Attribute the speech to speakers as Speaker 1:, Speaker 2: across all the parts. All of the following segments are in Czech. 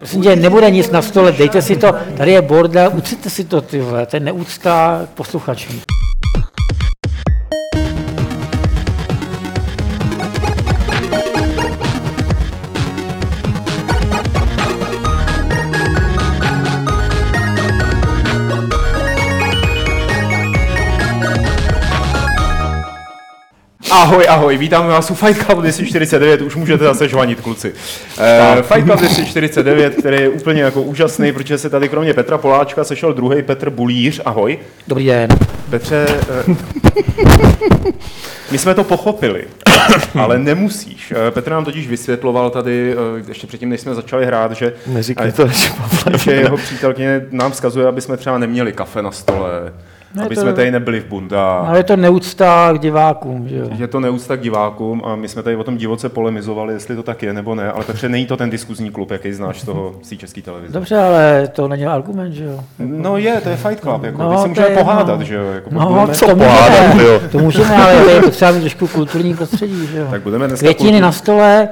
Speaker 1: Prosím tě, nebude nic na stole, dejte si to, tady je bordel, utřete si to, ty vole, to je neúcta k posluchačům.
Speaker 2: Ahoj, ahoj, vítáme vás u Fight Club 249, už můžete zase žvanit, kluci. Uh, Fight Club 249, který je úplně jako úžasný, protože se tady kromě Petra Poláčka sešel druhý Petr Bulíř, ahoj.
Speaker 1: Dobrý den.
Speaker 2: Petře, uh, my jsme to pochopili, ale nemusíš. Eh, Petr nám totiž vysvětloval tady, eh, ještě předtím, než jsme začali hrát, že, eh,
Speaker 3: Neříkej to, že Pavle.
Speaker 2: že jeho přítelkyně nám vzkazuje, aby jsme třeba neměli kafe na stole,
Speaker 1: Ne,
Speaker 2: aby
Speaker 1: to-
Speaker 2: jsme tady nebyli v bundách.
Speaker 1: Ale je to neúcta k divákům, že jo.
Speaker 2: Je to neúcta k divákům a my jsme tady o tom divoce polemizovali, jestli to tak je nebo ne, ale takže není to ten diskuzní klub, jaký znáš z toho z té české televize.
Speaker 1: Dobře, ale to není argument, že jo.
Speaker 2: No je, to je Fight Club, jako,
Speaker 1: No,
Speaker 2: no, se
Speaker 1: to
Speaker 2: můžeme
Speaker 1: je,
Speaker 2: pohádat,
Speaker 1: no.
Speaker 2: že jo, jako,
Speaker 1: No,
Speaker 2: budeme,
Speaker 1: co to
Speaker 3: pohádat,
Speaker 1: můžeme,
Speaker 3: jo?
Speaker 1: to můžeme, ale to je potřeba mít trošku kulturní prostředí, že jo.
Speaker 2: tak budeme dneska...
Speaker 1: Květiny
Speaker 2: kultu-
Speaker 1: na stole,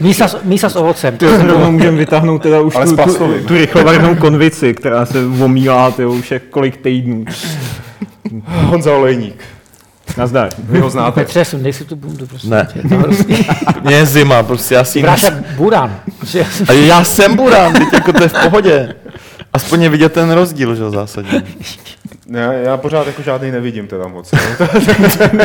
Speaker 1: mísa, s- mísa s ovocem.
Speaker 3: Ty jo, můžeme vytáhnout teda už
Speaker 2: Ale s
Speaker 3: tu,
Speaker 2: pastovým.
Speaker 3: tu, tu rychlovarnou konvici, která se omílá ty jo, už jak kolik týdnů.
Speaker 2: Honza Olejník,
Speaker 3: Nazdar.
Speaker 2: vy ho znáte.
Speaker 1: Petře, sundej si tu bundu, prostě.
Speaker 4: Ne.
Speaker 1: tě, to prostě.
Speaker 4: Mně je zima, prostě já si...
Speaker 1: Vráš jak buran. Že?
Speaker 4: A já jsem burán, teď jako to je v pohodě. Aspoň je vidět ten rozdíl, že jo, zásadně.
Speaker 2: Ne, já pořád jako žádný nevidím teda moc. no.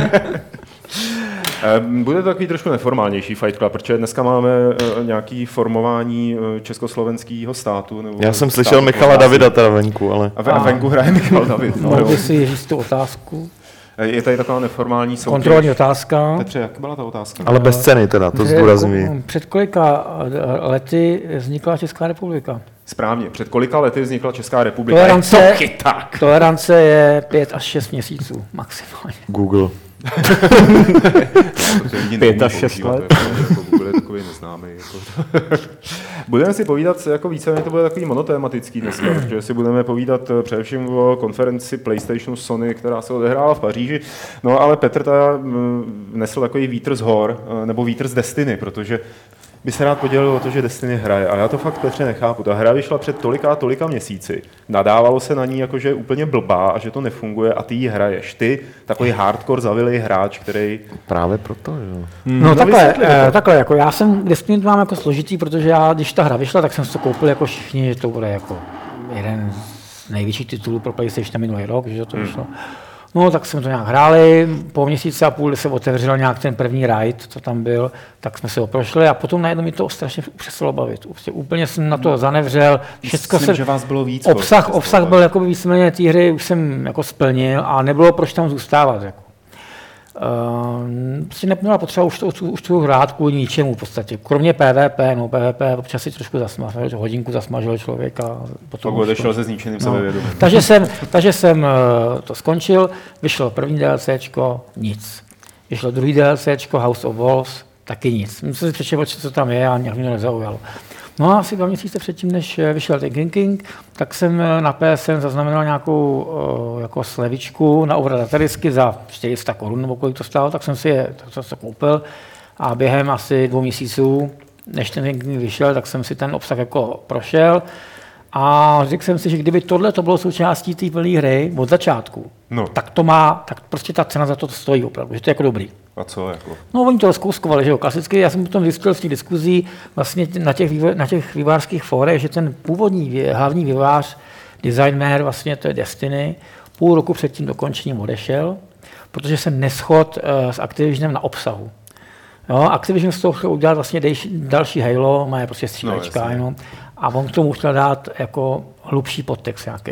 Speaker 2: Ehm, Bude to takový trošku neformálnější Fight Club, protože dneska máme eh, nějaký formování eh, československého státu. Nebo
Speaker 4: Já jsem
Speaker 2: státu
Speaker 4: slyšel Michala
Speaker 2: Polska.
Speaker 4: Davida teda venku, ale...
Speaker 2: A, ve, a venku hraje Michal David. No,
Speaker 1: Mohl
Speaker 2: jo.
Speaker 1: by si říct tu otázku.
Speaker 2: Eh, Je tady taková neformální soutěž.
Speaker 1: Kontrolní otázka.
Speaker 2: Petře, jak byla ta otázka?
Speaker 4: Ale bez ceny teda, to
Speaker 1: Že jako-
Speaker 4: zdůrazňuji.
Speaker 1: ko- Před kolika eh, lety vznikla Česká republika?
Speaker 2: Správně, před kolika lety vznikla Česká republika?
Speaker 1: Tolerance,
Speaker 2: Je to chyták.
Speaker 1: tolerance je 5 až 6 měsíců maximálně.
Speaker 4: Google.
Speaker 2: protože lidi
Speaker 3: Pět
Speaker 2: neumí
Speaker 3: až šest
Speaker 2: používat,
Speaker 3: let.
Speaker 2: Jako, jako Google je takový neznámý. Jako. budeme si povídat, jako víceméně to bude takový monotématický dneska,
Speaker 3: Mm.
Speaker 2: protože si budeme povídat eh, především o konferenci PlayStationu Sony, která se odehrála v Paříži. No ale Petr ta mm, nesl takový vítr z hor, eh, nebo vítr z Destiny, protože by se rád podělil o to, že Destiny hraje. A já to fakt Petře nechápu. Ta hra vyšla před tolika a tolika měsíci. Nadávalo se na ní, jako, že je úplně blbá a že to nefunguje a ty ji hraješ. Ty, takový hardcore zavilej hráč, který
Speaker 4: Právě proto, že jo.
Speaker 1: No, takhle,
Speaker 2: vysvětli
Speaker 1: eh, takhle, jako já jsem Destiny to mám jako složitý, protože já, když ta hra vyšla, tak jsem si to koupil jako všichni, že to bude jako jeden z největších titulů pro PlayStation na minulý rok, že to vyšlo. No, tak jsme to nějak hráli, po měsíci a půl se otevřel nějak ten první raid, co tam byl, tak jsme se ho prošli a potom najednou mi to strašně přestalo bavit. Prostě úplně jsem na to zanevřel, všechno
Speaker 2: Myslím,
Speaker 1: se...
Speaker 2: že vás bylo víc. prostě,
Speaker 1: Obsah,
Speaker 2: kolik
Speaker 1: obsah byl
Speaker 2: testovali.
Speaker 1: jako víceméně té hry, už jsem jako splnil a nebylo proč tam zůstávat. Jako. Uh, si neměla potřeba už, to, už tu hrát kvůli ničemu v podstatě. Kromě PvP, no PvP občas si trošku zasmažil, hodinku zasmažil člověka. Potom
Speaker 2: Pak
Speaker 1: už to-
Speaker 2: odešel se zničeným no. sebevědomím.
Speaker 1: takže jsem, takže jsem eh, to skončil, vyšlo první DLCčko, nic. Vyšlo druhý DLCčko, House of Wolves, taky nic. Jsem si přečetl, co tam je a nějak mě to nezaujalo. No a asi dva měsíce předtím, než eh, vyšel ten King King, tak jsem eh, na PSN zaznamenal nějakou eh, jako slevičku na úhrad za disky za 400 korun, nebo kolik to stálo, tak jsem si je tak jsem se koupil a během asi dvou měsíců, než ten King King vyšel, tak jsem si ten obsah jako prošel a řekl jsem si, že kdyby tohle to bylo součástí té plné hry od začátku,
Speaker 2: No.
Speaker 1: tak to má, tak prostě ta cena za to stojí opravdu, že to je jako dobrý.
Speaker 2: A co jako?
Speaker 1: No, oni to rozkouskovali, že jo, klasicky. Já jsem potom zjistil z těch diskuzí vlastně t- na těch, vývo- na těch vývářských fórech, že ten původní vě- hlavní vývář, designer, vlastně to je Destiny, půl roku před tím dokončením odešel, protože se neschod uh, s Activisionem na obsahu. No, Activision z toho chtěl udělat vlastně dejš, další Halo, má je prostě střílečka,
Speaker 2: jasně.
Speaker 1: no, jenom, a on k tomu chtěl dát jako hlubší podtext nějaký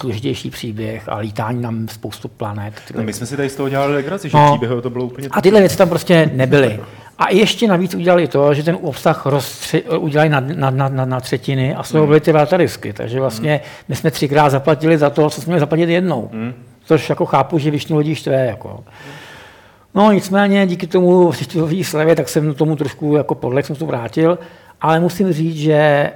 Speaker 1: složitější příběh a lítání na spoustu planet.
Speaker 2: No,
Speaker 1: tyhle
Speaker 2: my jsme si tady z toho dělali legraci, že
Speaker 1: No.
Speaker 2: no. příběhu to bylo úplně...
Speaker 1: a tyhle věci tam prostě nebyly. A ještě navíc udělali to, že ten obsah roztři, udělali na, na, na, na, na třetiny a z toho byly ty veltarisky. Takže vlastně my jsme třikrát zaplatili za to, co jsme měli zaplatit jednou. Což jako chápu, že většinu lidí štve. Jako. No nicméně díky tomu příští slevě, tak jsem tomu trošku jako podlek jsem to vrátil, ale musím říct, že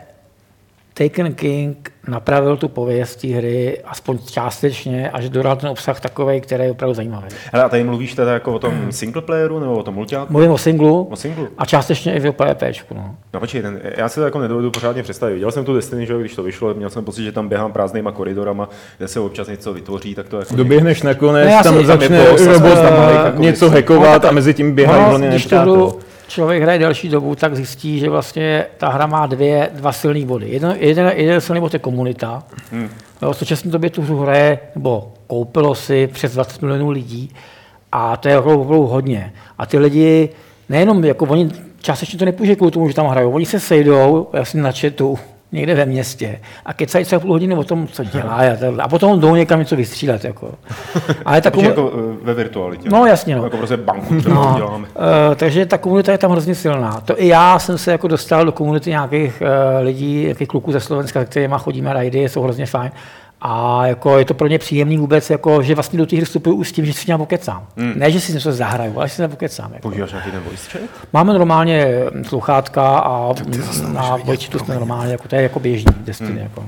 Speaker 1: ty Taken King napravil tu pověst té hry aspoň částečně, až dodal ten obsah takový, který je opravdu zajímavý.
Speaker 2: Hele, a tady mluvíš teda jako o tom singleplayeru nebo o tom multiáku?
Speaker 1: Mluvím o singlu
Speaker 2: O singlu.
Speaker 1: a částečně i o PvPčku. No.
Speaker 2: No počkej, ten, já si to jako nedovedu pořádně představit. Viděl jsem tu Destiny, že jo, když to vyšlo, měl jsem pocit, že tam běhám prázdnýma koridorama, kde se občas něco vytvoří, tak to jako...
Speaker 3: Doběhneš nakonec,
Speaker 1: No, já
Speaker 3: no,
Speaker 1: si-
Speaker 3: tam začne
Speaker 2: tam je boss,
Speaker 3: robot
Speaker 2: tam malej
Speaker 3: eh,
Speaker 2: takový.
Speaker 3: něco hackovat a mezi tím běhají
Speaker 1: Ono, vlastně,
Speaker 3: vlny
Speaker 1: když to
Speaker 3: nepřátel.
Speaker 1: hru člověk hraje delší dobu, tak zjistí, že vlastně ta hra má dvě, dva silné body. Jeden, jeden, jeden silný bod je komunita. Hmm. V současné době tu hru hraje, nebo koupilo si přes 20 milionů lidí a to je opravdu hodně. A ty lidi, nejenom, jako oni částečně to nepůjde kvůli tomu, že tam hrajou, oni se sejdou, jasně na chatu, někde ve městě a kecají se půl hodiny o tom, co dělá a, takhle. a potom jdou někam něco vystřílet. Jako. Ale ta
Speaker 2: Takovou...
Speaker 1: komu-
Speaker 2: jako eh, ve virtualitě.
Speaker 1: No, jasně, no.
Speaker 2: Jako prostě banku třeba no.
Speaker 1: No,
Speaker 2: uděláme.
Speaker 1: eh, takže ta komunita je tam hrozně silná. To i já jsem se jako dostal do komunity nějakých eh, lidí, nějakých kluků ze Slovenska, se kterýma chodíme rajdy, jsou hrozně fajn. A jako je to pro ně příjemný vůbec, jako, že vlastně do té hry vstupuju už s tím, že si nějak pokecám. Hmm. Ne, že si něco zahraju, ale že si nějak pokecám. Jako.
Speaker 2: Používáš nějaký ten voice chat?
Speaker 1: Máme normálně hm, sluchátka a na Vojčitu jsme normálně, jako, to je jako běžný Destiny. Hmm. Jako.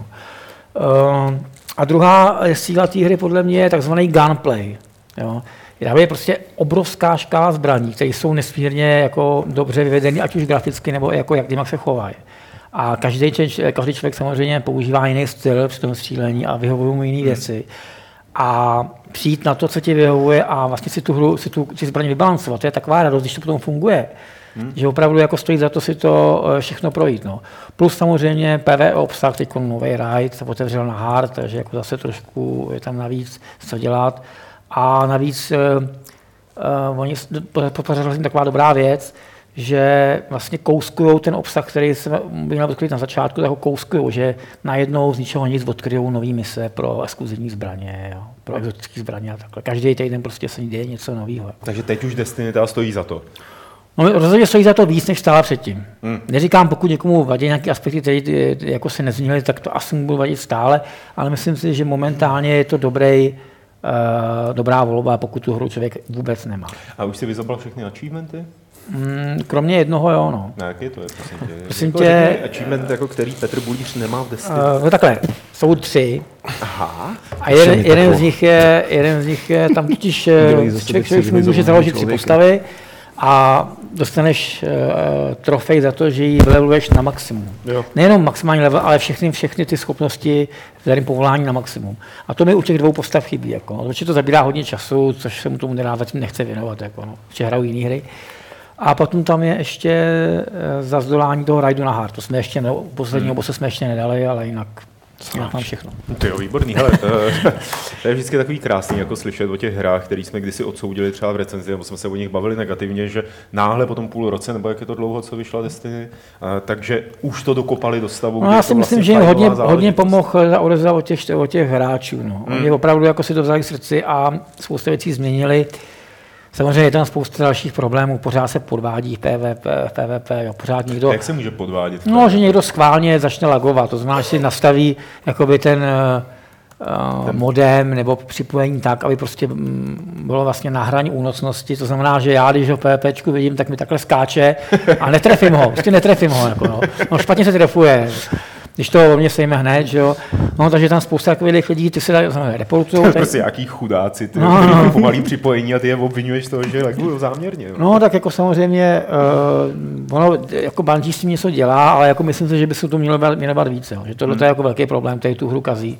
Speaker 1: Uh, a druhá síla té hry podle mě je takzvaný gunplay. Jo. Tam je prostě obrovská škála zbraní, které jsou nesmírně jako dobře vyvedeny, ať už graficky, nebo i jako jak Dimak se chovají. A každý, če- každý člověk samozřejmě používá jiný styl při tom střílení a vyhovují mu jiné věci. A přijít na to, co ti vyhovuje a vlastně si tu hru, si tu si zbraně vybalancovat, to je taková radost, když to potom funguje. Hmm. Že opravdu jako stojí za to si to eh, všechno projít. No. Plus samozřejmě PV obsah, teď nový ride se otevřel na hard, takže jako zase trošku je tam navíc co dělat. A navíc eh, Uh, oni s- po- podařila jim taková dobrá věc, že vlastně kouskují ten obsah, který jsme měl odkryt na začátku, tak ho kouskují, že najednou z ničeho nic odkryjou nový mise pro exkluzivní zbraně, jo, pro exotické zbraně a takhle. Každý týden prostě se děje něco nového.
Speaker 2: Takže teď už Destiny teda stojí za to.
Speaker 1: No, rozhodně stojí za to víc, než stála předtím. Hmm. Neříkám, pokud někomu vadí nějaké aspekty, které eh, jako se nezměnily, tak to asi mu bude vadit stále, ale myslím si, že momentálně je to dobrý, uh, dobrá volba, pokud tu hru člověk vůbec nemá.
Speaker 2: A už si vyzobral všechny achievementy?
Speaker 1: Mm, kromě jednoho, jo, no.
Speaker 2: Ne, jak je to, je, prosím tě?
Speaker 1: Prosím
Speaker 2: Jako
Speaker 1: tě-
Speaker 2: řekni achievement, jako který Petr Bulíř nemá v Destiny.
Speaker 1: Uh, no takhle, jsou tři. Aha. A jeden, jeden, z nich je, jeden z nich je, tam totiž eh,
Speaker 3: Dělají ze
Speaker 1: člověk,
Speaker 3: sebe
Speaker 1: člověk si může
Speaker 3: civilizovaného
Speaker 1: založit tři
Speaker 3: člověka.
Speaker 1: postavy a dostaneš uh, trofej za to, že ji leveluješ na maximum.
Speaker 2: Jo.
Speaker 1: Nejenom maximální level, ale všechny, všechny ty schopnosti v daném povolání na maximum. A to mi u těch dvou postav chybí. Jako. Určitě to zabírá hodně času, což se mu tomu nedá, zatím nechce věnovat. Jako, no. Ještě hraju jiné hry. A potom tam je ještě eh, za zdolání toho rajdu na hard. To jsme ještě, ne, posledního hmm. bose jsme ještě nedali, ale jinak jinak mám všechno.
Speaker 2: Ty jo, výborný, hele, to, to je vždycky takový krásný, jako slyšet o těch hrách, které jsme kdysi odsoudili třeba v recenzi, nebo jsme se o nich bavili negativně, že náhle po tom půl roce, nebo jak je to dlouho, co vyšla Destiny, eh, takže už to dokopali do stavu,
Speaker 1: No,
Speaker 2: kdy
Speaker 1: já
Speaker 2: je
Speaker 1: si
Speaker 2: to
Speaker 1: myslím,
Speaker 2: vlastně
Speaker 1: že jim
Speaker 2: fajnová
Speaker 1: hodně, hodně
Speaker 2: záležitost. Hmm.
Speaker 1: pomohl ta odezva od těch, od těch hráčů. No. Oni opravdu jako si to vzali k srdci a spousta věcí změnili. Samozřejmě je tam spousta dalších problémů, pořád se podvádí v PVP, v PVP jo, pořád někdo...
Speaker 2: Jak se může podvádět?
Speaker 1: No, že někdo schválně začne lagovat, to znamená, že si nastaví jakoby ten uh, modem nebo připojení tak, aby prostě mm, bylo vlastně na hraní únocnosti. To znamená, že já, když ho PPčku vidím, tak mi takhle skáče a netrefím ho, prostě netrefím ho. Jako no. no, špatně se trefuje. Když to o mě sejme hned, že jo. No, takže tam spousta takových lidí, ty se dají, reportujou. tady-
Speaker 2: prostě jaký chudáci, ty,
Speaker 1: No,
Speaker 2: no,
Speaker 1: no.
Speaker 2: no. pomalý připojení a ty je obvinuješ z toho, že legují záměrně. jo.
Speaker 1: No, tak jako samozřejmě, uh, ono, jako Bungie s tím něco dělá, ale jako myslím si, že by se to mělo bát, mělo bát více. jo. Že tohle
Speaker 2: Hmm.
Speaker 1: to je jako velký problém, který tu hru kazí.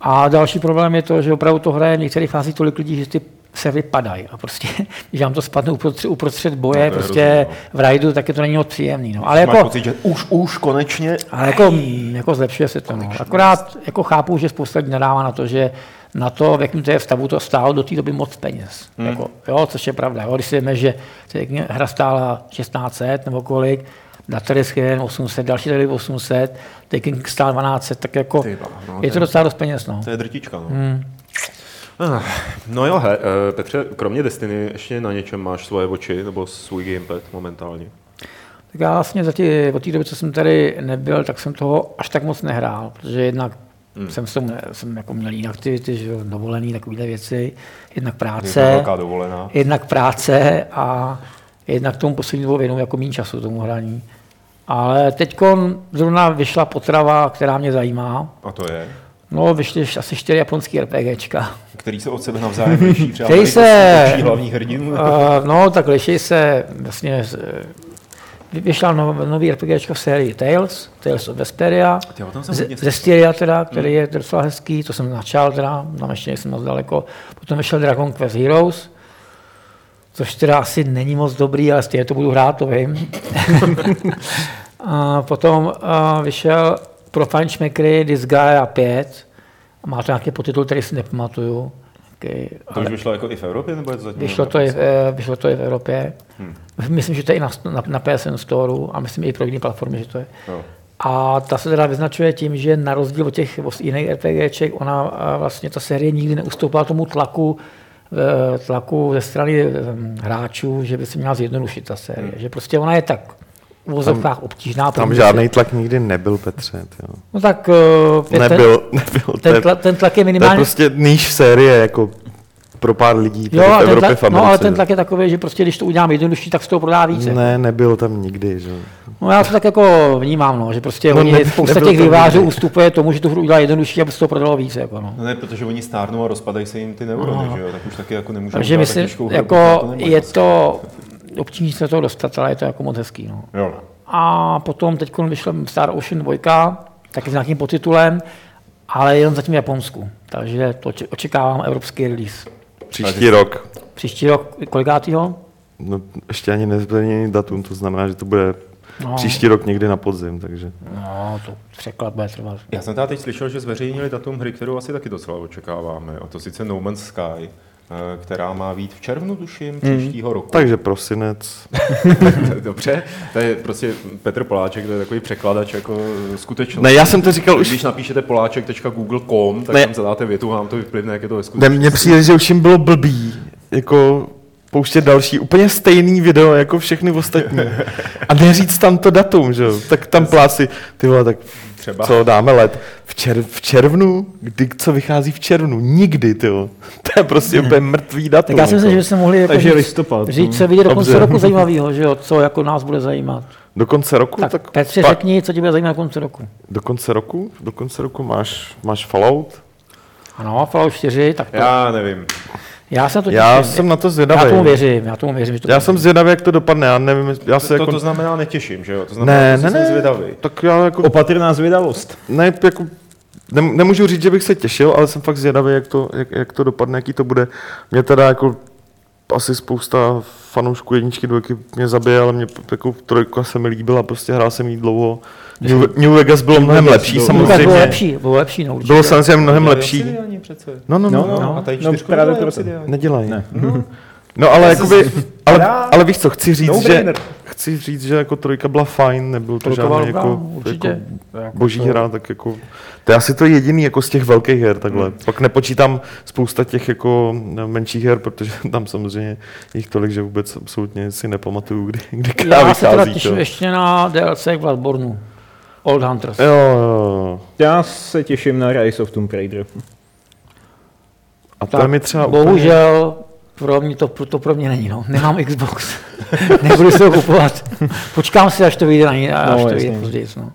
Speaker 1: A další problém je to, že opravdu to hraje v některých fázích tolik lidí, že ty servery padají. A prostě, když vám to spadne uprostřed, uprostřed boje,
Speaker 2: No,
Speaker 1: no,
Speaker 2: to je
Speaker 1: prostě
Speaker 2: hrozný,
Speaker 1: v rajdu, tak je to není moc příjemný. No. Ale
Speaker 2: Máš
Speaker 1: jako,
Speaker 2: pocit, že
Speaker 4: Už, už, konečně.
Speaker 1: ale jako, jako zlepšuje se to. No. Akorát jako chápu, že spousta lidí nadává na to, že na to, v jakém to je stavu, to stálo do té doby moc peněz. Hmm. Jako, jo, což je pravda. Jo. Když si víme, že teď hra stála 1600 nebo kolik, na Teresk jeden 800, další tady 800, Taking King stál 1200, tak jako
Speaker 2: Ty bláho, no,
Speaker 1: je to
Speaker 2: ten-
Speaker 1: docela dost peněz. No.
Speaker 2: To je drtička, no. Hmm. Ah, no jo, he, eh, Petře, kromě Destiny ještě na něčem máš svoje oči nebo svůj gamepad momentálně?
Speaker 1: Tak já vlastně za tě, od té doby, co jsem tady nebyl, tak jsem toho až tak moc nehrál, protože jednak hmm. jsem, jsem, jsem jako měl jiné aktivity, že jo, dovolený, takovéhle věci, jednak práce.
Speaker 2: Je to velká dovolená.
Speaker 1: jednak práce a jednak tomu poslední dvou věnu jako méně času tomu hraní. Ale teď zrovna vyšla potrava, která mě zajímá.
Speaker 5: A to je,
Speaker 1: No, vyšly š- asi čtyři japonský RPGčka.
Speaker 5: který se od sebe navzájem liší, třeba
Speaker 1: Který
Speaker 5: velikost
Speaker 1: se-
Speaker 5: očí hlavních hrdinů.
Speaker 1: Uh, no, tak liší se vlastně... z- vy- Vyšla no, nový RPGčko v sérii Tales, Tales of Vesperia.
Speaker 5: Ty, o tom jsem
Speaker 1: Ze,
Speaker 5: hodně Hmm.
Speaker 1: ze Styria teda, který je docela hezký, to jsem načal teda, tam ještě nejsem moc daleko. Potom vyšel Dragon Quest Heroes, což teda asi není moc dobrý, ale stejně to budu hrát, to vím. a potom a vyšel pro fančmekry Disgaea 5, má to nějaký potitul, který si nepamatuju. Okay.
Speaker 5: To už vyšlo jako i v Evropě, nebo je to zatím?
Speaker 1: Vyšlo to, i v, eh, vyšlo to i v Evropě. Hmm. Myslím, že to je i na, na, na PSN Store a myslím i pro jiné platformy, že to je.
Speaker 5: No.
Speaker 1: A ta se teda vyznačuje tím, že na rozdíl od těch od jiných RPGček, ona a vlastně ta série nikdy neustoupila tomu tlaku eh, tlaku ze strany eh, hráčů, že by se měla zjednodušit ta série. Že prostě ona je tak v vozovkách obtížná.
Speaker 4: Hmm. Tam
Speaker 1: protože-
Speaker 4: žádný tlak nikdy nebyl, Petře. tyjo.
Speaker 1: No tak eh, je
Speaker 4: Nebyl, nebyl.
Speaker 1: Ten,
Speaker 4: to
Speaker 1: ten,
Speaker 4: je-
Speaker 1: tla, ten tlak je
Speaker 4: To je
Speaker 1: minimální.
Speaker 4: prostě níž série, jako pro pár lidí tady
Speaker 1: jo, a
Speaker 4: v
Speaker 1: ten
Speaker 4: Evropě,
Speaker 1: tlak,
Speaker 4: v Americe.
Speaker 1: no, ale ten
Speaker 4: že?
Speaker 1: tlak je takový, že prostě když to udělám jednodušší, tak se toho prodá více.
Speaker 4: Ne, nebyl tam nikdy, že? jo.
Speaker 1: No já to tak jako vnímám, no, že prostě no,
Speaker 4: No,
Speaker 1: oni
Speaker 4: ne-
Speaker 1: spousta
Speaker 4: nebyl
Speaker 1: těch
Speaker 4: to
Speaker 1: vývářů
Speaker 4: nikdy.
Speaker 1: ustupuje tomu, že tu hru udělá jednodušší, aby se to prodalo více. Jako, no.
Speaker 5: No ne, protože oni stárnou a rozpadají se jim ty neurony, že jo? Tak už taky jako nemůžou
Speaker 1: Takže
Speaker 5: udělat
Speaker 1: myslím,
Speaker 5: tak těžkou hru, protože
Speaker 1: jako
Speaker 5: nemají
Speaker 1: je
Speaker 5: zase.
Speaker 1: to, obtížně se toho dostat, ale je to jako moc hezký. No.
Speaker 5: Jo.
Speaker 1: A potom teď vyšla Star Ocean 2, taky s nějakým podtitulem, ale jenom zatím v Japonsku. Takže to oče- očekávám evropský release.
Speaker 4: Příští rok.
Speaker 1: Příští rok, kolikátýho?
Speaker 4: No, ještě ani nezplněný datum, to znamená, že to bude
Speaker 1: No.
Speaker 4: příští rok někdy na podzim, takže.
Speaker 1: No, to překlad bude trvat.
Speaker 5: Já jsem teda teď slyšel, že zveřejnili datum hry, kterou asi taky docela očekáváme, a to sice No Man's Sky, eh, která má být v červnu, tuším,
Speaker 4: Hmm.
Speaker 5: příštího roku.
Speaker 4: Takže prosinec.
Speaker 5: Dobře, to je prostě Petr Poláček, to je takový překladač jako skutečnost.
Speaker 4: Ne, já jsem to říkal
Speaker 5: Když
Speaker 4: už,
Speaker 5: napíšete poláček.google.com, tak
Speaker 4: Ne.
Speaker 5: tam zadáte větu, vám to vyplivne, jak je to ve
Speaker 4: ne, mně
Speaker 5: skutečnosti.
Speaker 4: přijde, že už jim bylo blbý, jako pouštět další, úplně stejný video jako všechny ostatní. A neříct tam to datum, že jo? Tak tam pláci, ty vole, tak
Speaker 5: Třeba.
Speaker 4: co dáme let? V, čer, v červnu? Kdy, co vychází v červnu? Nikdy, ty jo. To je prostě úplně mrtvý datum.
Speaker 1: Tak já si myslím, že
Speaker 4: jako.
Speaker 1: bychom mohli jako
Speaker 3: Takže
Speaker 1: říct,
Speaker 3: listopad, no.
Speaker 1: říct se vidět do konce
Speaker 4: Dobře.
Speaker 1: roku zajímavého, že jo, co jako nás bude zajímat.
Speaker 4: Do konce roku?
Speaker 1: Tak,
Speaker 4: No, Tak,
Speaker 1: tak Petře,
Speaker 4: pak-
Speaker 1: řekni, co tě bude zajímat na konci roku.
Speaker 4: Do konce roku? Do konce roku máš, máš Fallout?
Speaker 1: Ano, Fallout 4, tak to, já,
Speaker 5: Já nevím.
Speaker 1: já se na to
Speaker 4: Já
Speaker 1: těším.
Speaker 4: jsem na to
Speaker 1: já
Speaker 4: zvědavý.
Speaker 1: tomu věřím, já tomu věřím, že to
Speaker 4: Já jsem zvědavý, jak to dopadne, já nevím, já se
Speaker 5: To,
Speaker 4: jako...
Speaker 5: to, to znamená netěším, že jo? To znamená,
Speaker 4: ne,
Speaker 5: že
Speaker 4: ne,
Speaker 5: jsem
Speaker 4: ne,
Speaker 5: zvědavý.
Speaker 4: tak já jako,
Speaker 3: Opatrná zvědavost.
Speaker 4: ne, jako nem- nemůžu říct, že bych se těšil, ale jsem fakt zvědavý, jak to, jak, jak to dopadne, jaký to bude. Mě teda jako asi spousta fanoušků jedničky, dvojky mě zabije, ale mě p- jako trojka se mi líbila, prostě hrál jsem jí dlouho. New, New Vegas bylo mnohem lepší,
Speaker 1: Lukas bylo
Speaker 4: samozřejmě.
Speaker 1: lepší, bylo lepší, no určitě.
Speaker 4: Bylo samozřejmě mnohem lepší.
Speaker 5: Obsidiani přece.
Speaker 4: No, no, no.
Speaker 5: No,
Speaker 4: no.
Speaker 5: a tady
Speaker 3: No,
Speaker 5: čtyřku
Speaker 3: právě
Speaker 5: dělají
Speaker 3: proto.
Speaker 5: Obsidian.
Speaker 4: Nedělají. Ne. No ale jakoby, ale, ale víš co, chci říct,
Speaker 5: No
Speaker 4: že,
Speaker 5: brainer.
Speaker 4: chci říct, že jako trojka byla fajn, nebyl to
Speaker 1: Trojka byla
Speaker 4: žádný
Speaker 1: dobrá,
Speaker 4: jako,
Speaker 1: určitě.
Speaker 4: jako boží hra, tak jako, to je asi to jediný jako z těch velkých her takhle.
Speaker 1: Hmm.
Speaker 4: Pak nepočítám spousta těch jako menších her, protože tam samozřejmě jich tolik, že vůbec absolutně si nepamatuju, kdy, kdy která
Speaker 1: Já se teda
Speaker 4: vychází.
Speaker 1: těším
Speaker 4: čo.
Speaker 1: ještě na DLC k Bloodborneu. Old Hunters.
Speaker 4: Jo, jo, jo.
Speaker 3: Já se těším na Rise of Tomb Raider.
Speaker 4: A to je mi třeba úplně-
Speaker 1: bohužel pro mě to, to pro mě není, no. Nemám Xbox. Nebudu se ho kupovat. Počkám si, až to vyjde na ní, až
Speaker 3: No,
Speaker 1: no, to vyjde
Speaker 3: jasně.
Speaker 1: později. No.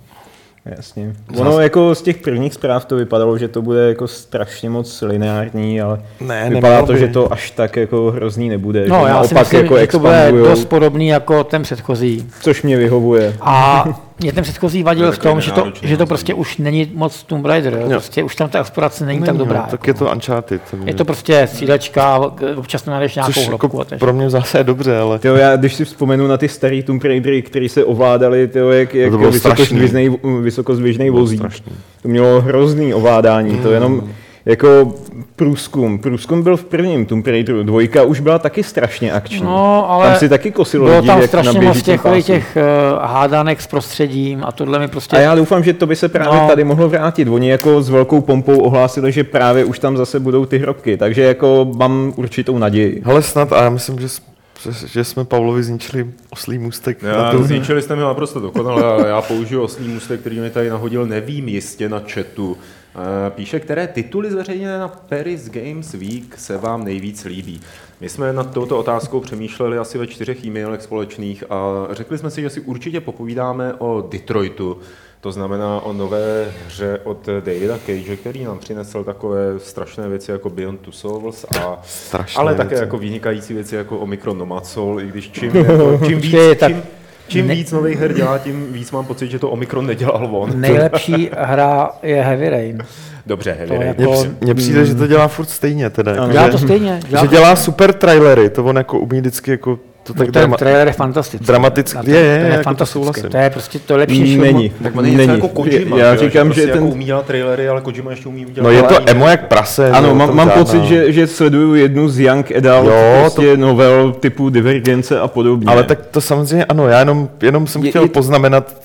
Speaker 3: Jasně. Ono jako z těch prvních zpráv to vypadalo, že to bude jako strašně moc lineární, ale
Speaker 4: Ne,
Speaker 3: vypadá
Speaker 4: nemělo
Speaker 3: to,
Speaker 4: by.
Speaker 3: že to až tak jako hrozný nebude.
Speaker 1: no
Speaker 3: že
Speaker 1: já si
Speaker 3: naopak
Speaker 1: myslím,
Speaker 3: jako
Speaker 1: že to bude
Speaker 3: expandujou,
Speaker 1: dost podobný jako ten předchozí.
Speaker 3: což mě vyhovuje.
Speaker 1: A mě ten předchozí vadil
Speaker 5: Je
Speaker 1: v
Speaker 5: takový
Speaker 1: tom, že to,
Speaker 5: nenáročný
Speaker 1: že to
Speaker 5: rozhodně.
Speaker 1: prostě už není moc Tomb Raider, jo. prostě už tam ta explorace není, tak
Speaker 4: Není, no,
Speaker 1: dobrá.
Speaker 4: Tak
Speaker 1: jako.
Speaker 4: je to Uncharted.
Speaker 1: je to prostě střílečka, občas tam najdeš nějakou
Speaker 4: Což
Speaker 1: hlubku
Speaker 4: jako
Speaker 1: a tež.
Speaker 4: pro mě zase je dobře, ale
Speaker 3: Tyjo, já když si vzpomenu na ty starý Tomb Raidery, který se ovládali, tyjo, jak, jak
Speaker 4: to bylo
Speaker 3: vysokozvěžnej, vysokozvěžnej vozík,
Speaker 4: strašný. Mm.
Speaker 3: to mělo hrozný ovládání, to jenom jako průzkum. Průzkum byl v prvním Tomb Raideru, dvojka už byla taky strašně akční.
Speaker 1: No, ale
Speaker 3: tam si taky kosilo
Speaker 1: Bylo
Speaker 3: lidi,
Speaker 1: tam
Speaker 3: jak na
Speaker 1: strašně moc
Speaker 3: běžícím
Speaker 1: těch,
Speaker 3: pásu.
Speaker 1: těch eh, hádanek s prostředím a tohle mi prostě...
Speaker 3: A já doufám, že to by se právě
Speaker 1: No.
Speaker 3: no. tady mohlo vrátit. Oni jako s velkou pompou ohlásili, že právě už tam zase budou ty hrobky, takže jako mám určitou naději.
Speaker 4: Hele snad, a já myslím, že s- Že- Že jsme Pavlovi zničili oslý můstek. na
Speaker 2: Já,
Speaker 4: tu-
Speaker 2: zničili jste mi ho naprosto dokonale, ale já použiju osní můstek, který mi tady nahodil, nevím jistě na chatu. Eh, Píše, které tituly zveřejněné na Paris Games Week se vám nejvíc líbí. My jsme nad touto otázkou přemýšleli asi ve čtyřech e-mailech společných a řekli jsme si, že si určitě popovídáme o Detroitu, to znamená o nové hře od Davida Cage, který nám přinesl takové strašné věci jako Beyond Two Souls, a,
Speaker 4: Strašné
Speaker 2: ale také
Speaker 4: věci.
Speaker 2: jako vynikající věci jako Omicron Nomad Soul, i když čím, jako, čím víc,
Speaker 1: Počkej, tak
Speaker 2: čím, čím
Speaker 1: ne-
Speaker 2: víc nových her dělá, tím víc mám pocit, že to Omikron nedělal on.
Speaker 1: Nejlepší hra je Heavy Rain.
Speaker 2: Dobře,
Speaker 1: To
Speaker 2: Heavy
Speaker 1: je
Speaker 2: Rain.
Speaker 4: Mně
Speaker 1: jako,
Speaker 4: při- Mně přijde, že to dělá furt stejně teda. Jako,
Speaker 1: Dělá
Speaker 4: že-
Speaker 1: to stejně. Dělá,
Speaker 4: Že dělá super trailery, to on jako umí vždycky jako to tak
Speaker 1: tak ten
Speaker 4: drama-
Speaker 1: trailer je fantastický.
Speaker 4: dramaticky-
Speaker 1: Na
Speaker 4: je, je,
Speaker 1: to
Speaker 4: jako
Speaker 1: je
Speaker 4: to
Speaker 1: fantastické.
Speaker 4: souhlasím.
Speaker 1: To je prostě to je lepší film.
Speaker 3: Není.
Speaker 2: Tak on je něco
Speaker 3: Není.
Speaker 2: jako Kojima.
Speaker 3: Já
Speaker 2: jo,
Speaker 3: říkám, že
Speaker 2: prostě
Speaker 3: ten-
Speaker 2: jako umí dělat trailery, ale Kojima ještě umí dělat
Speaker 4: No je to
Speaker 2: trailery.
Speaker 4: emo jak prase.
Speaker 3: Ano,
Speaker 4: no,
Speaker 3: mám,
Speaker 4: tam
Speaker 3: mám
Speaker 4: žádná-
Speaker 3: pocit, že, že sleduju jednu z Young Adult,
Speaker 4: Jo,
Speaker 3: jo, prostě to... novel typu Divergence a podobně.
Speaker 4: Ale tak to samozřejmě ano, já jenom, jenom jsem
Speaker 3: Je-
Speaker 4: chtěl
Speaker 3: je-
Speaker 4: poznamenat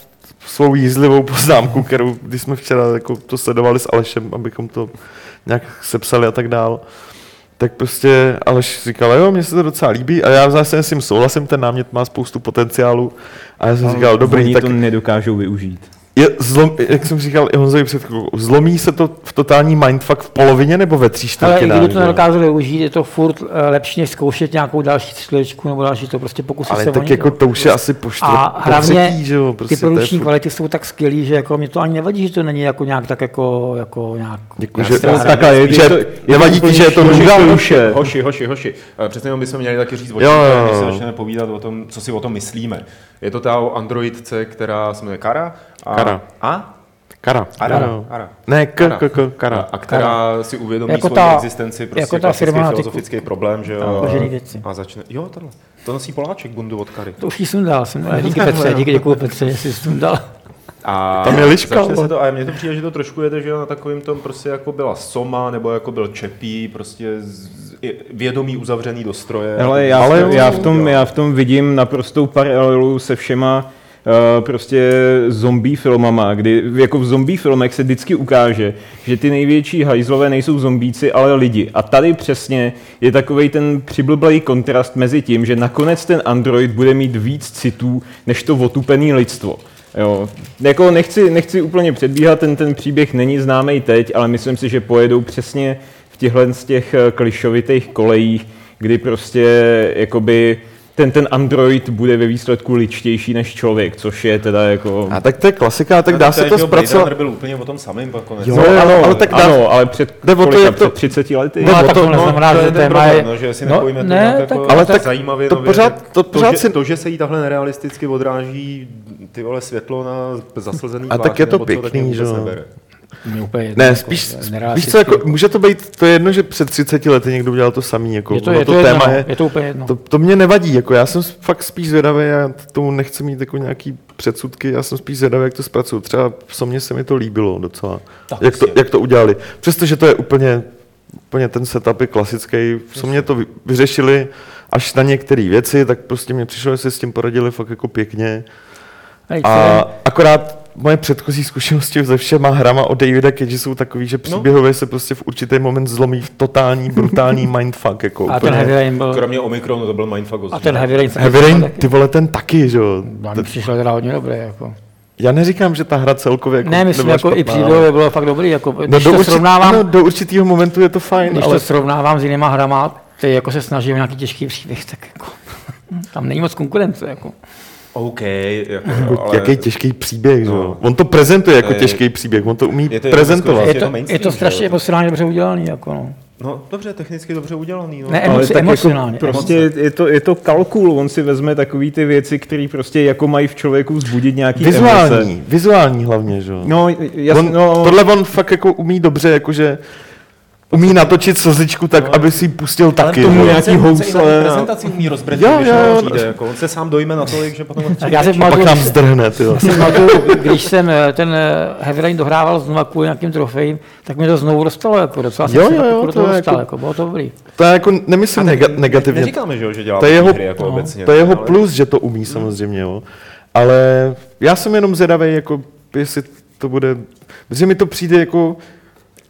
Speaker 4: svou jízlivou poznámku, kterou, když jsme včera jako to sledovali s Alešem, abychom to nějak sepsali a tak dál, tak prostě Aleš říkal, jo, mně se to docela líbí a já vlastně s tím souhlasím, ten námět má spoustu potenciálu a já jsem říkal, dobrý,
Speaker 3: Oni
Speaker 4: tak
Speaker 3: to nedokážou využít.
Speaker 4: je zlom, jak jsem říkal i Honzovi před chvilkou, zlomí se to v totální mindfuck v polovině nebo ve tří
Speaker 1: Ale i
Speaker 4: čtvrtinách?
Speaker 1: kdyby to
Speaker 4: že jo?
Speaker 1: nedokázali využít, je to furt eh, lepší, než zkoušet nějakou další střílečku nebo další to prostě pokusit
Speaker 4: Ale
Speaker 1: se o
Speaker 4: tak
Speaker 1: něco.
Speaker 4: jako to už je asi po, čtvrt,
Speaker 1: A
Speaker 4: po
Speaker 1: hlavně
Speaker 4: třetí, že jo?
Speaker 1: Ty
Speaker 4: Prostě to je
Speaker 1: produkční
Speaker 4: furt-
Speaker 1: kvality jsou tak skvělý, že jako mě to ani nevadí, že to není jako nějak tak jako, jako nějak...
Speaker 4: Děkuji,
Speaker 1: nějak
Speaker 4: že-
Speaker 1: strašná hra.
Speaker 3: Takhle, je,
Speaker 4: Že-
Speaker 3: je to,
Speaker 4: nevadí ti, že je to
Speaker 3: úplně
Speaker 4: nuda?
Speaker 2: Hoši,
Speaker 3: škoda duše.
Speaker 2: hoši, hoši, hoši. Eh, Přece jenom bychom měli taky říct, o čem,
Speaker 4: Jo, jo,
Speaker 2: to je, když se
Speaker 4: jo.
Speaker 2: začneme povídat o tom, co si o tom myslíme. Je to ta o androidce, která se jmenuje Kara. A,
Speaker 4: Kara.
Speaker 2: A?
Speaker 4: Kara.
Speaker 2: Ara.
Speaker 4: Ano.
Speaker 2: Ara.
Speaker 4: Ne, k,
Speaker 2: Kara.
Speaker 4: k, k, kara.
Speaker 2: A která si uvědomí
Speaker 1: Jako
Speaker 2: jako svoji
Speaker 1: ta-
Speaker 2: existenci, prostě
Speaker 1: jako
Speaker 2: jako
Speaker 1: ta
Speaker 2: ta
Speaker 1: firma na tyku.
Speaker 2: filozofický problém, že jo.
Speaker 1: kožený věci.
Speaker 2: A začne, jo, tohle. To nosí Poláček bundu od Kary.
Speaker 1: To už jí sundal, jsem dal. Díky Petře, díky, děkuji Petře, že jsi sundal.
Speaker 2: A
Speaker 4: Tam je liška,
Speaker 2: začne
Speaker 4: vole.
Speaker 2: se to, a mně to přijde, že to trošku jede, že na takovým tom prostě jako byla Soma, nebo jako byl Čepí, prostě z, i- vědomí uzavřený do stroje.
Speaker 3: Hele, já,
Speaker 2: Jako
Speaker 4: Ale
Speaker 3: ale
Speaker 4: jo,
Speaker 3: já, v tom, já v tom vidím naprostou paralelu se všema Uh, prostě zombie filmama, kdy jako v zombie filmech se vždycky ukáže, že ty největší hajzlové nejsou zombíci, ale lidi. A tady přesně je takový ten přiblblej kontrast mezi tím, že nakonec ten android bude mít víc citů, než to otupený lidstvo. Jo. Jako nechci, nechci úplně předbíhat, ten, ten příběh není známý teď, ale myslím si, že pojedou přesně v těchhle z těch eh, klišovitých kolejích, kdy prostě jakoby ten, ten android bude ve výsledku ličtější než člověk, což je teda jako...
Speaker 4: A tak to je klasika, tak
Speaker 2: No,
Speaker 4: dá se
Speaker 2: je,
Speaker 4: to
Speaker 2: že jo, Blade
Speaker 4: zpracovat.
Speaker 2: Runner byl úplně o tom samým No, nakonec.
Speaker 4: Jo, ano, ale tak dá-
Speaker 3: ano, ale před,
Speaker 4: Jde o to,
Speaker 3: kolika,
Speaker 4: jak to-
Speaker 3: před 30 lety?
Speaker 1: No,
Speaker 4: o
Speaker 1: ale tak
Speaker 4: to-
Speaker 1: to neznamená, že
Speaker 2: to je
Speaker 1: to
Speaker 2: ten
Speaker 1: téma je...
Speaker 2: problém, no, že si
Speaker 1: no,
Speaker 2: nepojme
Speaker 1: ne,
Speaker 2: to nějak
Speaker 1: tak-
Speaker 2: jako
Speaker 4: ale tak
Speaker 2: zajímavě
Speaker 4: to
Speaker 2: nově,
Speaker 4: pořád-
Speaker 2: tak
Speaker 4: to pořád
Speaker 2: že,
Speaker 4: si-
Speaker 2: to, že se jí takhle nerealisticky odráží ty vole světlo na zaslzený
Speaker 4: A tak
Speaker 2: tváři
Speaker 4: je to
Speaker 2: nebo co, tak mě
Speaker 4: pěkný,
Speaker 2: vůbec
Speaker 4: že jo.
Speaker 2: nebere.
Speaker 1: Mně úplně jedno,
Speaker 4: Ne,
Speaker 1: jako,
Speaker 4: spíš, víš
Speaker 1: nerealistický.
Speaker 4: co, jako, může to být, to je jedno, že před 30 lety někdo udělal to samý, jako,
Speaker 1: Je to,
Speaker 4: ono
Speaker 1: je to, jedno, no, je to úplně jedno.
Speaker 4: to, to, mě nevadí, jako, já jsem fakt spíš zvědavý, já t- tomu nechci mít jako nějaký předsudky, já jsem spíš zvědavý, jak to zpracuju. Třeba v Somě se mi to líbilo docela,
Speaker 2: Tak
Speaker 4: jak to,
Speaker 2: jistě.
Speaker 4: jak to udělali. Přestože to je úplně, úplně ten setup je klasický, v Somě to vy- vyřešili až na některé věci, tak prostě mě přišlo, že se s tím poradili fakt jako pěkně.
Speaker 1: Hej,
Speaker 4: A akorát moje předchozí zkušenosti se všema hrama od Davida Cage jsou takový,
Speaker 1: No.
Speaker 4: že příběhově se prostě v určitý moment zlomí v totální, brutální mindfuck. Jako
Speaker 1: a ten Heavy Rain byl...
Speaker 2: Kromě Omikronu to byl mindfuck
Speaker 1: A ten Heavy Rain... se-
Speaker 4: Heavy Rain, ty vole, ten taky, že jo.
Speaker 1: No,
Speaker 4: To-
Speaker 1: mi přišel teda hodně dobré, jako.
Speaker 4: Já neříkám, že ta hra celkově jako
Speaker 1: Ne, myslím,
Speaker 4: nebyla
Speaker 1: jako i
Speaker 4: špatná,
Speaker 1: příběhově bylo fakt dobrý, jako,
Speaker 4: No,
Speaker 1: když
Speaker 4: do,
Speaker 1: to
Speaker 4: určit,
Speaker 1: srovnávám,
Speaker 4: ano, do určitého momentu je to fajn,
Speaker 1: Když
Speaker 4: ale...
Speaker 1: to srovnávám s jinýma hrama, ty jako se snaží o nějaký těžký příběh, tak jako, tam není moc konkurence. Jako.
Speaker 2: OK,
Speaker 4: Jako,
Speaker 2: jako, ale
Speaker 4: Jaký těžký příběh, že jo?
Speaker 2: No.
Speaker 4: On to prezentuje jako
Speaker 2: je-
Speaker 4: těžký příběh, on to umí
Speaker 2: je to jenom
Speaker 4: prezentovat.
Speaker 1: Je
Speaker 2: Vlastně je to
Speaker 1: to, je
Speaker 2: mainstream,
Speaker 1: to
Speaker 2: že
Speaker 1: strašně
Speaker 2: jo, to-
Speaker 1: emocionálně dobře udělaný. Jako, no.
Speaker 2: no, dobře, technicky dobře udělaný. No.
Speaker 1: Ne,
Speaker 3: Ale
Speaker 1: emoci,
Speaker 3: tak
Speaker 1: emocionálně.
Speaker 3: Jako prostě je to, je to kalkul, on si vezme takový ty věci, které prostě jako mají v člověku vzbudit nějaký emoce.
Speaker 4: Vizuální, vizuální hlavně, že jo?
Speaker 3: No, jasně,
Speaker 4: on,
Speaker 3: no,
Speaker 4: Tohle on fakt jako umí dobře, jakože umí natočit slzičku tak,
Speaker 3: No,
Speaker 4: aby si ji pustil taky.
Speaker 3: tomu
Speaker 4: jo.
Speaker 3: nějaký housle no. a-
Speaker 2: prezentaci umí rozbredit,
Speaker 4: Jo,
Speaker 2: když
Speaker 4: jo,
Speaker 2: jo,
Speaker 4: jo.
Speaker 2: přijde, jako, on se sám dojme na tolik, že potom...
Speaker 1: Tak já si
Speaker 4: A pak
Speaker 1: pamatuju,
Speaker 4: nám
Speaker 1: když-
Speaker 4: zdrhne, ty jo.
Speaker 1: si pamatuju, když jsem eh, ten eh, Heavy Rain dohrával znova kvůli nějakým trofejím, tak mě to znovu dostalo. Jako, docela jsem
Speaker 4: Jo,
Speaker 1: se
Speaker 4: jo,
Speaker 1: tak
Speaker 4: jo,
Speaker 1: jako do
Speaker 4: to
Speaker 1: toho
Speaker 4: je
Speaker 1: dostal.
Speaker 4: jako-
Speaker 1: Jako, bylo to dobrý.
Speaker 4: To já jako nemyslím nega- negativně.
Speaker 2: Neříkáme, že, jo, že dělá
Speaker 4: To je
Speaker 2: blbý
Speaker 4: jeho-
Speaker 2: hry, jako
Speaker 1: no,
Speaker 2: obecně.
Speaker 4: To je jeho
Speaker 2: ale- Hmm.
Speaker 4: plus, že to umí samozřejmě, jo. Ale já jsem jenom zvědavý, jako jestli to bude, protože mi to přijde jako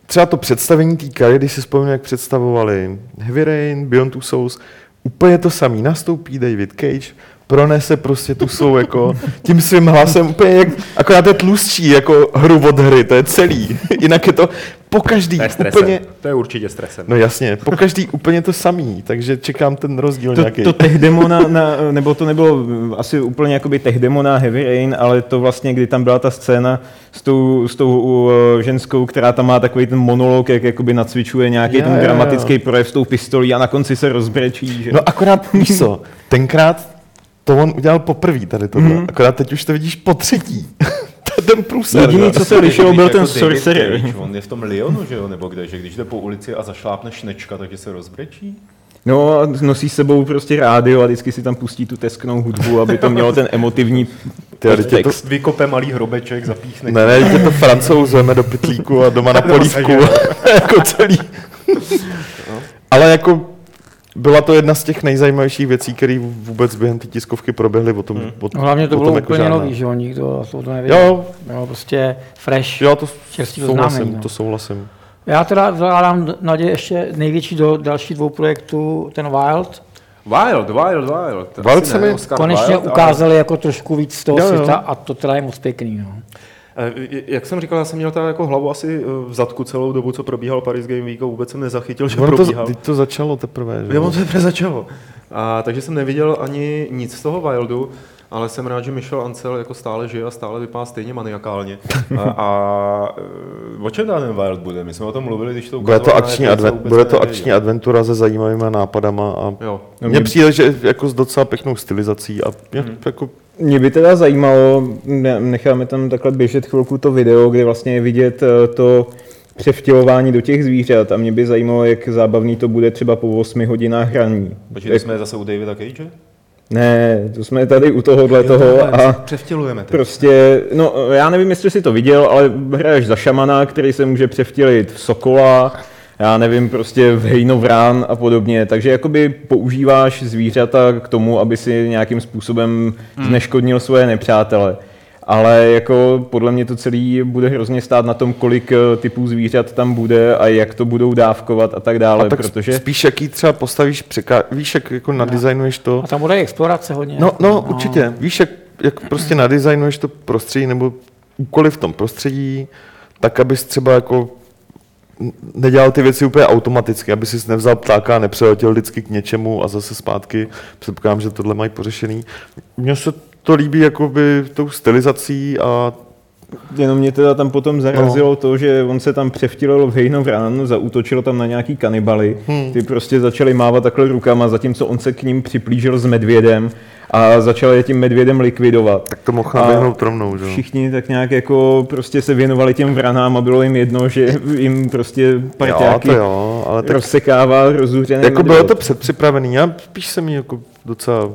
Speaker 4: třeba to představení té kary, když si vzpomínám, jak představovali Heavy Rain, Beyond Two Souls, Úplně to samý. Nastoupí David Cage, pronese prostě tu svou jako tím svým hlasem úplně jak, akorát je tlustší jako hru od hry, to je celý. Jinak je to po každý
Speaker 2: To je stresem.
Speaker 4: úplně,
Speaker 2: To je určitě stresem.
Speaker 4: no jasně, po každý úplně to samý, takže čekám ten rozdíl
Speaker 3: To,
Speaker 4: nějaký.
Speaker 3: to tech demo na, na, nebo to nebylo mm, asi úplně jakoby tech demo na Heavy Rain, ale to vlastně, kdy tam byla ta scéna s tou, s tou uh, ženskou, která tam má takový ten monolog, jak jakoby nacvičuje nějaký
Speaker 4: Jo,
Speaker 3: ten
Speaker 4: jo, jo.
Speaker 3: dramatický projev s tou pistolí a na konci se rozbrečí, že?
Speaker 4: No akorát, víš co, tenkrát to on udělal poprvé tady tohle, mm-hmm. akorát teď už to vidíš po třetí. to je ten průser.
Speaker 3: Jediný,
Speaker 4: no.
Speaker 3: co se
Speaker 2: Když
Speaker 3: lišilo, byl
Speaker 2: jako
Speaker 3: ten
Speaker 2: David
Speaker 3: Sorcerer.
Speaker 2: Cage, On je v tom Lyonu, že jo, nebo kde, že když jde po ulici a zašlápneš nečka, takže se rozbrečí?
Speaker 3: No a nosí s sebou prostě rádio a vždycky si tam pustí tu tesknou hudbu, aby to mělo ten emotivní
Speaker 4: Ty, ale tě to,
Speaker 3: text.
Speaker 2: Prostě Vykope malý hrobeček, zapíchne.
Speaker 4: ne, ne, tě to francouzujeme do pytlíku a doma na polívku. jako celý. ale jako byla to jedna z těch nejzajímavějších věcí, které vůbec během té tiskovky proběhly. O tom, o,
Speaker 1: No, hlavně to
Speaker 4: o
Speaker 1: bylo
Speaker 4: tom jako
Speaker 1: úplně
Speaker 4: žádná.
Speaker 1: nový, že jo, nikdo o to nevěděl.
Speaker 4: Jo,
Speaker 1: Bylo prostě fresh.
Speaker 4: jo, to
Speaker 1: Čerstvý oznámení,
Speaker 4: souhlasím,
Speaker 1: no.
Speaker 4: to souhlasím.
Speaker 1: Já teda vzhledám naději ještě největší do dalších dvou projektů, ten Wild.
Speaker 2: Wild, Wild, Wild.
Speaker 4: Wild
Speaker 2: Asi
Speaker 4: se
Speaker 2: ne,
Speaker 4: mi-
Speaker 2: Oscar
Speaker 1: Konečně
Speaker 2: Wilde, ale-
Speaker 1: ukázali jako trošku víc z toho
Speaker 4: Jo, jo.
Speaker 1: světa a to teda je moc pěkný. No.
Speaker 2: Eh, j- Jak jsem říkal, já jsem měl teda jako hlavu asi eh, v zadku celou dobu, co probíhal Paris Game Week a vůbec jsem nezachytil, že
Speaker 4: Ono to,
Speaker 2: probíhal.
Speaker 4: teď to začalo teprve. Že?
Speaker 2: Já
Speaker 4: jo?
Speaker 2: on teprve začalo. A, takže jsem neviděl ani nic z toho Wildu, ale jsem rád, že Michel Ancel jako stále žije a stále vypadá stejně maniakálně. A, a eh, o čem tam ten Wild bude? My jsme o tom mluvili, když to
Speaker 4: Bude to
Speaker 2: ukazovali na
Speaker 4: akční,
Speaker 2: E3, co
Speaker 4: adven,
Speaker 2: vůbec
Speaker 4: bude to
Speaker 2: nevěděl.
Speaker 4: akční adventura se zajímavými nápadama a
Speaker 2: Jo.
Speaker 3: No,
Speaker 4: mně
Speaker 3: mě-
Speaker 4: přijde, že jako s docela pěknou stylizací a mě, jako,
Speaker 3: Mě by teda zajímalo, ne- necháme tam takhle běžet chvilku to video, kde vlastně je vidět eh, to převtělování do těch zvířat a mě by zajímalo, jak zábavný to bude třeba po 8 hodinách hraní.
Speaker 2: Počkej,
Speaker 3: Jak-
Speaker 2: jsme zase u Davida Cage?
Speaker 3: Ne, to jsme tady u tohohle toho a
Speaker 2: Převtělujeme teď.
Speaker 3: prostě, no já nevím, jestli si to viděl, ale hraješ za šamana, který se může převtělit v sokola, já nevím, prostě v hejnovrán a podobně, takže jakoby používáš zvířata k tomu, aby si nějakým způsobem
Speaker 4: Hmm.
Speaker 3: zneškodnil svoje nepřátele. Ale jako podle mě to celé bude hrozně stát na tom, kolik eh, typů zvířat tam bude a jak to budou dávkovat a tak dále,
Speaker 4: a tak protože...
Speaker 3: protože...
Speaker 4: spíš jaký třeba postavíš, překá, víš, jak jako nadizajnuješ to.
Speaker 1: A tam bude i explorace hodně.
Speaker 4: No, no určitě, víš, jak, jak prostě nadizajnuješ to prostředí nebo úkoly v tom prostředí, tak abys třeba jako n- nedělal ty věci úplně automaticky, aby si nevzal ptáka a nepřeletěl vždycky k něčemu a zase zpátky. Předpokládám, že tohle mají pořešený. Mně se to líbí jakoby tou stylizací a
Speaker 3: Jenom mě teda tam potom zarazilo no. to, že on se tam převtilil v hejnovran, zautočil tam na nějaký kanibaly, hmm. ty prostě začali mávat takhle rukama, zatímco on se k ním připlížil s medvědem a začal je tím medvědem likvidovat.
Speaker 4: tak to mohl
Speaker 3: A
Speaker 4: naběhnout rovnou, že? jo?
Speaker 3: Všichni tak nějak jako prostě se věnovali těm vranám a bylo jim jedno, že jim prostě
Speaker 4: Jo,
Speaker 3: parťáky
Speaker 4: to jo, ale tak
Speaker 3: rozsekává rozuřené
Speaker 4: Jako bylo to předpřipravený, já spíš jsem jí jako docela...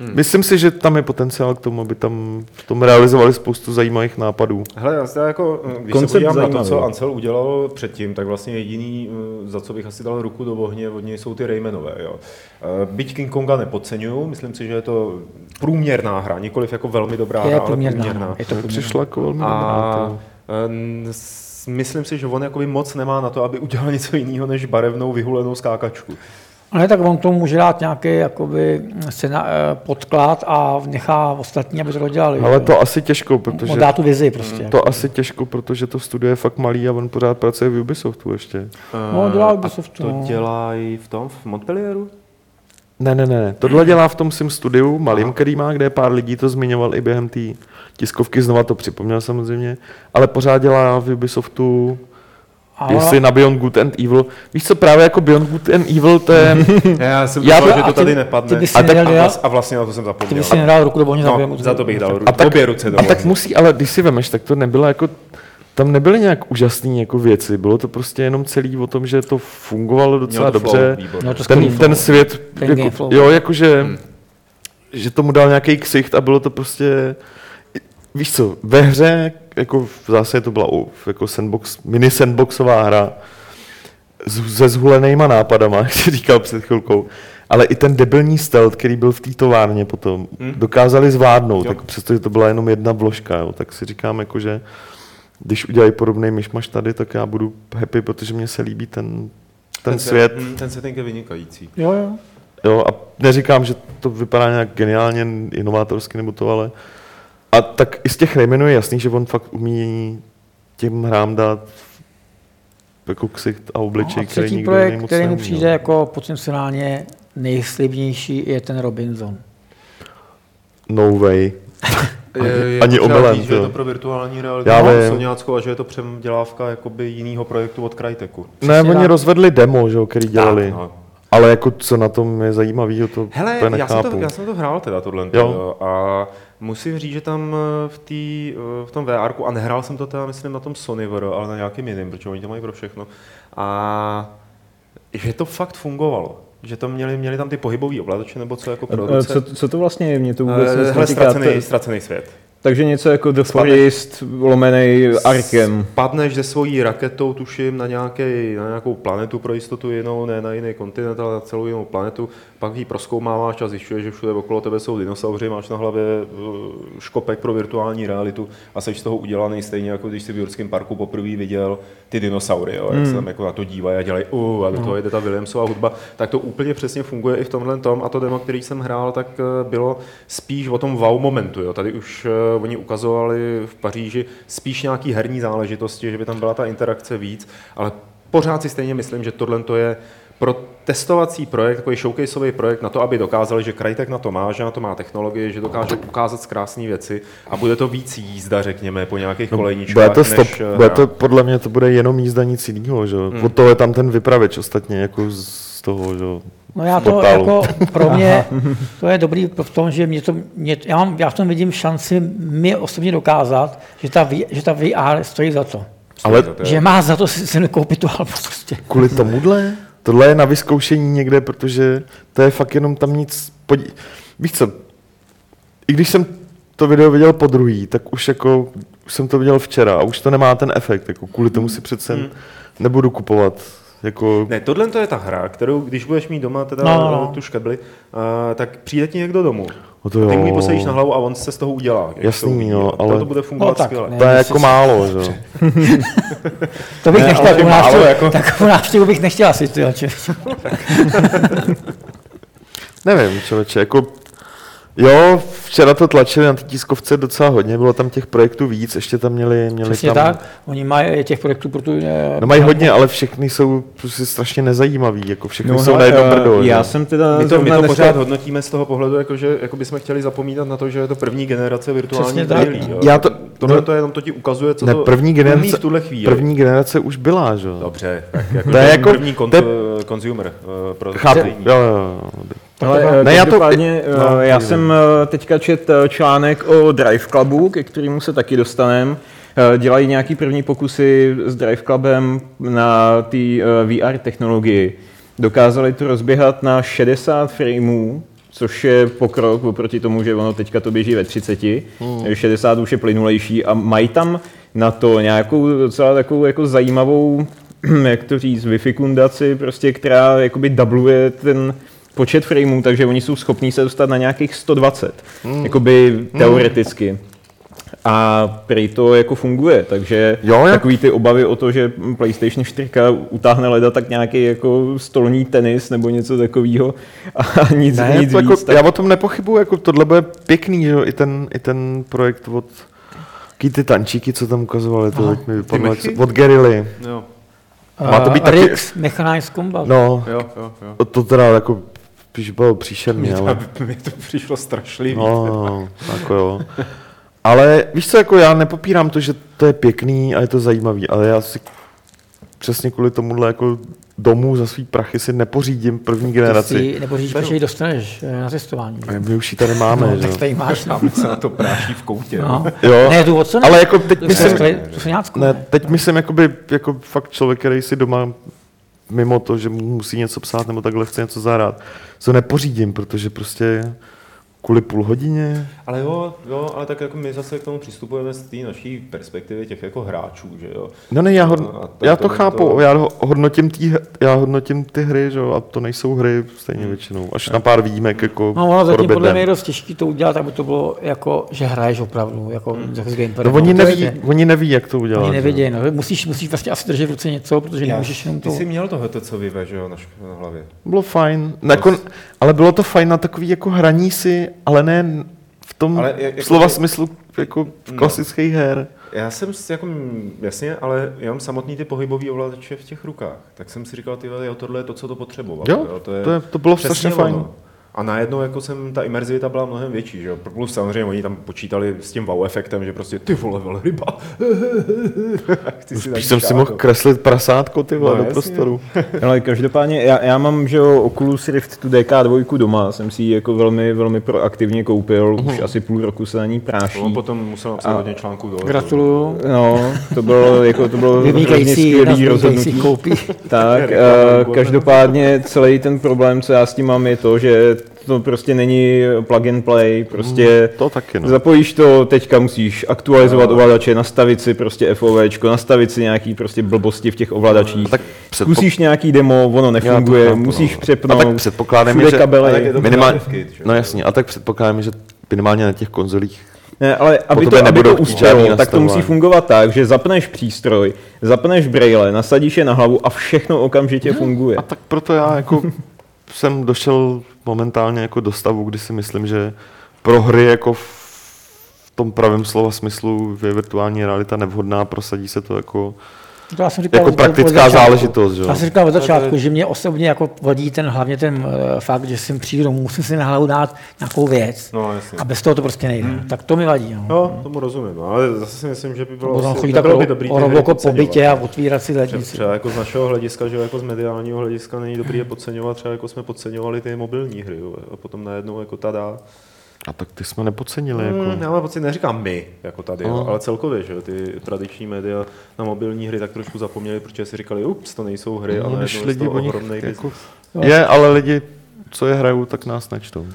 Speaker 4: Hmm. Myslím si, že tam je potenciál k tomu, aby tam v tom realizovali spoustu zajímavých nápadů.
Speaker 2: Hele, já se jako, eh, když
Speaker 3: Koncept
Speaker 2: se podívám na to,
Speaker 3: zajímavý.
Speaker 2: co Ancel udělal předtím, tak vlastně jediný, eh, za co bych asi dal ruku do ohně, od něj jsou ty Raymanové. Jo. Eh, Byť King Konga nepodceňuju, myslím si, že je to průměrná hra, nikoliv jako velmi dobrá hra,
Speaker 1: je
Speaker 2: ale průměrná.
Speaker 1: průměrná. no, Je to
Speaker 4: To
Speaker 1: průměrná.
Speaker 4: přišla jako velmi dobrá,
Speaker 2: A
Speaker 4: to.
Speaker 2: eh, s- myslím si, že on jakoby moc nemá na to, aby udělal něco jiného, než barevnou vyhulenou skákačku.
Speaker 1: Ale No tak on tomu může dát nějaký jakoby, scéna, eh, podklad a nechá ostatní, aby to dělali.
Speaker 4: Ale to asi těžko, protože...
Speaker 1: On dá tu vizi prostě.
Speaker 4: To asi těžko, protože to studio je fakt malý a on pořád pracuje v Ubisoftu ještě.
Speaker 1: No,
Speaker 2: Eh,
Speaker 1: dělá
Speaker 2: a
Speaker 1: Ubisoftu,
Speaker 2: To
Speaker 1: no.
Speaker 2: dělají v tom, v Montpellieru?
Speaker 4: Ne, ne, ne, ne. Tohle dělá v tom sim studiu malým, který má, kde je pár lidí, to zmiňoval i během té tiskovky, znova to připomněl samozřejmě, ale pořád dělá v Ubisoftu
Speaker 1: A
Speaker 4: jestli na Beyond Good and Evil. Víš co, právě jako Beyond Good and Evil, to je...
Speaker 2: Já jsem
Speaker 4: Já
Speaker 2: já
Speaker 4: to-
Speaker 2: to, že
Speaker 1: Hm. a
Speaker 2: to
Speaker 1: ty-
Speaker 2: tady nepadne.
Speaker 1: ty bys
Speaker 2: a,
Speaker 1: si
Speaker 2: tak, a,
Speaker 1: nedal-
Speaker 2: vlast- a vlastně na to jsem zapomněl.
Speaker 1: ty bys si nedal ruku do bohně za
Speaker 2: No, za to bych dal
Speaker 4: A
Speaker 2: ruku.
Speaker 4: tak-
Speaker 2: obě ruce vlastně. do
Speaker 4: A tak musí, ale když si vemeš, tak to nebylo jako, tam nebyly nějak úžasné jako věci, bylo to prostě jenom celý o tom, že to fungovalo docela
Speaker 2: Mělo to flow,
Speaker 4: dobře.
Speaker 2: výborně.
Speaker 1: No to skvělý
Speaker 4: ten, ten
Speaker 1: flow.
Speaker 4: svět,
Speaker 1: Ten
Speaker 4: jako,
Speaker 1: game flow.
Speaker 4: jo, jakože, že tomu dal nějaký ksicht a bylo to prostě, víš co, ve hře, jako v zásadě to byla o- jako sandbox, mini sandboxová hra, s- se zhulenýma nápadama, jak jsi říkal před chvilkou, ale i ten debilní stealth, který byl v té továrně potom, hmm. dokázali zvládnout,
Speaker 2: Jo.
Speaker 4: jako přestože to byla jenom jedna vložka, jo, tak si říkám, jako, že když udělají podobný myšmaš tady, tak já budu happy, protože mně se líbí ten, ten svět.
Speaker 2: Ten, ten setting je vynikající.
Speaker 1: Jo, jo.
Speaker 4: Jo, a neříkám, že to vypadá nějak geniálně, inovátorsky nebo to, ale... A tak i z těch Raymanů je jasný, že on fakt umí těm hrám dát jako ksicht a obličej,
Speaker 1: No a
Speaker 4: no, který
Speaker 1: třetí
Speaker 4: nikdo
Speaker 1: projekt,
Speaker 4: jiný moc
Speaker 1: který mu
Speaker 4: neumí,
Speaker 1: přijde
Speaker 4: jo.
Speaker 1: jako potenciálně nejslibnější, je ten Robinson.
Speaker 4: No way.
Speaker 6: Je, je
Speaker 4: ani
Speaker 6: potřeba
Speaker 4: omylem,
Speaker 6: říct, že je
Speaker 4: jo.
Speaker 6: to pro virtuální realitu
Speaker 4: Já
Speaker 6: Já
Speaker 4: vím.
Speaker 6: Soňáckou a že je to přemdělávka jakoby jinýho projektu od Cryteku.
Speaker 4: Ne,
Speaker 1: Přesně
Speaker 4: oni
Speaker 1: tak.
Speaker 4: rozvedli demo, že jo, který dělali.
Speaker 6: no.
Speaker 4: Ale jako co na tom je zajímavého, to
Speaker 2: Hele,
Speaker 4: úplně
Speaker 2: já
Speaker 4: nechápu.
Speaker 2: jsem, to, já jsem to hrál teda tohle.
Speaker 4: Jo.
Speaker 2: A musím říct, že tam eh, v, tý, eh, v tom VR, a nehrál jsem to teda, myslím, na tom Sony VR, ale na nějakým jiným, protože oni to mají pro všechno. A že to fakt fungovalo. Že to měli, měli tam ty pohybové ovladače nebo co jako pro
Speaker 3: Eh,
Speaker 2: ruce.
Speaker 3: Co, co to vlastně je? Mě to vůbec
Speaker 2: Eh,
Speaker 3: nic
Speaker 2: Hele,
Speaker 3: neříká.
Speaker 2: ztracený,
Speaker 3: To-
Speaker 2: ztracený svět.
Speaker 3: Takže něco jako The Forest, lomenej Arkem.
Speaker 2: Spadneš se svojí raketou, tuším, na, nějaký, na nějakou planetu pro jistotu jinou, ne na jiný kontinent, ale na celou jinou planetu. Pak ji proskoumáváš a zjišťuješ, že všude okolo tebe jsou dinosauři, máš na hlavě eh, škopek pro virtuální realitu a jsi z toho udělaný stejně, jako když jsi v Jurském parku poprvé viděl ty dinosaury, jo, jak se
Speaker 3: Hmm.
Speaker 2: tam jako na to dívají a dělají, uh, a do toho jde ta Williamsova hudba, tak to úplně přesně funguje i v tomhle tom a to demo, který jsem hrál, tak eh, bylo spíš o tom wow momentu. Jo. Tady už eh, oni ukazovali v Paříži spíš nějaký herní záležitosti, že by tam byla ta interakce víc, ale pořád si stejně myslím, že tohle to je pro testovací projekt, takový showcaseový projekt na to, aby dokázali, že Krajtek na to má, že na to má technologii, že dokáže ukázat krásné věci a bude to víc jízda, řekněme, po nějakých
Speaker 4: No, Bude
Speaker 2: kolejničkách,
Speaker 4: to stop,
Speaker 2: než eh, Hmm.
Speaker 4: bude
Speaker 2: hra.
Speaker 4: to, podle mě to bude jenom jízda nic jiného, že jo. Od toho je tam ten vypravěč ostatně, jako z toho, že jo.
Speaker 1: No já
Speaker 4: z
Speaker 1: to
Speaker 4: portálu.
Speaker 1: jako pro mě, to je dobrý v tom, že mě to, mě, já, mám, já v tom vidím šanci mi osobně dokázat, že ta, V- že ta VR stojí za to.
Speaker 4: Ale
Speaker 2: To je-
Speaker 1: Že má za to si, si nekoupit tu albu prostě.
Speaker 4: kvůli tomuhle? Tohle je na vyzkoušení někde, protože to je fakt jenom tam nic... Podí... Víš co, i když jsem to video viděl po druhý, tak už jako už jsem to viděl včera a už to nemá ten efekt, jako kvůli tomu si přece
Speaker 1: Hmm.
Speaker 4: nebudu kupovat. Jako,
Speaker 2: Ne, tohle to je ta hra, kterou když budeš mít doma teda eh,
Speaker 1: No, no, no.
Speaker 2: tu škebli, a, tak přijde ti někdo domů.
Speaker 4: No to
Speaker 2: A ty mu ji
Speaker 4: jo.
Speaker 2: posadíš na hlavu a on se z toho udělá. jak
Speaker 4: Jasný,
Speaker 2: to uvidí.
Speaker 4: jo,
Speaker 2: A to-
Speaker 4: ale-
Speaker 2: To bude fungovat
Speaker 1: No tak,
Speaker 2: skvěle.
Speaker 1: ne.
Speaker 4: to je jako málo, že? jo.
Speaker 1: To bych ne,
Speaker 3: Ne,
Speaker 1: nechtěl,
Speaker 3: ale
Speaker 1: takovou
Speaker 3: málo
Speaker 1: návštěvu,
Speaker 3: jako-
Speaker 1: jako... takovou návštěvu bych nechtěl asi. Ty, jo, či-
Speaker 4: Nevím, člověče, jako... Jo, včera to tlačili na té tiskovce docela hodně, bylo tam těch projektů víc, ještě tam měli, měli
Speaker 1: Přesně
Speaker 4: tam...
Speaker 1: tak, oni mají těch projektů pro tu... eh,
Speaker 4: No mají hodně, ale všechny jsou prostě strašně nezajímavý, jako
Speaker 1: No
Speaker 4: všechny jsou
Speaker 3: hele,
Speaker 4: no. na jednom
Speaker 3: eh,
Speaker 4: brdo.
Speaker 3: Já
Speaker 4: jo.
Speaker 3: jsem teda
Speaker 2: no. My to, my
Speaker 3: zrovna
Speaker 2: to
Speaker 3: dneska-
Speaker 2: pořád hodnotíme z toho pohledu, jako že jako bychom chtěli zapomínat na to, že je to první generace virtuální
Speaker 1: Přesně tak.
Speaker 2: brýlí. jo.
Speaker 4: Já to-
Speaker 2: Tohle
Speaker 4: no-
Speaker 2: to jenom to ti ukazuje, co
Speaker 4: ne,
Speaker 2: to
Speaker 4: první
Speaker 2: umí
Speaker 4: generace,
Speaker 2: v tuhle chvíli.
Speaker 4: první generace už byla, že jo?
Speaker 2: Dobře, tak jako
Speaker 4: To je jako-
Speaker 2: první
Speaker 4: to je-
Speaker 2: kontu- consumer. eh, pro
Speaker 4: Chápu, jo,
Speaker 2: stejný.
Speaker 4: jo, jo.
Speaker 3: Ale, eh,
Speaker 4: Ne,
Speaker 3: ne,
Speaker 4: já
Speaker 3: já,
Speaker 4: to-
Speaker 3: no, já jsem eh, teďka čet eh, článek o Drive Clubu, ke kterému se taky dostaneme. Eh, Dělají nějaký první pokusy s Drive Clubem na té VR technologii. Dokázali to rozběhat na 60 frameů, což je pokrok oproti tomu, že ono teďka to běží ve 30. Hmm. 60 už je plynulejší a mají tam na to nějakou docela takovou jako zajímavou, jak to říct, vyfikundaci, prostě, která jakoby dubluje ten, počet frameů, takže oni jsou schopní se dostat na nějakých 120,
Speaker 4: Hmm.
Speaker 3: mm. jakoby teoreticky. A prej to jako funguje, takže
Speaker 4: Jo, jak-
Speaker 3: takový ty obavy o to, že PlayStation 4 utáhne leda tak nějaký jako stolní tenis nebo něco takového a nic,
Speaker 4: Ne,
Speaker 3: nic
Speaker 4: to
Speaker 3: víc,
Speaker 4: jako,
Speaker 3: tak
Speaker 4: Já o tom nepochybuju, jako tohle bude pěkný, že jo, i ten, i ten projekt od jaký ty tančíky, co tam ukazovali, to teď mi vypadlo, jak se-
Speaker 2: mechy?
Speaker 4: od Gerily.
Speaker 2: Jo,
Speaker 4: Má to být
Speaker 1: eh,
Speaker 4: taky-
Speaker 1: Rix, Mechanized Combat.
Speaker 4: No,
Speaker 2: jo, jo. jo.
Speaker 4: to teda jako spíš bylo příšerný,
Speaker 2: Mně to,
Speaker 4: ale...
Speaker 2: mně to přišlo strašlivý.
Speaker 4: No, no, jako jo. Ale víš co, jako já nepopírám to, že to je pěkný a je to zajímavý, ale já si přesně kvůli tomuhle jako domů za svý prachy si nepořídím první
Speaker 1: Ty
Speaker 4: generaci.
Speaker 1: si, nebo říct, že ji dostaneš eh, na cestování.
Speaker 4: A My už ji tady máme,
Speaker 1: No,
Speaker 4: že?
Speaker 1: tak
Speaker 4: jo.
Speaker 1: tady máš, no.
Speaker 2: se na to práší v koutě.
Speaker 1: no.
Speaker 4: Jo,
Speaker 1: Ne, tu co ne?
Speaker 4: ale jako teď
Speaker 1: To
Speaker 4: myslím,
Speaker 1: je to Soňácku,
Speaker 4: ne,
Speaker 1: ne.
Speaker 4: teď myslím jakoby, jako fakt člověk, který si doma mimo to, že mu musí něco psát nebo takhle chce něco zahrát, se nepořídím, protože prostě kvůli půl hodině,
Speaker 2: Ale jo, jo, ale tak jako my zase k tomu přistupujeme z té naší perspektivy těch jako hráčů, že jo.
Speaker 4: No ne, já,
Speaker 2: No, a
Speaker 4: hod,
Speaker 2: to-
Speaker 4: já to,
Speaker 2: to-
Speaker 4: chápu,
Speaker 2: to-
Speaker 4: já ho- hodnotím, tý, já hodnotím ty hry, že jo, a to nejsou hry stejně
Speaker 2: Hmm.
Speaker 4: většinou, až na pár výjimek jako
Speaker 1: No, ono zatím
Speaker 4: Forbidden.
Speaker 1: podle mě je dost těžký to udělat, aby to bylo jako, že hraješ opravdu, jako mm. z gameplay.
Speaker 4: No, oni,
Speaker 1: to
Speaker 4: neví,
Speaker 1: jde.
Speaker 4: oni neví, jak to udělat.
Speaker 1: Oni
Speaker 4: že jo.
Speaker 1: nevědějí, no. Musíš, musíš vlastně asi držet v ruce něco, protože nemůžeš jenom
Speaker 2: Ty
Speaker 1: to...
Speaker 2: jsi měl to HTC Vive, že jo, na, šk- na hlavě.
Speaker 4: Bylo fajn. Nakon, Ale bylo to fajn na takový jako hraní si, ale ne v tom
Speaker 2: Ale
Speaker 4: ale,
Speaker 2: jak- jako-
Speaker 4: slova smyslu jako v
Speaker 2: No.
Speaker 4: klasických her.
Speaker 2: Já jsem s- jako, mm, jasně, ale já mám samotný ty pohybový ovladače v těch rukách. Tak jsem si říkal, ty jo, tohle je to, co to potřebovalo.
Speaker 4: Jo, to je- to bylo
Speaker 2: přesně
Speaker 4: strašně fajn.
Speaker 2: ono. A najednou jako jsem, ta imerzivita byla mnohem větší, že jo. Plus samozřejmě oni tam počítali s tím wow efektem, že prostě ty vole velryba. Chci si
Speaker 4: Spíš
Speaker 2: najít
Speaker 4: jsem si mohl
Speaker 2: šáko.
Speaker 4: kreslit prasátko ty vole
Speaker 2: No,
Speaker 4: no, do
Speaker 2: jasně.
Speaker 4: prostoru.
Speaker 3: Ale každopádně já, já mám, že jo, Oculus Rift tu DK2 doma, jsem si ji jako velmi, velmi proaktivně koupil,
Speaker 4: Mhm.
Speaker 3: už asi půl roku se na ní práší.
Speaker 5: On potom musel napsat
Speaker 3: A-
Speaker 5: hodně článků dole.
Speaker 1: Gratuluju.
Speaker 3: No, to bylo, jako, to bylo hodně
Speaker 1: Vynikající, jedna z
Speaker 3: skvělý
Speaker 1: vynikajících
Speaker 3: rozhodnutí.
Speaker 1: koupí.
Speaker 3: Tak, eh, každopádně celý ten problém, co já s tím mám, je to, že to prostě není plug and play, prostě
Speaker 4: To taky no.
Speaker 3: zapojíš to, teďka musíš aktualizovat ovladače, nastavit si prostě FOVčko, nastavit si nějaký prostě blbosti v těch ovladačích.
Speaker 4: tak předpo-
Speaker 3: Zkusíš nějaký demo, ono nefunguje,
Speaker 4: chápu, no.
Speaker 3: musíš
Speaker 4: A
Speaker 3: přepnout,
Speaker 4: tak předpokládám,
Speaker 3: všude
Speaker 4: že
Speaker 3: kabely.
Speaker 2: Ale tak je to
Speaker 4: minimálně,
Speaker 2: právě v kit, že jo.
Speaker 4: no jasně, a tak předpokládám, že minimálně na těch konzolích
Speaker 3: Ne, ale aby
Speaker 4: tebe
Speaker 3: to, aby
Speaker 4: nebudou
Speaker 3: to
Speaker 4: chtít žádný
Speaker 3: uspělo, tak to
Speaker 4: nastavování.
Speaker 3: musí fungovat tak, že zapneš přístroj, zapneš brejle, nasadíš je na hlavu a všechno okamžitě funguje.
Speaker 4: Mhm. A tak proto já jako jsem došel momentálně jako do stavu, kdy si myslím, že pro hry jako v tom pravém slova smyslu je virtuální realita nevhodná, prosadí se to jako...
Speaker 1: To já jsem říkal
Speaker 4: Jako
Speaker 1: od-
Speaker 4: praktická
Speaker 1: od začátku.
Speaker 4: záležitost, že jo?
Speaker 1: Já jsem říkal od začátku, že mě osobně jako vadí ten, hlavně ten eh, fakt, že jsem přijdu domů, musím si na hlavu dát nějakou věc.
Speaker 5: No, jasně.
Speaker 1: A bez toho to prostě nejde. Tak to mi vadí. No.
Speaker 5: No, tomu rozumím, no, ale zase si myslím, že by bylo,
Speaker 1: Potom
Speaker 5: asi,
Speaker 1: chodí tak
Speaker 5: nebylo
Speaker 1: ro-
Speaker 5: by dobrý ty
Speaker 1: o
Speaker 5: hry
Speaker 1: roboko po
Speaker 5: podceňovat.
Speaker 1: bytě a otvírat si lednici.
Speaker 5: Třeba jako z našeho hlediska, že jo, jako z mediálního hlediska není dobrý je podceňovat, třeba jako jsme podceňovali ty mobilní hry jo, a potom najednou jako tada.
Speaker 4: A tak ty jsme nepodcenili,
Speaker 5: Mm,
Speaker 2: Hmm,
Speaker 4: jako...
Speaker 5: já mám pocit, neříkám my jako tady, jo,
Speaker 4: Aha.
Speaker 5: ale celkově, že jo, ty tradiční média na mobilní hry tak trošku zapomněli, protože si říkali, ups, to nejsou hry,
Speaker 4: No,
Speaker 5: ale
Speaker 4: když
Speaker 5: najednou je z
Speaker 4: lidi
Speaker 5: toho
Speaker 4: o nich
Speaker 5: ohromnej
Speaker 4: jako-
Speaker 5: business.
Speaker 4: Je, ale lidi, co je hrajou, tak nás nečtou.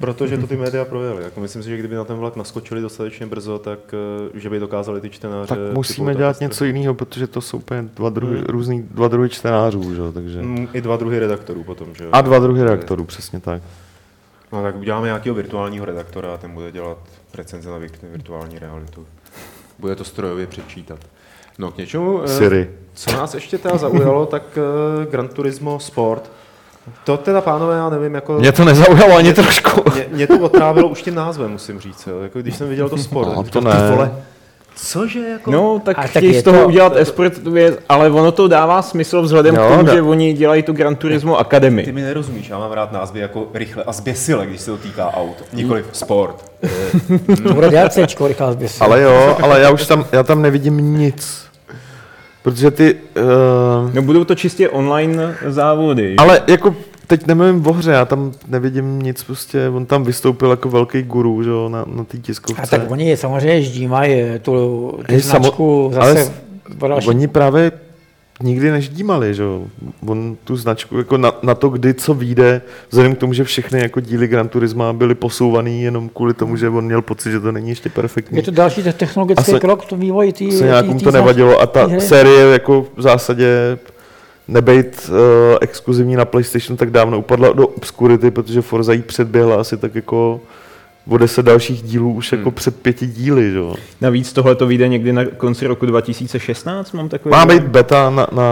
Speaker 5: Protože to ty média projeli. Jako myslím si, že kdyby na ten vlak naskočili dostatečně brzo, tak eh, že by dokázali ty čtenáře...
Speaker 4: Tak musíme
Speaker 5: typu
Speaker 2: prostě-
Speaker 4: dělat
Speaker 5: taky
Speaker 4: něco jiného, protože to jsou úplně dva druhy,
Speaker 5: Hmm.
Speaker 4: různý, dva druhy čtenářů, že jo, takže...
Speaker 2: Hmm.
Speaker 5: Mm, I dva druhy redaktorů potom, že jo?
Speaker 4: A dva druhy reaktorů, přesně tak.
Speaker 5: No tak uděláme nějakého virtuálního redaktora a ten bude dělat recenze na vir- virtuální realitu. Bude to strojově přečítat. No k něčemu, eh,
Speaker 4: Siri.
Speaker 5: co nás ještě teda zaujalo, tak eh, Gran Turismo Sport. To teda, pánové, já nevím, jako...
Speaker 4: Mě to nezaujalo ani trošku.
Speaker 5: Mě, mě to otrávilo už tím názvem, musím říct. jo. Jako, když jsem viděl to sport,
Speaker 4: No,
Speaker 5: tak
Speaker 4: to
Speaker 5: říkám,
Speaker 4: ne.
Speaker 5: "Ty vole, cože jako...
Speaker 3: No,
Speaker 1: A
Speaker 3: tak
Speaker 1: tak
Speaker 3: chtějí
Speaker 1: je
Speaker 3: z toho
Speaker 1: to-
Speaker 3: udělat esport věc, ale ono to dává smysl vzhledem
Speaker 4: Jo, no.
Speaker 3: k tomu,
Speaker 4: da-
Speaker 3: že oni dělají tu Gran Turismo
Speaker 2: Ty
Speaker 3: Academy.
Speaker 2: mi nerozumíš, já mám rád názvy jako rychle a zběsile, když se to týká aut. Nikoliv sport.
Speaker 1: To bude DLCčko, Richard Zběs.
Speaker 4: Ale jo, ale já už tam, já tam nevidím nic. Protože ty... Uh,
Speaker 3: No budou to čistě online závody. že?
Speaker 4: ale jako teď nemluvím o hře, já tam nevidím nic prostě, on tam vystoupil jako velký guru, že jo, na, na té tiskovce.
Speaker 1: A tak oni samozřejmě jezdí, mají eh, tu, tu
Speaker 4: Je samo-
Speaker 1: značku
Speaker 4: ale
Speaker 1: zase
Speaker 4: s-
Speaker 1: o další
Speaker 4: Oni právě nikdy neždímali, že jo. On tu značku jako na, na to, kdy co vyjde, vzhledem k tomu, že všechny jako díly Gran Turisma byly posouvaný jenom kvůli tomu, že on měl pocit, že to není ještě perfektní.
Speaker 1: Je to další te- technologický
Speaker 4: A se-
Speaker 1: krok v tom vývoji tý,
Speaker 4: se nějakům
Speaker 1: tý-
Speaker 4: to
Speaker 1: tý-
Speaker 4: nevadilo a
Speaker 1: tý
Speaker 4: ta
Speaker 1: hry.
Speaker 4: série jako v zásadě nebejt uh, exkluzivní na PlayStation tak dávno upadla do obskurity, protože Forza jí předběhla asi tak jako o deset dalších dílů už
Speaker 3: Hmm.
Speaker 4: jako před pěti díly, že jo.
Speaker 3: Navíc tohle to vyjde někdy na konci roku 2016, mám takový...
Speaker 4: Má být beta na, na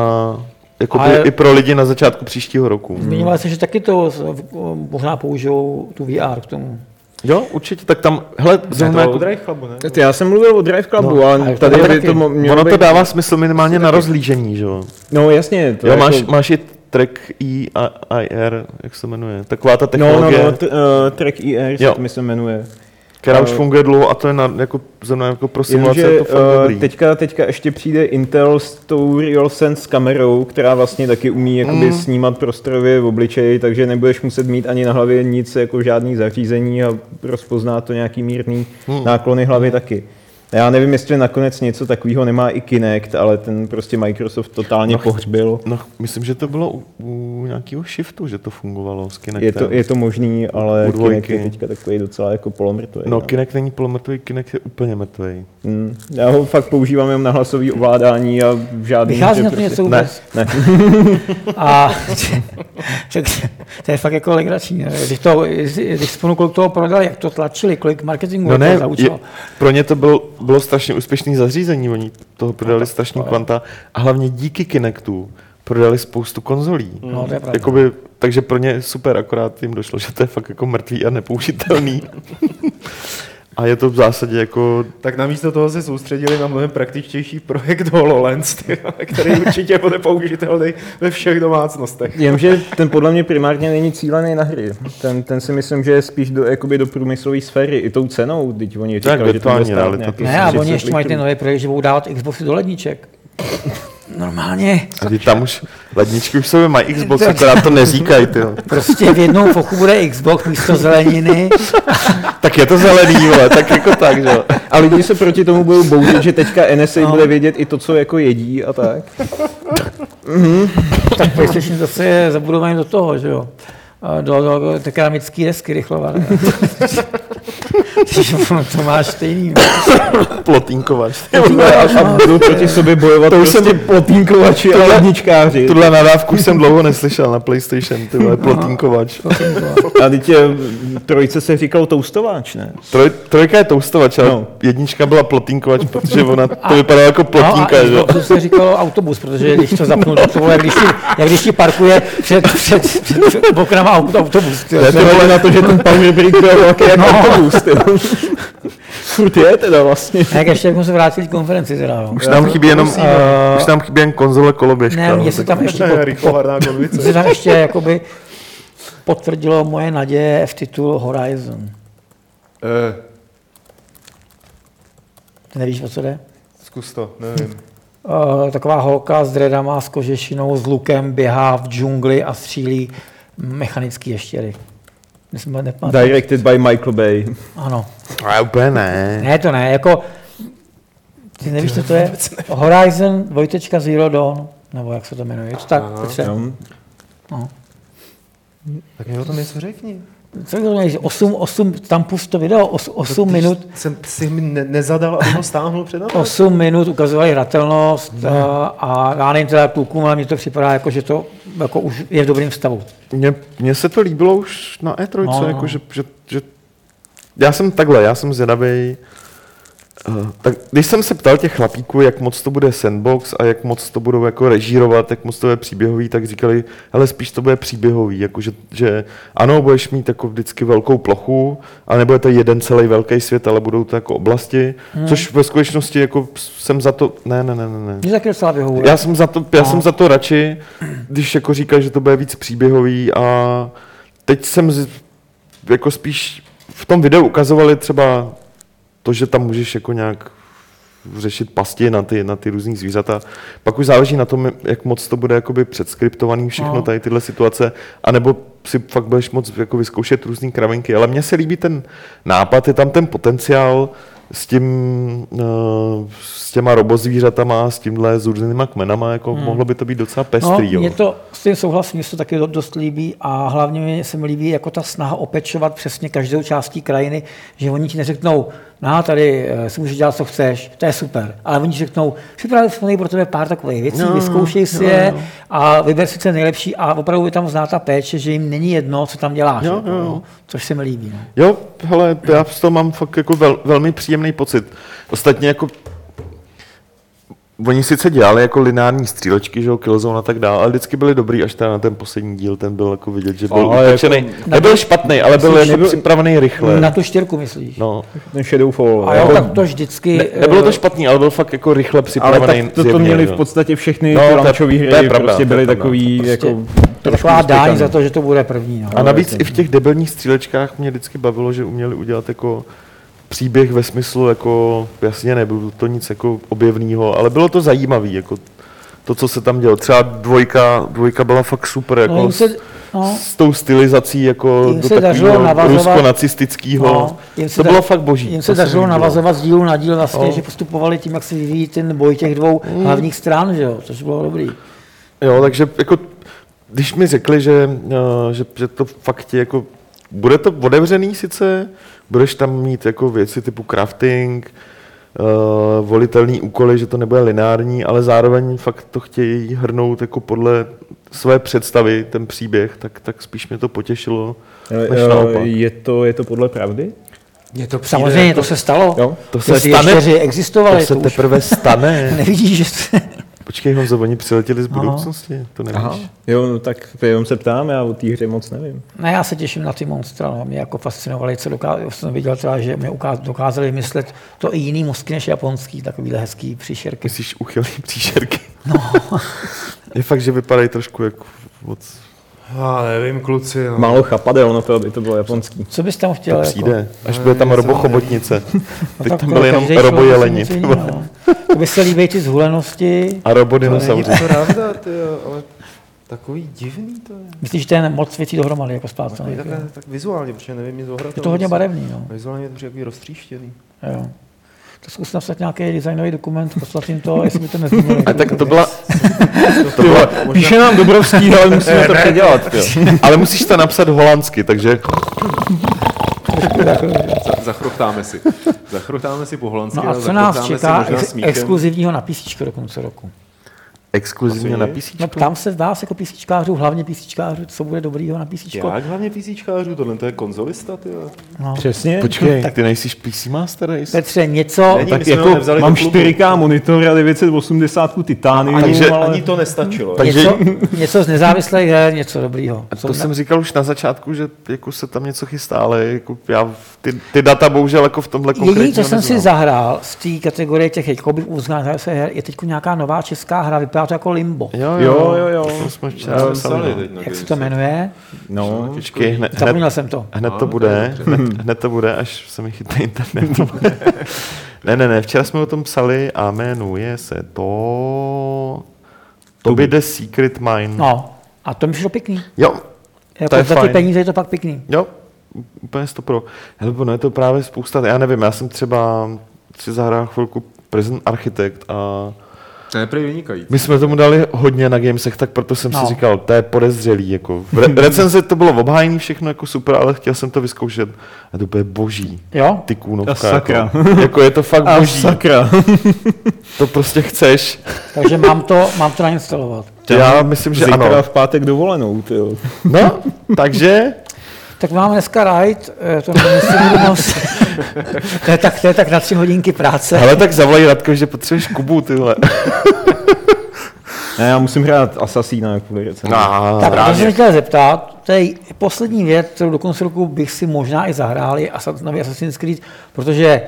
Speaker 4: jako
Speaker 1: Ale-
Speaker 4: i pro lidi na začátku příštího roku.
Speaker 1: Zmiňoval se, že taky to s- v- možná použijou tu VR k tomu.
Speaker 4: Jo, určitě, tak tam, hele, zrovna jako,
Speaker 5: chlapu, ne?
Speaker 3: Já jsem mluvil o Drive Clubu,
Speaker 1: No,
Speaker 3: no,
Speaker 1: ale
Speaker 3: ale tady
Speaker 1: to
Speaker 3: by
Speaker 1: taky.
Speaker 3: to mo- mělo
Speaker 4: ono to
Speaker 3: být-
Speaker 4: dává smysl minimálně na rozlížení, že jo.
Speaker 3: No jasně, to
Speaker 4: Jo,
Speaker 3: jako-
Speaker 4: máš, máš i track E a IR, jak se to jmenuje, taková ta
Speaker 3: No, no,
Speaker 4: technologie.
Speaker 3: no, t, uh, Track ER se
Speaker 4: Jo.
Speaker 3: to myslím jmenuje.
Speaker 4: která už
Speaker 3: Eh,
Speaker 4: funguje dlouho a to je na, jako, zrovna jako pro simulace
Speaker 3: Jenomže
Speaker 4: je to fakt
Speaker 3: eh,
Speaker 4: dobrý.
Speaker 3: teďka, teďka ještě přijde Intel s tou RealSense kamerou, která vlastně taky umí jakoby,
Speaker 4: Mm.
Speaker 3: snímat prostorově v obličeji, takže nebudeš muset mít ani na hlavě nic, jako žádný zařízení a rozpozná to nějaký mírný
Speaker 4: Mm.
Speaker 3: náklony hlavy taky. Já nevím, jestli nakonec něco takového nemá i Kinect, ale ten prostě Microsoft totálně
Speaker 4: No, ch-
Speaker 3: pohřbil.
Speaker 4: No, myslím, že to bylo u, u nějakého shiftu, že to fungovalo s Kinectem.
Speaker 3: Je to, je to možný,
Speaker 4: U
Speaker 3: ale Kinect
Speaker 4: dvojky.
Speaker 3: je teďka takový docela jako polomrtvý.
Speaker 4: No, Kinect není polomrtvý, Kinect je úplně mrtvý.
Speaker 3: Hmm. Já ho fakt používám jenom na hlasový ovládání a v žádný...
Speaker 1: Vychází
Speaker 3: že
Speaker 1: na to něco
Speaker 3: ne,
Speaker 1: vůbec?
Speaker 3: ne.
Speaker 1: A tak, to je fakt jako legrační. ne? Když, to, když spolu kolik toho prodali, jak to tlačili, kolik marketingu jako
Speaker 4: No ne,
Speaker 1: to zaučilo.
Speaker 4: je, pro ně to bylo, bylo strašně úspěšné zařízení, oni toho prodali strašně kvanta a hlavně díky Kinectu prodali spoustu konzolí.
Speaker 1: No, to je pravda.
Speaker 4: Jakoby takže pro ně super, akorát jim došlo, že to je fakt jako mrtvý a nepoužitelný. a je to v zásadě jako
Speaker 2: Tak namísto toho se soustředili na mnohem praktičtější projekt HoloLens, ty vole, který určitě bude použitelný ve všech domácnostech.
Speaker 3: Jenže ten podle mě primárně není cílený na hry. Ten, ten si myslím, že je spíš do, jakoby do průmyslové sféry. I tou cenou, teď oni
Speaker 4: Tak,
Speaker 3: říkali, že to bude
Speaker 4: virtuální
Speaker 3: stát
Speaker 4: realita,
Speaker 3: nějaký
Speaker 4: to
Speaker 1: Ne, a
Speaker 3: 30
Speaker 1: oni ještě mají ty
Speaker 3: litrů.
Speaker 1: nové projekty, že budou dávat Xboxy do ledniček. Normálně.
Speaker 4: A ty tam už ledničky už sobě mají Xbox, akorát to neříkají, ty. jo.
Speaker 1: Prostě v jednou fochu bude Xbox místo zeleniny.
Speaker 4: Tak je to zelený, vole, tak jako tak, že jo.
Speaker 3: A lidi se proti tomu budou bouřit, že teďka NSA no. bude vědět i to, co jako jedí a tak.
Speaker 1: Tak PlayStation zase je zabudovaný do toho, že jo. A Do, do, do té keramické desky rychlované. Takže ono to máš stejný. no,
Speaker 4: Plotínkovač. ty vole.
Speaker 3: A, a budou proti sobě bojovat to
Speaker 4: To už
Speaker 3: prostě
Speaker 4: jsem-
Speaker 3: potínkovači a
Speaker 4: Tohle-
Speaker 3: ledničkáři.
Speaker 4: Tuhle nadávku jsem dlouho neslyšel na PlayStation, ty vole, plotínkovač.
Speaker 1: jako no.
Speaker 3: A teď je, trojce se říkal toustováč, ne?
Speaker 4: Troj, trojka je toustovač, ale
Speaker 3: No.
Speaker 4: no. jednička byla plotínkovač, protože ona to vypadalo jako plotínka, že jo.
Speaker 1: No, a se říkalo autobus, protože když to zapnu, tak to vole, jak když ti, jak když ti parkuje před, před, před oknama aut- autobus. ty jo.
Speaker 4: To je ty vole na to, že ten Power Break byl velký jak autobus, ty vole.
Speaker 3: Furt je teda vlastně.
Speaker 1: A jak ještě jak jsme se vrátili k konferenci teda, jo.
Speaker 4: Už nám chybí jenom,
Speaker 1: eh,
Speaker 4: už nám chybí jen konzole koloběžka.
Speaker 1: Ne,
Speaker 4: no,
Speaker 1: mě se
Speaker 4: tak-
Speaker 1: tam ještě,
Speaker 2: Ne,
Speaker 1: po, po,
Speaker 2: rychlovarná konvice.
Speaker 1: se tam ještě jakoby potvrdilo moje naděje v titul Horizon.
Speaker 2: Eh,
Speaker 1: Ty nevíš, o co jde?
Speaker 2: zkus to, nevím.
Speaker 1: Eh, taková holka s dredama, s kožešinou, s lukem běhá v džungli a střílí mechanický ještěry. Myslím, nepamatuji.
Speaker 3: Directed by Michael Bay.
Speaker 1: Ano.
Speaker 4: Ale úplně ne.
Speaker 1: Ne, to ne, jako... Ty nevíš, co to je? Horizon 2.0 Zero Dawn, nebo jak se to jmenuje. Je to tak, Petře?
Speaker 3: Jo.
Speaker 1: No.
Speaker 2: Tak mi o tom něco řekni.
Speaker 1: Co to je? 8, 8, tam pust to video, 8, 8 minut, No.
Speaker 2: Jsem si mi ne- nezadal, aby ho stáhnul před námi.
Speaker 1: 8 minut ukazovali hratelnost a, a já nevím teda klukům, ale mně to připadá jako, že to jako už je v dobrém stavu.
Speaker 4: Mně, mně se to líbilo už na E3,
Speaker 1: No,
Speaker 4: no,
Speaker 1: no.
Speaker 4: jako, že, že, že, já jsem takhle, já jsem zvědavej, eh, tak když jsem se ptal těch chlapíků, jak moc to bude sandbox a jak moc to budou jako režírovat, jak moc to bude příběhový, tak říkali, hele, spíš to bude příběhový, jako že, že ano, budeš mít jako vždycky velkou plochu, a nebude to jeden celý velký svět, ale budou to jako oblasti, hmm. což ve skutečnosti jako jsem za to, ne, ne, ne, ne, ne.
Speaker 1: Mě taky docela vyhovuje.
Speaker 4: Já jsem za to, já jsem za to radši, když jako říkal, že to bude víc příběhový a teď jsem z, jako spíš v tom videu ukazovali třeba to, že tam můžeš jako nějak řešit pasti na ty, na ty různý zvířata. Pak už záleží na tom, jak moc to bude jakoby předskriptovaný všechno,
Speaker 1: No.
Speaker 4: tady tyhle situace, anebo si fakt budeš moc jako vyzkoušet různé kravinky. Ale mně se líbí ten nápad, je tam ten potenciál s tím, eh, s těma robozvířatama, s tímhle, s různýma kmenama, jako hmm. mohlo by to být docela pestrý.
Speaker 1: no,
Speaker 4: jo.
Speaker 1: mě to s tím souhlasím, mě se to taky do- dost líbí a hlavně mi se mi líbí jako ta snaha opečovat přesně každou částí krajiny, že oni ti neřeknou, no tady eh, si můžeš dělat, co chceš, to je super, ale oni ti řeknou, připravili jsme tady pro tebe pár takových věcí, no, vyzkoušej si je a vyber si co je nejlepší a opravdu je tam zná ta péče, že jim není jedno, co tam děláš,
Speaker 4: Jo,
Speaker 1: jako,
Speaker 4: jo, jo.
Speaker 1: no, což se mi líbí. No.
Speaker 4: Jo, hele, já z toho mám fakt jako vel, velmi příjemný pocit. Ostatně jako Oni sice dělali jako lineární střílečky, že jo, Killzone a tak dále, ale vždycky byli dobrý, až teda na ten poslední díl, ten byl jako vidět, že byl
Speaker 3: Ale jako
Speaker 4: utečený. Nebyl špatný, ale byl
Speaker 3: Myslíš,
Speaker 4: jako
Speaker 3: nebyl-
Speaker 4: připravený
Speaker 1: Na
Speaker 4: rychle.
Speaker 1: tu čtyřku myslíš?
Speaker 4: No.
Speaker 3: Ten Shadowfall.
Speaker 1: A
Speaker 3: jako-
Speaker 1: jo, tak to vždycky...
Speaker 4: Ne, nebylo to
Speaker 1: eh,
Speaker 4: špatný, ale byl fakt jako rychle
Speaker 3: Ale
Speaker 4: připravený.
Speaker 3: tak to, to
Speaker 4: zjevně,
Speaker 3: měli
Speaker 4: že
Speaker 3: v
Speaker 4: jo.
Speaker 3: podstatě všechny
Speaker 4: No,
Speaker 3: no,
Speaker 4: to je-
Speaker 3: lančové hry,
Speaker 4: to je pravda,
Speaker 3: prostě
Speaker 4: to
Speaker 3: byly
Speaker 4: je pravda.
Speaker 3: takový
Speaker 1: prostě
Speaker 3: jako...
Speaker 1: to je
Speaker 3: trošku
Speaker 1: taková dáň
Speaker 3: uspěchaný.
Speaker 1: za to, že to bude první. No.
Speaker 4: A navíc i v těch debilních střílečkách mě vždycky bavilo, že uměli udělat jako příběh ve smyslu jako, jasně nebylo to nic jako objevného, ale bylo to zajímavé, jako to, co se tam dělo. Třeba dvojka, dvojka byla fakt super, jako
Speaker 1: no, jim se,
Speaker 4: s,
Speaker 1: no,
Speaker 4: s tou stylizací jako
Speaker 1: Jim
Speaker 4: do
Speaker 1: se dařilo
Speaker 4: takového
Speaker 1: navazovat-
Speaker 4: rusko-nacistického.
Speaker 1: No, jim se
Speaker 4: to
Speaker 1: da-
Speaker 4: bylo fakt boží.
Speaker 1: Jim
Speaker 4: to
Speaker 1: se
Speaker 4: mi
Speaker 1: dařilo
Speaker 4: líbilo.
Speaker 1: navazovat z dílu na díl vlastně,
Speaker 4: No. Mm.
Speaker 1: že postupovali tím, jak se vyvíjí ten boj těch dvou hlavních stran, že jo, což bylo dobrý.
Speaker 4: Jo, takže jako, když mi řekli, že, eh, že, že to fakt je jako, bude to otevřený sice, budeš tam mít jako věci typu crafting, uh, volitelný úkoly, že to nebude lineární, ale zároveň fakt to chtějí hrnout jako podle své představy ten příběh, tak, tak spíš mě to potěšilo.
Speaker 3: Eh,
Speaker 4: než
Speaker 3: eh,
Speaker 4: naopak.
Speaker 3: Je to, je to podle pravdy?
Speaker 2: Mně to
Speaker 1: Samozřejmě to se stalo.
Speaker 3: Jo.
Speaker 4: jako- To
Speaker 1: Ty
Speaker 4: se
Speaker 1: ty
Speaker 4: stane,
Speaker 1: ještěři
Speaker 4: to
Speaker 1: existovali,
Speaker 4: se
Speaker 1: to už
Speaker 4: teprve stane.
Speaker 1: nevidíš, že se...
Speaker 4: Počkej, Honzo, oni přiletěli z budoucnosti, to nevíš. Aha.
Speaker 3: Jo, no tak jenom se ptám, já o té hře moc nevím.
Speaker 1: No já se těším na ty monstra, no. mě jako fascinovali, co dokázali, jsem viděl třeba, že mě ukáz, dokázali myslet to i jiný mozky než japonský, takovýhle hezký příšerky.
Speaker 4: Myslíš uchylný příšerky? No. je fakt, že vypadají trošku jako moc...
Speaker 2: Já nevím, kluci, no.
Speaker 3: Málo chapadel na to, aby to bylo japonský.
Speaker 1: Co bys tam chtěl?
Speaker 4: To
Speaker 1: Jako?
Speaker 4: přijde, až bude tam robochobotnice.
Speaker 1: No,
Speaker 4: Teď
Speaker 1: tak
Speaker 4: tam
Speaker 1: to
Speaker 4: byly jenom
Speaker 1: každý člověk
Speaker 4: robojeleni.
Speaker 1: něco jiného, no. To by se líbí ty zhulenosti.
Speaker 4: A
Speaker 2: Není
Speaker 4: robodinosauři.
Speaker 2: to pravda, ty, ale takový divný to je.
Speaker 1: Myslíš, že to je moc věcí dohromady jako splácený.
Speaker 2: Tak, tak, tak vizuálně, protože nevím nic o hratelnosti.
Speaker 1: Je to hodně barevný. No.
Speaker 2: Vizuálně je to takový roztříštěný.
Speaker 1: Jo. To zkus napsat nějaký designový dokument, poslat jim to, jestli by to nezměnili.
Speaker 4: A tak to byla,
Speaker 2: To bylo,
Speaker 3: Píše nám Dobrovský, ale musíme to předělat.
Speaker 4: ale musíš to napsat holandsky, takže
Speaker 2: zachrochtáme si. Zachrochtáme si po holandsky,
Speaker 1: No
Speaker 2: ale
Speaker 1: a co nás
Speaker 2: zachrochtáme si
Speaker 1: čeká
Speaker 2: možná
Speaker 1: ex-
Speaker 2: smíchem.
Speaker 1: exkluzivního na PC do konce roku?
Speaker 4: exkluzivně
Speaker 2: Asi
Speaker 4: na
Speaker 2: je.
Speaker 4: PC.
Speaker 1: No tam se zdá se jako písničkářů, hlavně písničkářů, co bude dobrýho na písničku.
Speaker 2: Jak hlavně písíčkářů, tohle to je konzolista, ty. jo.
Speaker 1: No.
Speaker 3: Přesně.
Speaker 4: Počkej, tak ty nejsi PC Master Race?
Speaker 1: Petře, něco,
Speaker 2: Není, my
Speaker 3: Tak
Speaker 2: jsme ho
Speaker 3: jako
Speaker 2: nevzali
Speaker 3: mám
Speaker 2: do klubu.
Speaker 3: 4K monitor a 980 titánium.
Speaker 4: Takže-
Speaker 2: Ani to nestačilo.
Speaker 4: Takže-
Speaker 1: něco, něco z nezávislých her, něco dobrýho.
Speaker 4: A to jsem říkal už na začátku, že jako se tam něco chystá, ale jako já v- ty, ty data bohužel jako v tomhle konkrétně no.
Speaker 1: Jediný, co jsem si
Speaker 4: neznám.
Speaker 1: zahrál z té kategorie těch jako jakoby uznaných se her, je teď nějaká nová česká hra, vypadá to jako Limbo.
Speaker 4: Jo,
Speaker 3: Jo, jo, jo.
Speaker 4: To jsme ještě
Speaker 2: Já jsem
Speaker 4: napsali,
Speaker 2: psali
Speaker 4: no.
Speaker 2: teď na
Speaker 1: Jak se
Speaker 2: Gamesu.
Speaker 1: to jmenuje?
Speaker 3: No,
Speaker 4: Počkej, hned, hned,
Speaker 1: Zapomněl jsem to.
Speaker 4: hned to bude, hned, hned to bude, až se mi chytne internet. ne, ne, ne, včera jsme o tom psali a jmenuje se to... To by The Secret Mine.
Speaker 1: No, a to mi přišlo pěkný.
Speaker 4: Jo,
Speaker 1: Jako
Speaker 4: je
Speaker 1: za ty
Speaker 4: fajn.
Speaker 1: peníze je to pak pěkný.
Speaker 4: Jo, úplně stopro. Hele, ono je to právě spousta, já nevím, já jsem třeba si zahrál chvilku Prison Architect a
Speaker 2: To je prý vynikající.
Speaker 4: my jsme tomu dali hodně na gamesech, tak proto jsem
Speaker 1: No.
Speaker 4: si říkal, to je podezřelý. Jako. V re- recenze to bylo obhájení, všechno jako super, ale chtěl jsem to vyzkoušet. A to bude boží.
Speaker 1: Jo?
Speaker 4: Ty
Speaker 3: A
Speaker 4: kůnovka.
Speaker 3: sakra.
Speaker 4: Jako, jako, je to fakt
Speaker 3: A
Speaker 4: boží.
Speaker 3: sakra.
Speaker 4: To prostě chceš.
Speaker 1: Takže mám to, mám to nainstalovat.
Speaker 4: Já myslím, že
Speaker 3: Zítra
Speaker 4: ano.
Speaker 3: v pátek dovolenou, ty jo.
Speaker 4: No, takže
Speaker 1: Tak máme dneska ride, eh, to nemyslím moc. to, je tak, to je tak na tři hodinky práce.
Speaker 4: hele, tak zavolej Radko, že potřebuješ Kubu, tyhle.
Speaker 3: Ne, já musím hrát Asasína kvůli recenzi.
Speaker 4: No,
Speaker 1: Tak to jsem se chtěl zeptat, to je poslední věc, kterou do konce roku bych si možná i zahrál, je Assa- nový Assassin's Creed, protože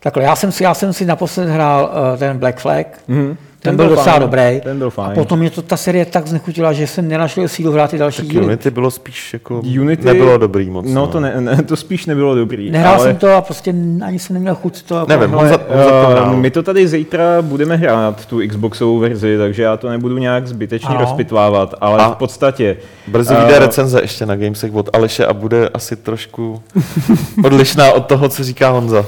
Speaker 1: takhle, já jsem si, já jsem si naposled hrál uh, ten Black Flag, mm-hmm. ten, ten byl,
Speaker 3: Mhm. byl
Speaker 1: docela
Speaker 3: fajn,
Speaker 1: dobrý,
Speaker 3: ten byl
Speaker 1: a
Speaker 3: fajn.
Speaker 1: potom mě to ta série tak znechutila, že jsem nenašel sílu hrát ty další díly.
Speaker 4: Unity bylo spíš jako...
Speaker 3: Unity...
Speaker 4: Nebylo dobrý moc.
Speaker 3: No, to, ne, ne, to spíš nebylo dobrý.
Speaker 1: Nehrál
Speaker 3: ale...
Speaker 1: jsem to a prostě ani jsem neměl chuť to. jako-
Speaker 4: Nevím, on za, on za
Speaker 3: Uh, my to tady zítra budeme hrát, tu Xboxovou verzi, takže já to nebudu nějak zbytečně
Speaker 1: Ano.
Speaker 3: rozpitvávat, ale
Speaker 4: A-
Speaker 3: v podstatě...
Speaker 4: Brzy
Speaker 3: eh,
Speaker 4: vyjde recenze ještě na Gamesech od Aleše a bude asi trošku odlišná od toho, co říká Honza.
Speaker 3: Uh,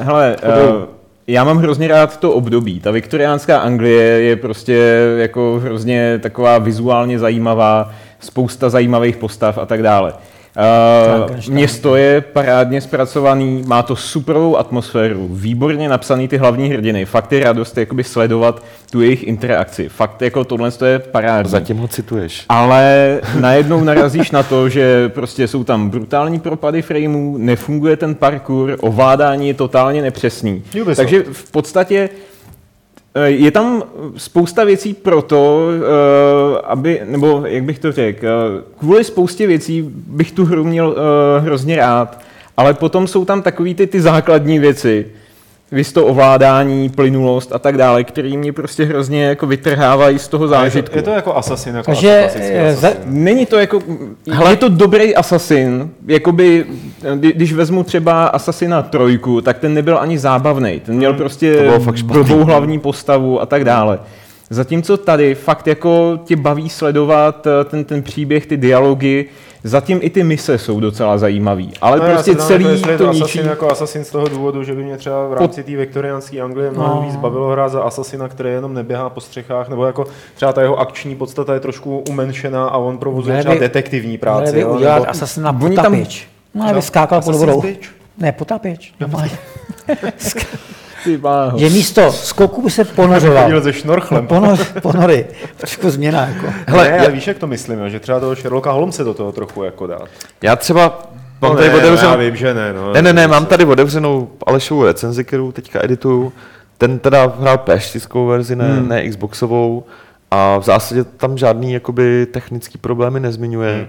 Speaker 3: hele, uh, já mám hrozně rád to období. Ta viktoriánská Anglie je prostě jako hrozně taková vizuálně zajímavá, spousta zajímavých postav a tak dále. Uh,
Speaker 1: Frankenstein.
Speaker 3: město je parádně zpracovaný, má to superovou atmosféru, výborně napsaný ty hlavní hrdiny, fakt je radost jakoby sledovat tu jejich interakci, fakt jako tohle to je parádní.
Speaker 4: Zatím ho cituješ.
Speaker 3: Ale najednou narazíš na to, že prostě jsou tam brutální propady frameů, nefunguje ten parkour, ovládání je totálně nepřesný.
Speaker 2: Ubisoft.
Speaker 3: Takže v podstatě eh, je tam spousta věcí pro to, eh, aby, nebo jak bych to řekl, eh, kvůli spoustě věcí bych tu hru měl eh, hrozně rád, ale potom jsou tam takové ty, ty základní věci, vys to ovládání, plynulost a tak dále, který mě prostě hrozně jako vytrhávají z toho
Speaker 2: Je
Speaker 3: zážitku.
Speaker 2: to, je to jako Assassin, jako
Speaker 1: Takže,
Speaker 2: klasický
Speaker 1: eh, za-
Speaker 2: Assassin.
Speaker 3: Není to jako, Hele. je to dobrý Assassin, jakoby, kdy- když vezmu třeba Assassina trojku, tak ten nebyl ani zábavný, ten měl
Speaker 4: Hmm. to
Speaker 3: prostě
Speaker 4: bylo fakt špatný.
Speaker 3: blbou hlavní postavu a tak dále. Zatímco tady fakt jako tě baví sledovat eh, ten, ten příběh, ty dialogy, zatím i ty mise jsou docela zajímavý, ale
Speaker 2: já
Speaker 3: prostě
Speaker 2: se ptám, jako
Speaker 3: celý
Speaker 2: jestli je
Speaker 3: to ničí.
Speaker 2: Assassin jako Assassin z toho důvodu, že by mě třeba v rámci té viktoriánské Anglie mnohem
Speaker 1: No.
Speaker 2: víc bavilo hrát za Assassina, který jenom neběhá po střechách, nebo jako třeba ta jeho akční podstata je trošku umenšená a on provozuje
Speaker 1: Měli
Speaker 2: třeba
Speaker 1: by-
Speaker 2: detektivní
Speaker 1: Měli
Speaker 2: práci.
Speaker 1: by
Speaker 2: jo,
Speaker 1: udělat
Speaker 2: nebo-
Speaker 1: Assassina
Speaker 3: Oni tam-
Speaker 1: potapič. No, aby skákal pod
Speaker 2: Assassin's
Speaker 1: vodou.
Speaker 2: Creed.
Speaker 1: Ne, potapič. normálně. Sk-
Speaker 3: Ty bláho.
Speaker 1: že místo skoku by se ponořoval.
Speaker 2: Chodil se šnorchlem.
Speaker 1: Ponor, ponory. Trošku změna. Jako.
Speaker 2: Hele, ne, já víš, jak to myslím, jo, že třeba toho Sherlocka Holmese do toho trochu jako dát.
Speaker 4: Já třeba mám
Speaker 2: no,
Speaker 4: tady
Speaker 2: ne, no, já
Speaker 4: otevřenou...
Speaker 2: vím, že ne. No,
Speaker 4: Ne, ne, ne, mám tady otevřenou Alešovu recenzi, kterou teďka edituju Ten teda hrál PS4 verzi, ne, hmm. ne Xboxovou a v zásadě tam žádný jakoby technický problémy nezmiňuje. Hmm.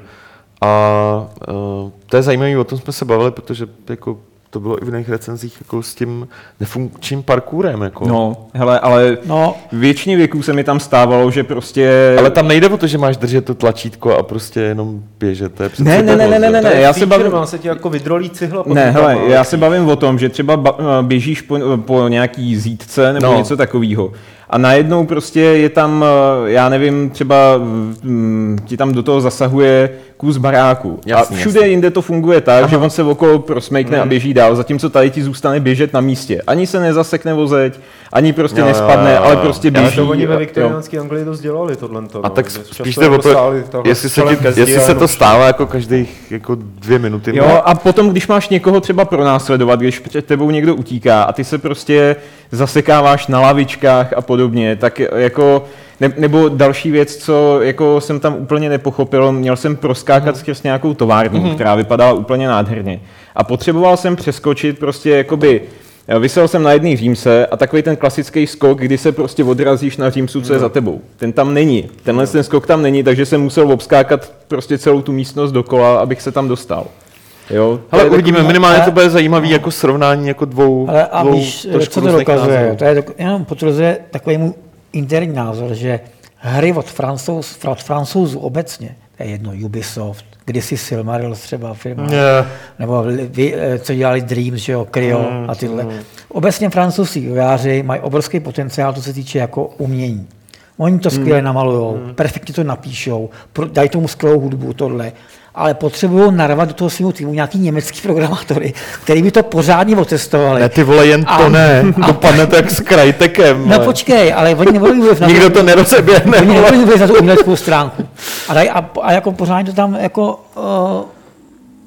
Speaker 4: A uh, to je zajímavé, o tom jsme se bavili, protože jako to bylo i v jiných recenzích jako s tím nefunkčním parkourem. Jako.
Speaker 3: No, hele, ale
Speaker 1: No,
Speaker 3: většině věků se mi tam stávalo, že prostě...
Speaker 4: Ale tam nejde o to, že máš držet to tlačítko a prostě jenom běžet. To je přece
Speaker 3: Ne, ne, ne, ne, ne, ne, ne, já se bavím...
Speaker 2: Má se ti jako vydrolí cihla pod
Speaker 3: Ne,
Speaker 2: rukama.
Speaker 3: hele, já se bavím o tom, že třeba ba- eh, běžíš po, po nějaký zítce nebo no.
Speaker 4: No.
Speaker 3: něco takového. A najednou prostě je tam, eh, já nevím, třeba mm, ti tam do toho zasahuje kus baráku.
Speaker 4: Jasný,
Speaker 3: a všude
Speaker 4: jasný.
Speaker 3: jinde to funguje tak, že on se okolo prosmejkne
Speaker 4: Mhm.
Speaker 3: a běží dál, zatímco tady ti zůstane běžet na místě. Ani se nezasekne o zeď, ani prostě
Speaker 4: Jo, jo,
Speaker 3: nespadne,
Speaker 4: jo, jo.
Speaker 3: ale prostě
Speaker 4: Já
Speaker 3: běží.
Speaker 2: Ale to oni ve
Speaker 3: jo.
Speaker 2: viktoriánské Anglii to dělali, no, tohle.
Speaker 4: A tak spíš jde
Speaker 2: jako
Speaker 4: o to, jestli se, ti, jestli se to stává jako každých jako dvě minuty.
Speaker 3: Jo, a potom, když máš někoho třeba pronásledovat, když před tebou někdo utíká a ty se prostě zasekáváš na lavičkách a podobně, tak jako, ne, nebo další věc, co jako jsem tam úplně nepochopil, měl jsem proskákat mm. skrz nějakou továrnu, mm. která vypadala úplně nádherně. A potřeboval jsem přeskočit prostě jakoby eh, Vysel jsem na jedné římse a takový ten klasický skok, kdy se prostě odrazíš na římsu, co je za tebou. Ten tam není. Tenhle ten skok tam není, takže jsem musel obskákat prostě celou tu místnost dokola, abych se tam dostal. Jo, to
Speaker 4: Ale
Speaker 3: je
Speaker 4: uvidíme,
Speaker 1: takový-
Speaker 4: minimálně
Speaker 1: ale-
Speaker 4: to bude zajímavý jako srovnání jako dvou,
Speaker 1: Ale a
Speaker 4: dvou
Speaker 1: víš,
Speaker 4: trošku
Speaker 1: co to
Speaker 4: různých
Speaker 1: dokazuje?
Speaker 4: názorů.
Speaker 1: To je dok- jenom potvrzuje takový můj interní názor, že hry od, francouz, od francouzů obecně, to je jedno, Ubisoft, kdysi Silmaril třeba firma,
Speaker 4: Ne.
Speaker 1: nebo vy, eh, co dělali Dreams, že jo, Cryo
Speaker 4: Mm,
Speaker 1: a tyhle. Obecně francouzský vývojáři mají obrovský potenciál, co se týče jako umění. Oni
Speaker 4: Mm.
Speaker 1: to skvěle namalujou, perfektně to napíšou, pro- dají tomu skvělou hudbu, tohle, ale potřebují narvat do toho svého týmu nějaký německý programátory, který by to pořádně otestovali.
Speaker 4: Ne, ty vole, jen
Speaker 1: A-
Speaker 4: to ne. Dopadne to jak s krajtekem.
Speaker 1: No
Speaker 4: vole.
Speaker 1: počkej, ale oni nebudou vliv na
Speaker 4: Nikdo to nerozeběhne.
Speaker 1: Oni
Speaker 4: vole.
Speaker 1: nebudou vliv na tu uměleckou stránku. A, daj, a, a jako pořádně to tam jako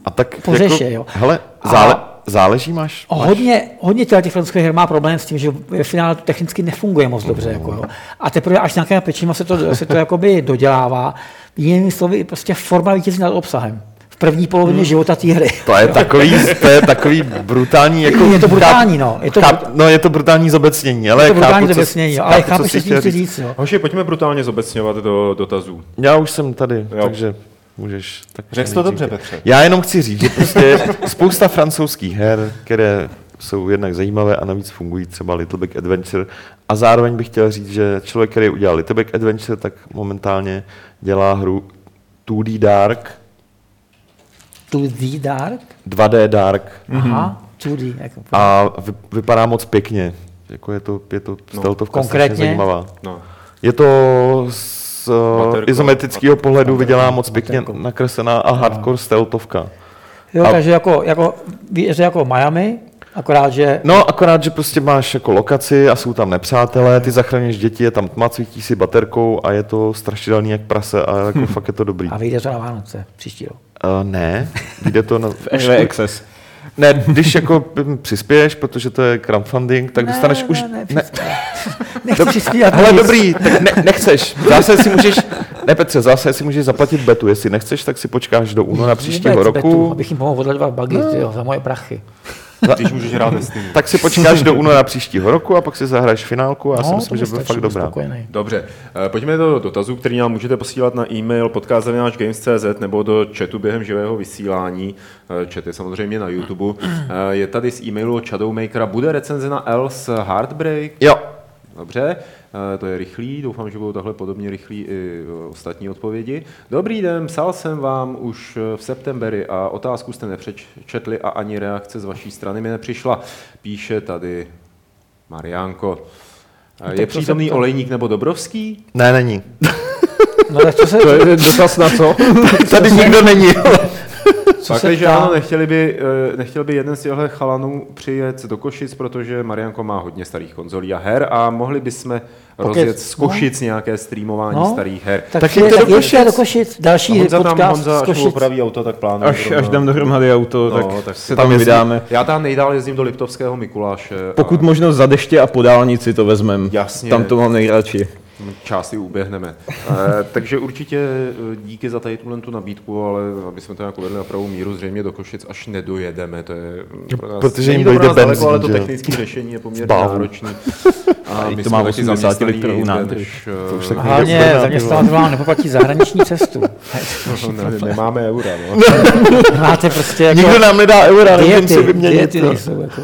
Speaker 4: A tak jako-
Speaker 1: Pořeše, jo.
Speaker 4: Hele,
Speaker 1: A-
Speaker 4: zále, záleží máš.
Speaker 1: uh, hodně, hodně těla těch francouzských her má problém s tím, že ve finále to technicky nefunguje moc dobře. Jako, jo. A teprve až nějaká pečima se to, se to jakoby dodělává. Jinými slovy, prostě forma vítězí nad obsahem. V první polovině života té hry.
Speaker 4: Hmm. To je takový, to je takový brutální, jako...
Speaker 1: Je to
Speaker 4: cháp-
Speaker 1: brutální, no. Je to,
Speaker 4: cháp- no, je to brutální zobecnění, ale
Speaker 1: je to brutální
Speaker 4: chápu, co-
Speaker 1: zobecnění, jo, ale chápu, co
Speaker 4: jsi
Speaker 1: tím
Speaker 4: chtěl
Speaker 1: chci říct. Jo.
Speaker 2: No, Hoši, pojďme brutálně zobecňovat do dotazů.
Speaker 4: Já už jsem tady,
Speaker 2: Jo.
Speaker 4: jo. takže můžeš... Tak
Speaker 2: Řekl jsi to
Speaker 4: nejdřív.
Speaker 2: dobře, Petře.
Speaker 4: Já jenom chci říct, že prostě spousta francouzských her, které jsou jednak zajímavé a navíc fungují třeba Little Big Adventure. A zároveň bych chtěl říct, že člověk, který udělal Little Big Adventure, tak momentálně dělá hru 2D Dark,
Speaker 1: To the dark,
Speaker 4: 2D Dark,
Speaker 1: aha, to the, jako,
Speaker 4: Mhm. A vy, vypadá moc pěkně. Jako je to, je to steltovka no,
Speaker 1: konkrétně?
Speaker 4: strašně zajímavá.
Speaker 2: No.
Speaker 4: Je to z eh,
Speaker 2: Materko,
Speaker 4: izometrického pohledu vydělá moc pěkně nakreslená
Speaker 1: No.
Speaker 4: a hardcore steltovka.
Speaker 1: jo,
Speaker 4: a-
Speaker 1: takže jako, jako, že jako Miami, akorát, že
Speaker 4: No, akorát, že prostě máš jako lokaci a jsou tam nepřátelé, ty zachraníš děti, je tam tma, cvítí si baterkou a je to strašidelný jak prase a jako fakt je to dobrý.
Speaker 1: Hm. A vyjde to na Vánoce příští rok.
Speaker 4: Uh, ne, jde to na...
Speaker 3: Early access.
Speaker 4: Ne, když jako mm, přispěješ, protože to je crowdfunding, tak dostaneš
Speaker 1: ne,
Speaker 4: už...
Speaker 1: Ne, ne, ne. Nechci přispívat.
Speaker 4: Hele,
Speaker 1: nic.
Speaker 4: dobrý, tak ne, nechceš. Zase si můžeš, ne Petře, zase si můžeš zaplatit betu. Jestli nechceš, tak si počkáš do února příštího
Speaker 1: Vůbec betu,
Speaker 4: roku.
Speaker 1: abych jim mohl odledovat bagy no. za moje prachy.
Speaker 2: Když můžeš hrát Destiny.
Speaker 4: Tak si počkáš do února příštího roku a pak si zahraješ finálku a já si
Speaker 1: No,
Speaker 4: myslím,
Speaker 1: to
Speaker 4: že
Speaker 1: mi
Speaker 4: bude
Speaker 1: stačí,
Speaker 4: fakt
Speaker 1: budu
Speaker 4: dobrá.
Speaker 1: spokojený.
Speaker 2: Dobře, eh, pojďme do dotazů, který nám můžete posílat na e-mail podcast.games.cz nebo do chatu během živého vysílání. Eh, Chat je samozřejmě na YouTube. Eh, Je tady z e-mailu od Shadowmakera. Bude recenze na Else Heartbreak?
Speaker 4: Jo,
Speaker 2: Dobře, eh, to je rychlý, doufám, že budou takhle podobně rychlí i eh, ostatní odpovědi. Dobrý den, psal jsem vám už eh, v septemberi a otázku jste nepřečetli a ani reakce z vaší strany mi nepřišla. Píše tady Mariánko. Eh, Je přítomný Olejník nebo Dobrovský?
Speaker 4: ne, není.
Speaker 1: No tak co se,
Speaker 3: To je dotaz na co?
Speaker 4: Tady nikdo není.
Speaker 1: co
Speaker 2: Pak,
Speaker 1: se
Speaker 2: že
Speaker 1: ptá,
Speaker 2: ano, nechtěli by, eh, nechtěl by jeden z těchto chalanů přijet do Košic, protože Marianko má hodně starých konzolí a her a mohli bychom rozjet z
Speaker 1: no.
Speaker 2: Košic nějaké streamování
Speaker 1: No.
Speaker 2: starých her.
Speaker 1: tak,
Speaker 4: Tak
Speaker 1: tak,
Speaker 4: jeďte
Speaker 1: je, tak
Speaker 4: do
Speaker 1: ještě do Košic, další
Speaker 2: No, Honza tam,
Speaker 1: podcast
Speaker 2: Honza,
Speaker 1: z
Speaker 2: až mu
Speaker 1: Košic.
Speaker 2: opraví auto, tak plánuje.
Speaker 3: Až, až
Speaker 2: zrovna.
Speaker 3: dám dohromady auto,
Speaker 2: No,
Speaker 3: no,
Speaker 2: tak
Speaker 3: tak,
Speaker 2: si
Speaker 3: se
Speaker 4: tam
Speaker 3: tam
Speaker 4: jezdí.
Speaker 3: vydáme.
Speaker 2: Já tam nejdál jezdím do Liptovského Mikuláše.
Speaker 3: Pokud možno za deště a po dálnici to vezmem.
Speaker 2: No. Jasně.
Speaker 3: Tam to mám nejradši.
Speaker 2: Části uběhneme. Eh, takže určitě eh, díky za tady tuhle tu nabídku, ale aby jsme to nějak uvedli na pravou míru, zřejmě do Košic až nedojedeme. To je pro nás,
Speaker 4: Protože
Speaker 2: není
Speaker 4: jim
Speaker 2: to pro
Speaker 4: dojde
Speaker 2: nás daleko,
Speaker 4: benzín,
Speaker 2: ale to
Speaker 4: že jo?
Speaker 2: technické řešení je poměrně
Speaker 4: Zbávu.
Speaker 2: náročné. A
Speaker 3: I
Speaker 2: my
Speaker 3: to
Speaker 2: jsme
Speaker 3: má
Speaker 2: taky
Speaker 3: 80
Speaker 2: zaměstnaní
Speaker 3: litrů
Speaker 2: jinde
Speaker 3: nádrž.
Speaker 2: než,
Speaker 4: To už
Speaker 2: eh,
Speaker 4: tak
Speaker 1: A
Speaker 4: nejde
Speaker 1: Hlavně
Speaker 4: prodat, ty vole.
Speaker 1: zaměstnanec vám nepoplatí zahraniční cestu.
Speaker 5: Ne, nemáme eura, no.
Speaker 1: Máte prostě jako
Speaker 3: No.
Speaker 4: Nikdo nám nedá eura, nemůžeme si
Speaker 1: diety,
Speaker 4: vyměnit.
Speaker 1: diety
Speaker 4: no.
Speaker 1: nejsou jako.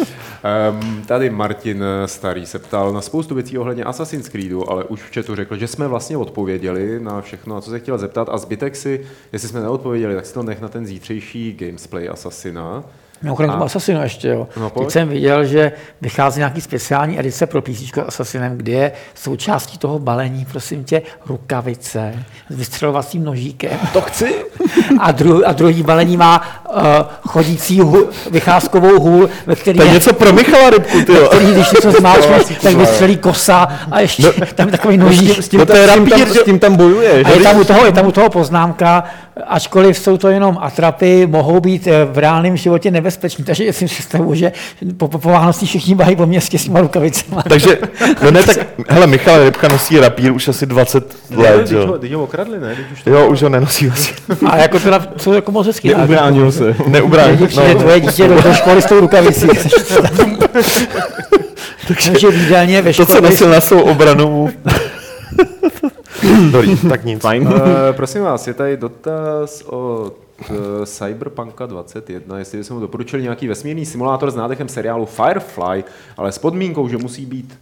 Speaker 2: Ehm, tady Martin eh, Starý se ptal na spoustu věcí ohledně Assassin's Creedu, ale už v chatu řekl, že jsme vlastně odpověděli na všechno, na co se chtěl zeptat a zbytek si, jestli jsme neodpověděli, tak si to nech na ten zítřejší gamesplay Assassina.
Speaker 1: Mimochodem k tomu
Speaker 2: A-
Speaker 1: Assassinu ještě, jo.
Speaker 2: No, pojď.
Speaker 1: Teď jsem viděl, že vychází nějaký speciální edice pro PC Assassinem, kde je součástí toho balení, prosím tě, rukavice s vystřelovacím nožíkem. To chci. A, dru- a druhý balení má uh, chodící hůl, vycházkovou hůl, ve který
Speaker 4: To je něco pro Michala Rybku, ty jo.
Speaker 1: který, když něco zmáčkneš, tak vystřelí kosa a ještě tam je takový nožík.
Speaker 3: S tím,
Speaker 4: No to
Speaker 3: tam,
Speaker 4: je
Speaker 3: s tím,
Speaker 4: rapír,
Speaker 3: tam,
Speaker 4: že-
Speaker 3: s tím tam bojuješ.
Speaker 1: A je tam, u toho, je tam u toho poznámka, ačkoliv jsou to jenom atrapy, mohou být eh, v reálném životě nebezpeční. Takže já si představu, že po, po, po Vánocích všichni bahají po městě s těma rukavicema.
Speaker 4: Takže, no ne, tak, hele, Michal Rybka nosí rapír už asi 20 let,
Speaker 5: Teď ho,
Speaker 4: jo.
Speaker 5: teď ho okradli, ne? Teď už to...
Speaker 4: Jo, už ho nenosí asi.
Speaker 1: A jako teda jsou jako moc hezký. návyk.
Speaker 3: Neubránil se.
Speaker 4: Neubrání.
Speaker 1: Když přijde tvoje dítě do, do školy s tou rukavicí. Takže výdelně ve
Speaker 4: To, co
Speaker 1: škole.
Speaker 4: nosil na svou obranu. mu- Dobrý, tak nic.
Speaker 3: Fajn.
Speaker 2: Eh, prosím vás, je tady dotaz od eh, Cyberpunka 21, jestli bychom mu doporučili nějaký vesmírný simulátor s nádechem seriálu Firefly, ale s podmínkou, že musí být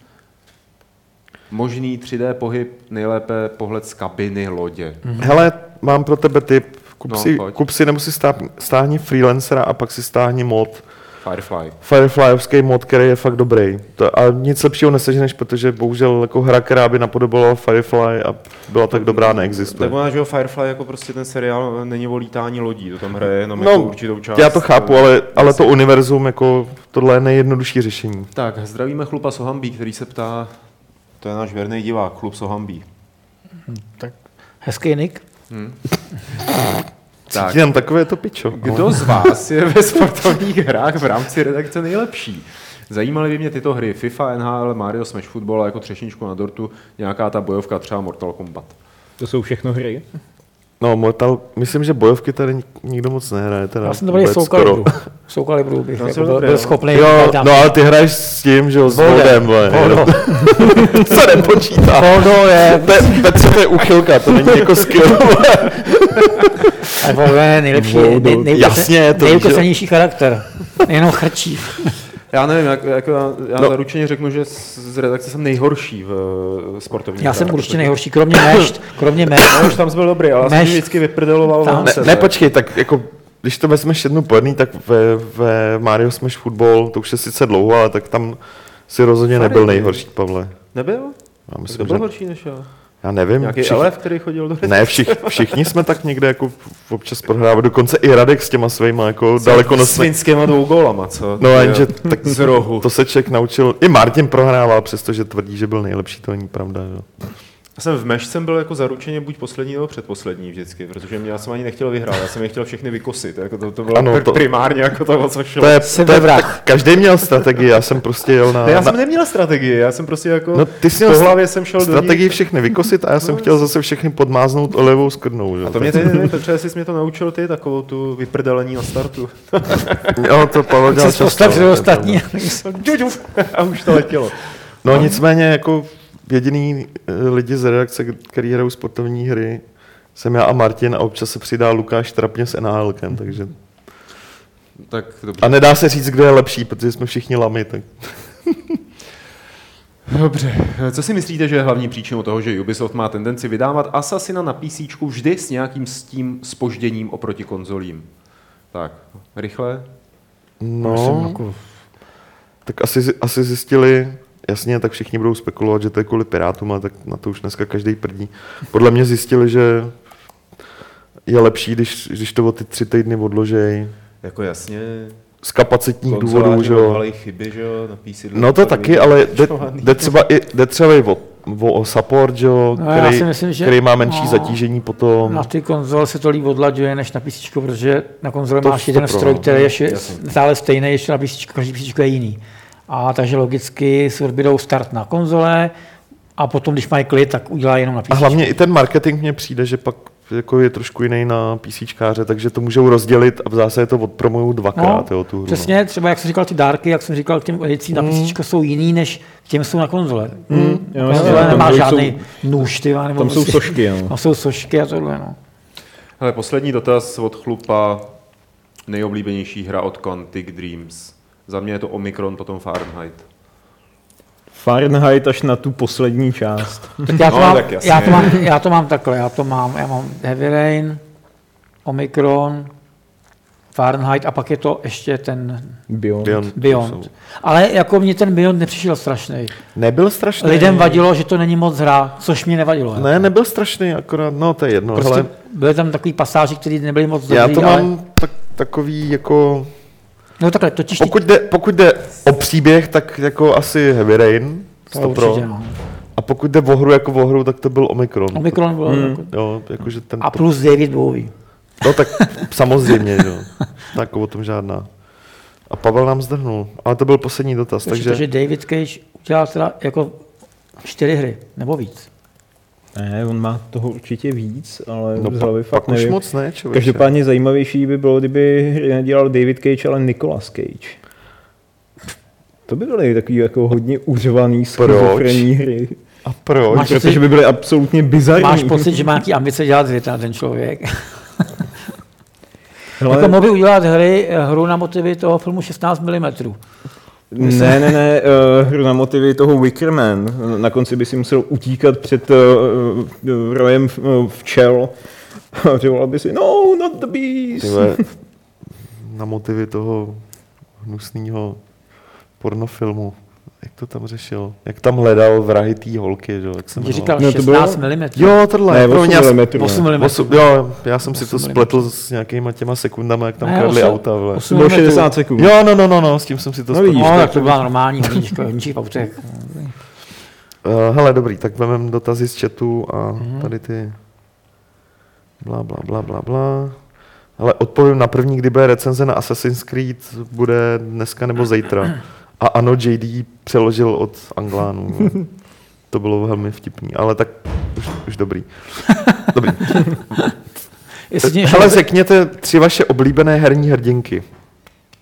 Speaker 2: možný 3D pohyb, nejlépe pohled z kabiny lodě.
Speaker 4: Hele, mám pro tebe tip. Kup
Speaker 2: No,
Speaker 4: si,
Speaker 2: pojď.
Speaker 4: kup si nebo si stá- stáhni freelancera a pak si stáhni mod.
Speaker 2: Firefly.
Speaker 4: Fireflyovský mod, který je fakt dobrý. To, a nic lepšího neseženeš, protože bohužel jako hra, která by napodobovala Firefly a byla tak dobrá, neexistuje.
Speaker 5: Tak ona, že jo, Firefly jako prostě ten seriál není o lítání lodí, to tam hraje jenom no, jako
Speaker 4: No,
Speaker 5: určitou část. eh,
Speaker 4: já to chápu, ale, ale to univerzum, jako tohle je nejjednodušší řešení.
Speaker 2: Tak, zdravíme chlupa Sohambí, který se ptá,
Speaker 5: To je náš věrný divák, klub Sohambí.
Speaker 1: Hezký Nick.
Speaker 2: Tak.
Speaker 4: Cítím tam takové to pičo.
Speaker 2: kdo z vás je ve sportovních hrách v rámci redakce nejlepší? Zajímaly by mě tyto hry FIFA, NHL, Mario Smash Football a jako třešničku na dortu nějaká ta bojovka, třeba Mortal Kombat.
Speaker 3: To jsou všechno hry.
Speaker 4: No, Mortal, myslím, že bojovky tady nik- nikdo moc nehraje. Teda
Speaker 1: Já jsem dobrý
Speaker 4: No, vůbec
Speaker 1: Soukalibru. Soukalibru bych jako
Speaker 5: jsem
Speaker 1: byl,
Speaker 5: dobrý,
Speaker 1: byl
Speaker 5: no.
Speaker 1: schopný.
Speaker 4: Jo,
Speaker 1: dát-
Speaker 4: no ale ty hraješ s tím, že jo, s vodem,
Speaker 1: Voldo.
Speaker 4: Co nepočítá?
Speaker 1: Voldo je
Speaker 4: Pe- Petře, to je uchylka, to není jako skill.
Speaker 1: A Volvo je nejlepší, nej, nej, nej,
Speaker 4: Jasně, je to,
Speaker 1: nejukoslenější charakter. Jenom chrčí.
Speaker 5: Já nevím, jak, jako já, já
Speaker 4: No.
Speaker 5: no. zaručeně řeknu, že z, z redakce jsem nejhorší v eh, sportovních
Speaker 1: Já jsem
Speaker 5: hrách,
Speaker 1: určitě
Speaker 5: protože-
Speaker 1: nejhorší, kromě mešt, kromě mešt.
Speaker 5: No, už tam jsi byl dobrý, ale jsem
Speaker 1: Meš-
Speaker 5: vždycky vyprdeloval
Speaker 1: Tam.
Speaker 5: vám
Speaker 4: Ne,
Speaker 5: se.
Speaker 4: ne, počkej, tak jako, když to vezmeš jednu po jedný, tak ve, ve Mario Smash Football, to už je sice dlouho, ale tak tam si rozhodně nebyl nejhorší, Pavle.
Speaker 5: Nebyl?
Speaker 4: Já
Speaker 5: To
Speaker 4: myslím, že...
Speaker 5: byl horší než já.
Speaker 4: Já nevím.
Speaker 5: Nějaký
Speaker 4: všichni-
Speaker 5: elef, který chodil do
Speaker 4: Ne, všich, všichni jsme tak někde jako občas prohrávali, dokonce i Radek s těma svýma jako dalekonosnými.
Speaker 5: finskýma dvou gólama, co? Hm.
Speaker 4: No
Speaker 5: Ty
Speaker 4: a
Speaker 5: jo.
Speaker 4: jenže tak
Speaker 5: Z rohu.
Speaker 4: to se člověk naučil. I Martin prohrával, přestože tvrdí, že byl nejlepší, to není pravda. Že? jo.
Speaker 5: Já jsem v meš jsem byl jako zaručeně buď poslední nebo předposlední vždycky, protože mě já jsem ani nechtěl vyhrát, já jsem je chtěl všechny vykosit, jako to, to bylo
Speaker 4: Ano,
Speaker 5: ano,
Speaker 4: to-
Speaker 5: to... primárně jako to, o co šlo.
Speaker 4: To je,
Speaker 1: Jsem
Speaker 4: to je
Speaker 1: vrah.
Speaker 4: tak každý měl strategii, já jsem prostě jel na...
Speaker 5: Ne, já
Speaker 4: na
Speaker 5: jsem neměl strategii, já jsem prostě jako
Speaker 4: no ty jsi
Speaker 5: po
Speaker 4: měl
Speaker 5: hlavě jsem šel do ní.
Speaker 4: strategii všechny vykosit a já jsem chtěl zase všechny podmáznout olivou skrnou. Že?
Speaker 5: A to mě tady nevím, Petře, jestli jsi mě to naučil ty, takovou tu vyprdelení na startu.
Speaker 4: Jo, to Pavel dělal
Speaker 1: Se
Speaker 4: často.
Speaker 1: spousta
Speaker 4: no, to je
Speaker 1: ostatní.
Speaker 4: pravda.
Speaker 5: Ďuďuf, A už to letělo.
Speaker 4: No nicméně jako jediný eh, lidi z redakce, který hrajou sportovní hry, jsem já a Martin a občas se přidá Lukáš Trapně s NHLkem, takže...
Speaker 2: Tak dobře.
Speaker 4: A nedá se říct, kdo je lepší, protože jsme všichni lamy, tak...
Speaker 2: Dobře. Co si myslíte, že je hlavní příčinou toho, že Ubisoft má tendenci vydávat Assassina na PC vždy s nějakým s tím spožděním oproti konzolím? Tak, rychle.
Speaker 4: No, tak asi, zi- asi zjistili, jasně, tak všichni budou spekulovat, že to je kvůli Pirátům, ale tak na to už dneska každý prdí. Podle mě zjistili, že je lepší, když, když to o ty tři týdny odložej.
Speaker 5: Jako jasně,
Speaker 4: Z kapacitních důvodů, že jo.
Speaker 5: chyby, že jo, na PC.
Speaker 4: No to taky, ale jde, jde třeba i jde třeba i o, o, o support, že jo,
Speaker 1: No, já
Speaker 4: který,
Speaker 1: si myslím, že-
Speaker 4: který má menší
Speaker 1: no.
Speaker 4: zatížení potom.
Speaker 1: Na ty konzole se to líp odlaďuje než na PC, protože na konzole
Speaker 4: To
Speaker 1: máš
Speaker 4: to
Speaker 1: jeden
Speaker 4: pro- no,
Speaker 1: stroj, který je ši- stále stejný, ještě na PC, každý PC je jiný. A takže logicky si odbydou start na konzole, a potom, když mají klid, tak udělá jenom na
Speaker 4: A
Speaker 1: PC.
Speaker 4: hlavně i ten marketing mně přijde, že pak jako je trošku jiný na PCčkáře, takže to můžou rozdělit a v zásadě to odpromují dvakrát, jo, tu hru. no. Mm.
Speaker 1: Přesně, třeba jak jsem říkal, ty dárky, jak jsem říkal, těm edicím na PC jsou jiný, než k těm jsou na konzole. Mm,
Speaker 3: jo, jasně,
Speaker 1: konzole
Speaker 3: tam
Speaker 1: nemá
Speaker 3: jsou-
Speaker 1: žádný nůž, ty, vole, nebo
Speaker 3: Tam jsou
Speaker 1: prostě-
Speaker 3: sošky, jo.
Speaker 1: Tam jsou sošky a tohle, no.
Speaker 2: Hele, poslední dotaz od chlupa. Nejoblíbenější hra od Quantic Dreams. Za mě je to Omikron, potom Fahrenheit.
Speaker 3: Fahrenheit až na tu poslední část.
Speaker 1: Tak já, to
Speaker 2: No,
Speaker 1: mám,
Speaker 2: tak jasně.
Speaker 1: já, to mám, já to mám takhle, já to mám, já mám Heavy Rain, Omikron, Fahrenheit a pak je to ještě ten
Speaker 3: Beyond.
Speaker 4: Beyond.
Speaker 1: Beyond. Ale jako mě ten Beyond nepřišel strašný.
Speaker 4: Nebyl strašný.
Speaker 1: Lidem vadilo, že to není moc hra, což mě nevadilo.
Speaker 4: Ne, nebyl strašný, akorát, no to je jedno.
Speaker 1: prostě
Speaker 4: Hele,
Speaker 1: byly tam takový pasáži, které nebyly moc dobrý,
Speaker 4: já to
Speaker 1: ale...
Speaker 4: mám tak, takový jako...
Speaker 1: No takhle, totiž ty-
Speaker 4: Pokud jde, pokud jde o příběh, tak jako asi Heavy Rain,
Speaker 1: To
Speaker 4: 100 pro.
Speaker 1: určitě, no.
Speaker 4: A pokud jde o hru jako o hru, tak to byl Omikron.
Speaker 1: Omikron byl
Speaker 4: Hmm.
Speaker 1: jako...
Speaker 4: Jo, jakože ten...
Speaker 1: A plus David Bowie.
Speaker 4: No tak samozřejmě, že jo. Tak o tom žádná. A Pavel nám zdrhnul, ale to byl poslední dotaz,
Speaker 1: Takže...
Speaker 4: takže...
Speaker 1: Protože David Cage udělal teda jako čtyři hry, nebo víc.
Speaker 3: Ne, on má toho určitě víc, ale
Speaker 4: No,
Speaker 3: z hlavy
Speaker 4: pak, pak
Speaker 3: fakt
Speaker 4: už
Speaker 3: nevím.
Speaker 4: moc ne, člověče.
Speaker 3: Každopádně zajímavější by bylo, kdyby hry nedělal David Cage, ale Nicolas Cage. To by byly takový jako hodně uřvaný schizofrenní hry.
Speaker 4: A proč?
Speaker 1: Máš-
Speaker 3: Protože by byly absolutně bizarní.
Speaker 1: Máš pocit, že má nějaký ambice dělat hry teda ten člověk.
Speaker 3: Hele,
Speaker 1: Jako mohl by udělat hry, hru na motivy toho filmu 16 mm.
Speaker 3: Ne, ne, ne, uh, hru na motivy toho Wickerman. Na konci by si musel utíkat před uh, uh, rojem uh, včel. A řeval by si, no, not the
Speaker 4: Ty
Speaker 3: beast.
Speaker 4: vole, na motivy toho hnusného pornofilmu. Jak to tam řešil? Jak tam hledal vrahy té holky, že? jo, Jak jsem
Speaker 1: Ti říkal
Speaker 3: No, to
Speaker 1: 16
Speaker 3: bylo-
Speaker 1: mm.
Speaker 4: Jo, tohle.
Speaker 3: Ne,
Speaker 4: pro
Speaker 3: 8
Speaker 4: mě asi-
Speaker 3: mm.
Speaker 1: 8 mm.
Speaker 4: Osm, jo, já jsem si to
Speaker 1: Osm
Speaker 4: spletl s nějakýma těma sekundama, jak tam
Speaker 1: Ne,
Speaker 4: kradli
Speaker 1: osm-
Speaker 4: auta, vole.
Speaker 1: osm
Speaker 3: To bylo 60 sekund.
Speaker 4: Jo, no, no, no, no, s tím jsem si to
Speaker 3: No
Speaker 4: spletl.
Speaker 3: vidíš,
Speaker 1: No, tak to byla normální hodnička, hodničí v autech.
Speaker 4: Uh, hele, dobrý, tak vememe dotazy z chatu a
Speaker 1: Mhm.
Speaker 4: tady ty bla, bla, bla, bla, bla. Ale odpovím na první, kdy bude recenze na Assassin's Creed, bude dneska nebo zítra. A ano, JD přeložil od Anglánů. no. To bylo velmi vtipný, ale tak už, už dobrý. Dobrý.
Speaker 1: Jestli mě
Speaker 4: Hele, řekněte tři vaše oblíbené herní hrdinky.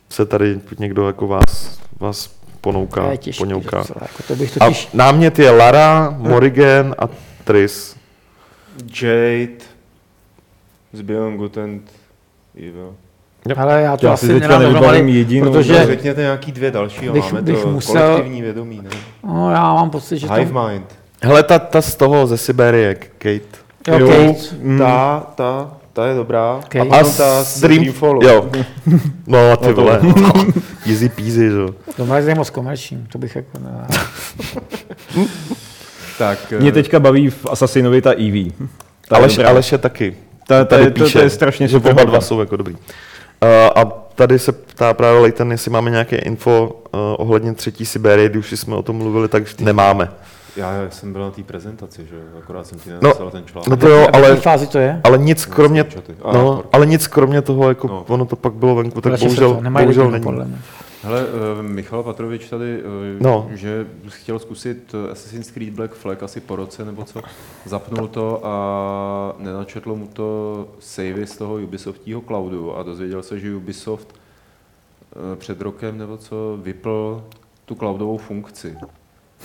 Speaker 4: Se tady někdo jako vás, vás ponouká,
Speaker 1: to je těžký
Speaker 4: poňouká.
Speaker 1: docela, jako to bych
Speaker 4: A
Speaker 1: totiž...
Speaker 4: námět je Lara, Morrigan a Tris.
Speaker 5: Jade z Beyond Good and Evil.
Speaker 1: Ale já to
Speaker 3: Já si
Speaker 1: asi
Speaker 3: teďka
Speaker 1: nemám
Speaker 3: nevybavím
Speaker 1: dohromady,
Speaker 3: jedinou,
Speaker 5: Že...
Speaker 1: protože
Speaker 5: No, Řekněte nějaký dvě další a
Speaker 1: Bych-
Speaker 5: máme
Speaker 1: bych
Speaker 5: to
Speaker 1: musel-
Speaker 5: kolektivní vědomí. Ne?
Speaker 1: no, já mám pocit, že to...
Speaker 5: Hive Mind.
Speaker 4: Hele, ta, ta z toho, ze Siberie, Kate.
Speaker 1: Jo,
Speaker 3: Jo.
Speaker 1: Kate.
Speaker 3: Mm.
Speaker 5: Ta, ta, ta je dobrá.
Speaker 1: Kate.
Speaker 5: A, potom ta z Dream... Dreamfallu.
Speaker 4: Jo. No a ty vole. Easy peasy, že jo.
Speaker 1: To má je moc komerční, to bych jako... Ne...
Speaker 5: Tak,
Speaker 2: eh,
Speaker 3: Mě teďka baví v Assassinovi ta Eevee. Ta
Speaker 4: Aleš,
Speaker 3: dobrá.
Speaker 4: Aleš je taky.
Speaker 3: Ta- ta
Speaker 4: Tady
Speaker 3: je- to- to
Speaker 4: píše,
Speaker 3: je strašně
Speaker 4: že
Speaker 3: super
Speaker 4: oba dva
Speaker 3: holka.
Speaker 4: jsou jako dobrý. Uh, a tady se ptá právě Leighton, jestli máme nějaké info uh, ohledně třetí Siberie, když už jsme o tom mluvili, tak nemáme.
Speaker 5: já jsem byl na té prezentaci, že jo, akorát jsem ti
Speaker 4: No,
Speaker 5: nenapsal ten článek.
Speaker 4: no to jo,
Speaker 1: A v
Speaker 4: ale,
Speaker 1: té fázi to je?
Speaker 4: ale nic kromě,
Speaker 5: čaty. A,
Speaker 4: no,
Speaker 5: porky.
Speaker 4: ale nic kromě toho, jako
Speaker 5: No.
Speaker 4: ono to pak bylo venku, tak
Speaker 1: Vrací se
Speaker 4: bohužel,
Speaker 1: to, nemají
Speaker 4: bohužel
Speaker 1: lidi,
Speaker 4: není.
Speaker 1: podle mě.
Speaker 2: Hele, eh, Michal Patrovič tady, eh,
Speaker 4: No.
Speaker 2: že chtěl zkusit eh, Assassin's Creed Black Flag asi po roce nebo co, zapnul to a nenačetlo mu to savey z toho Ubisoftího cloudu a dozvěděl se, že Ubisoft eh, před rokem nebo co vypl tu cloudovou funkci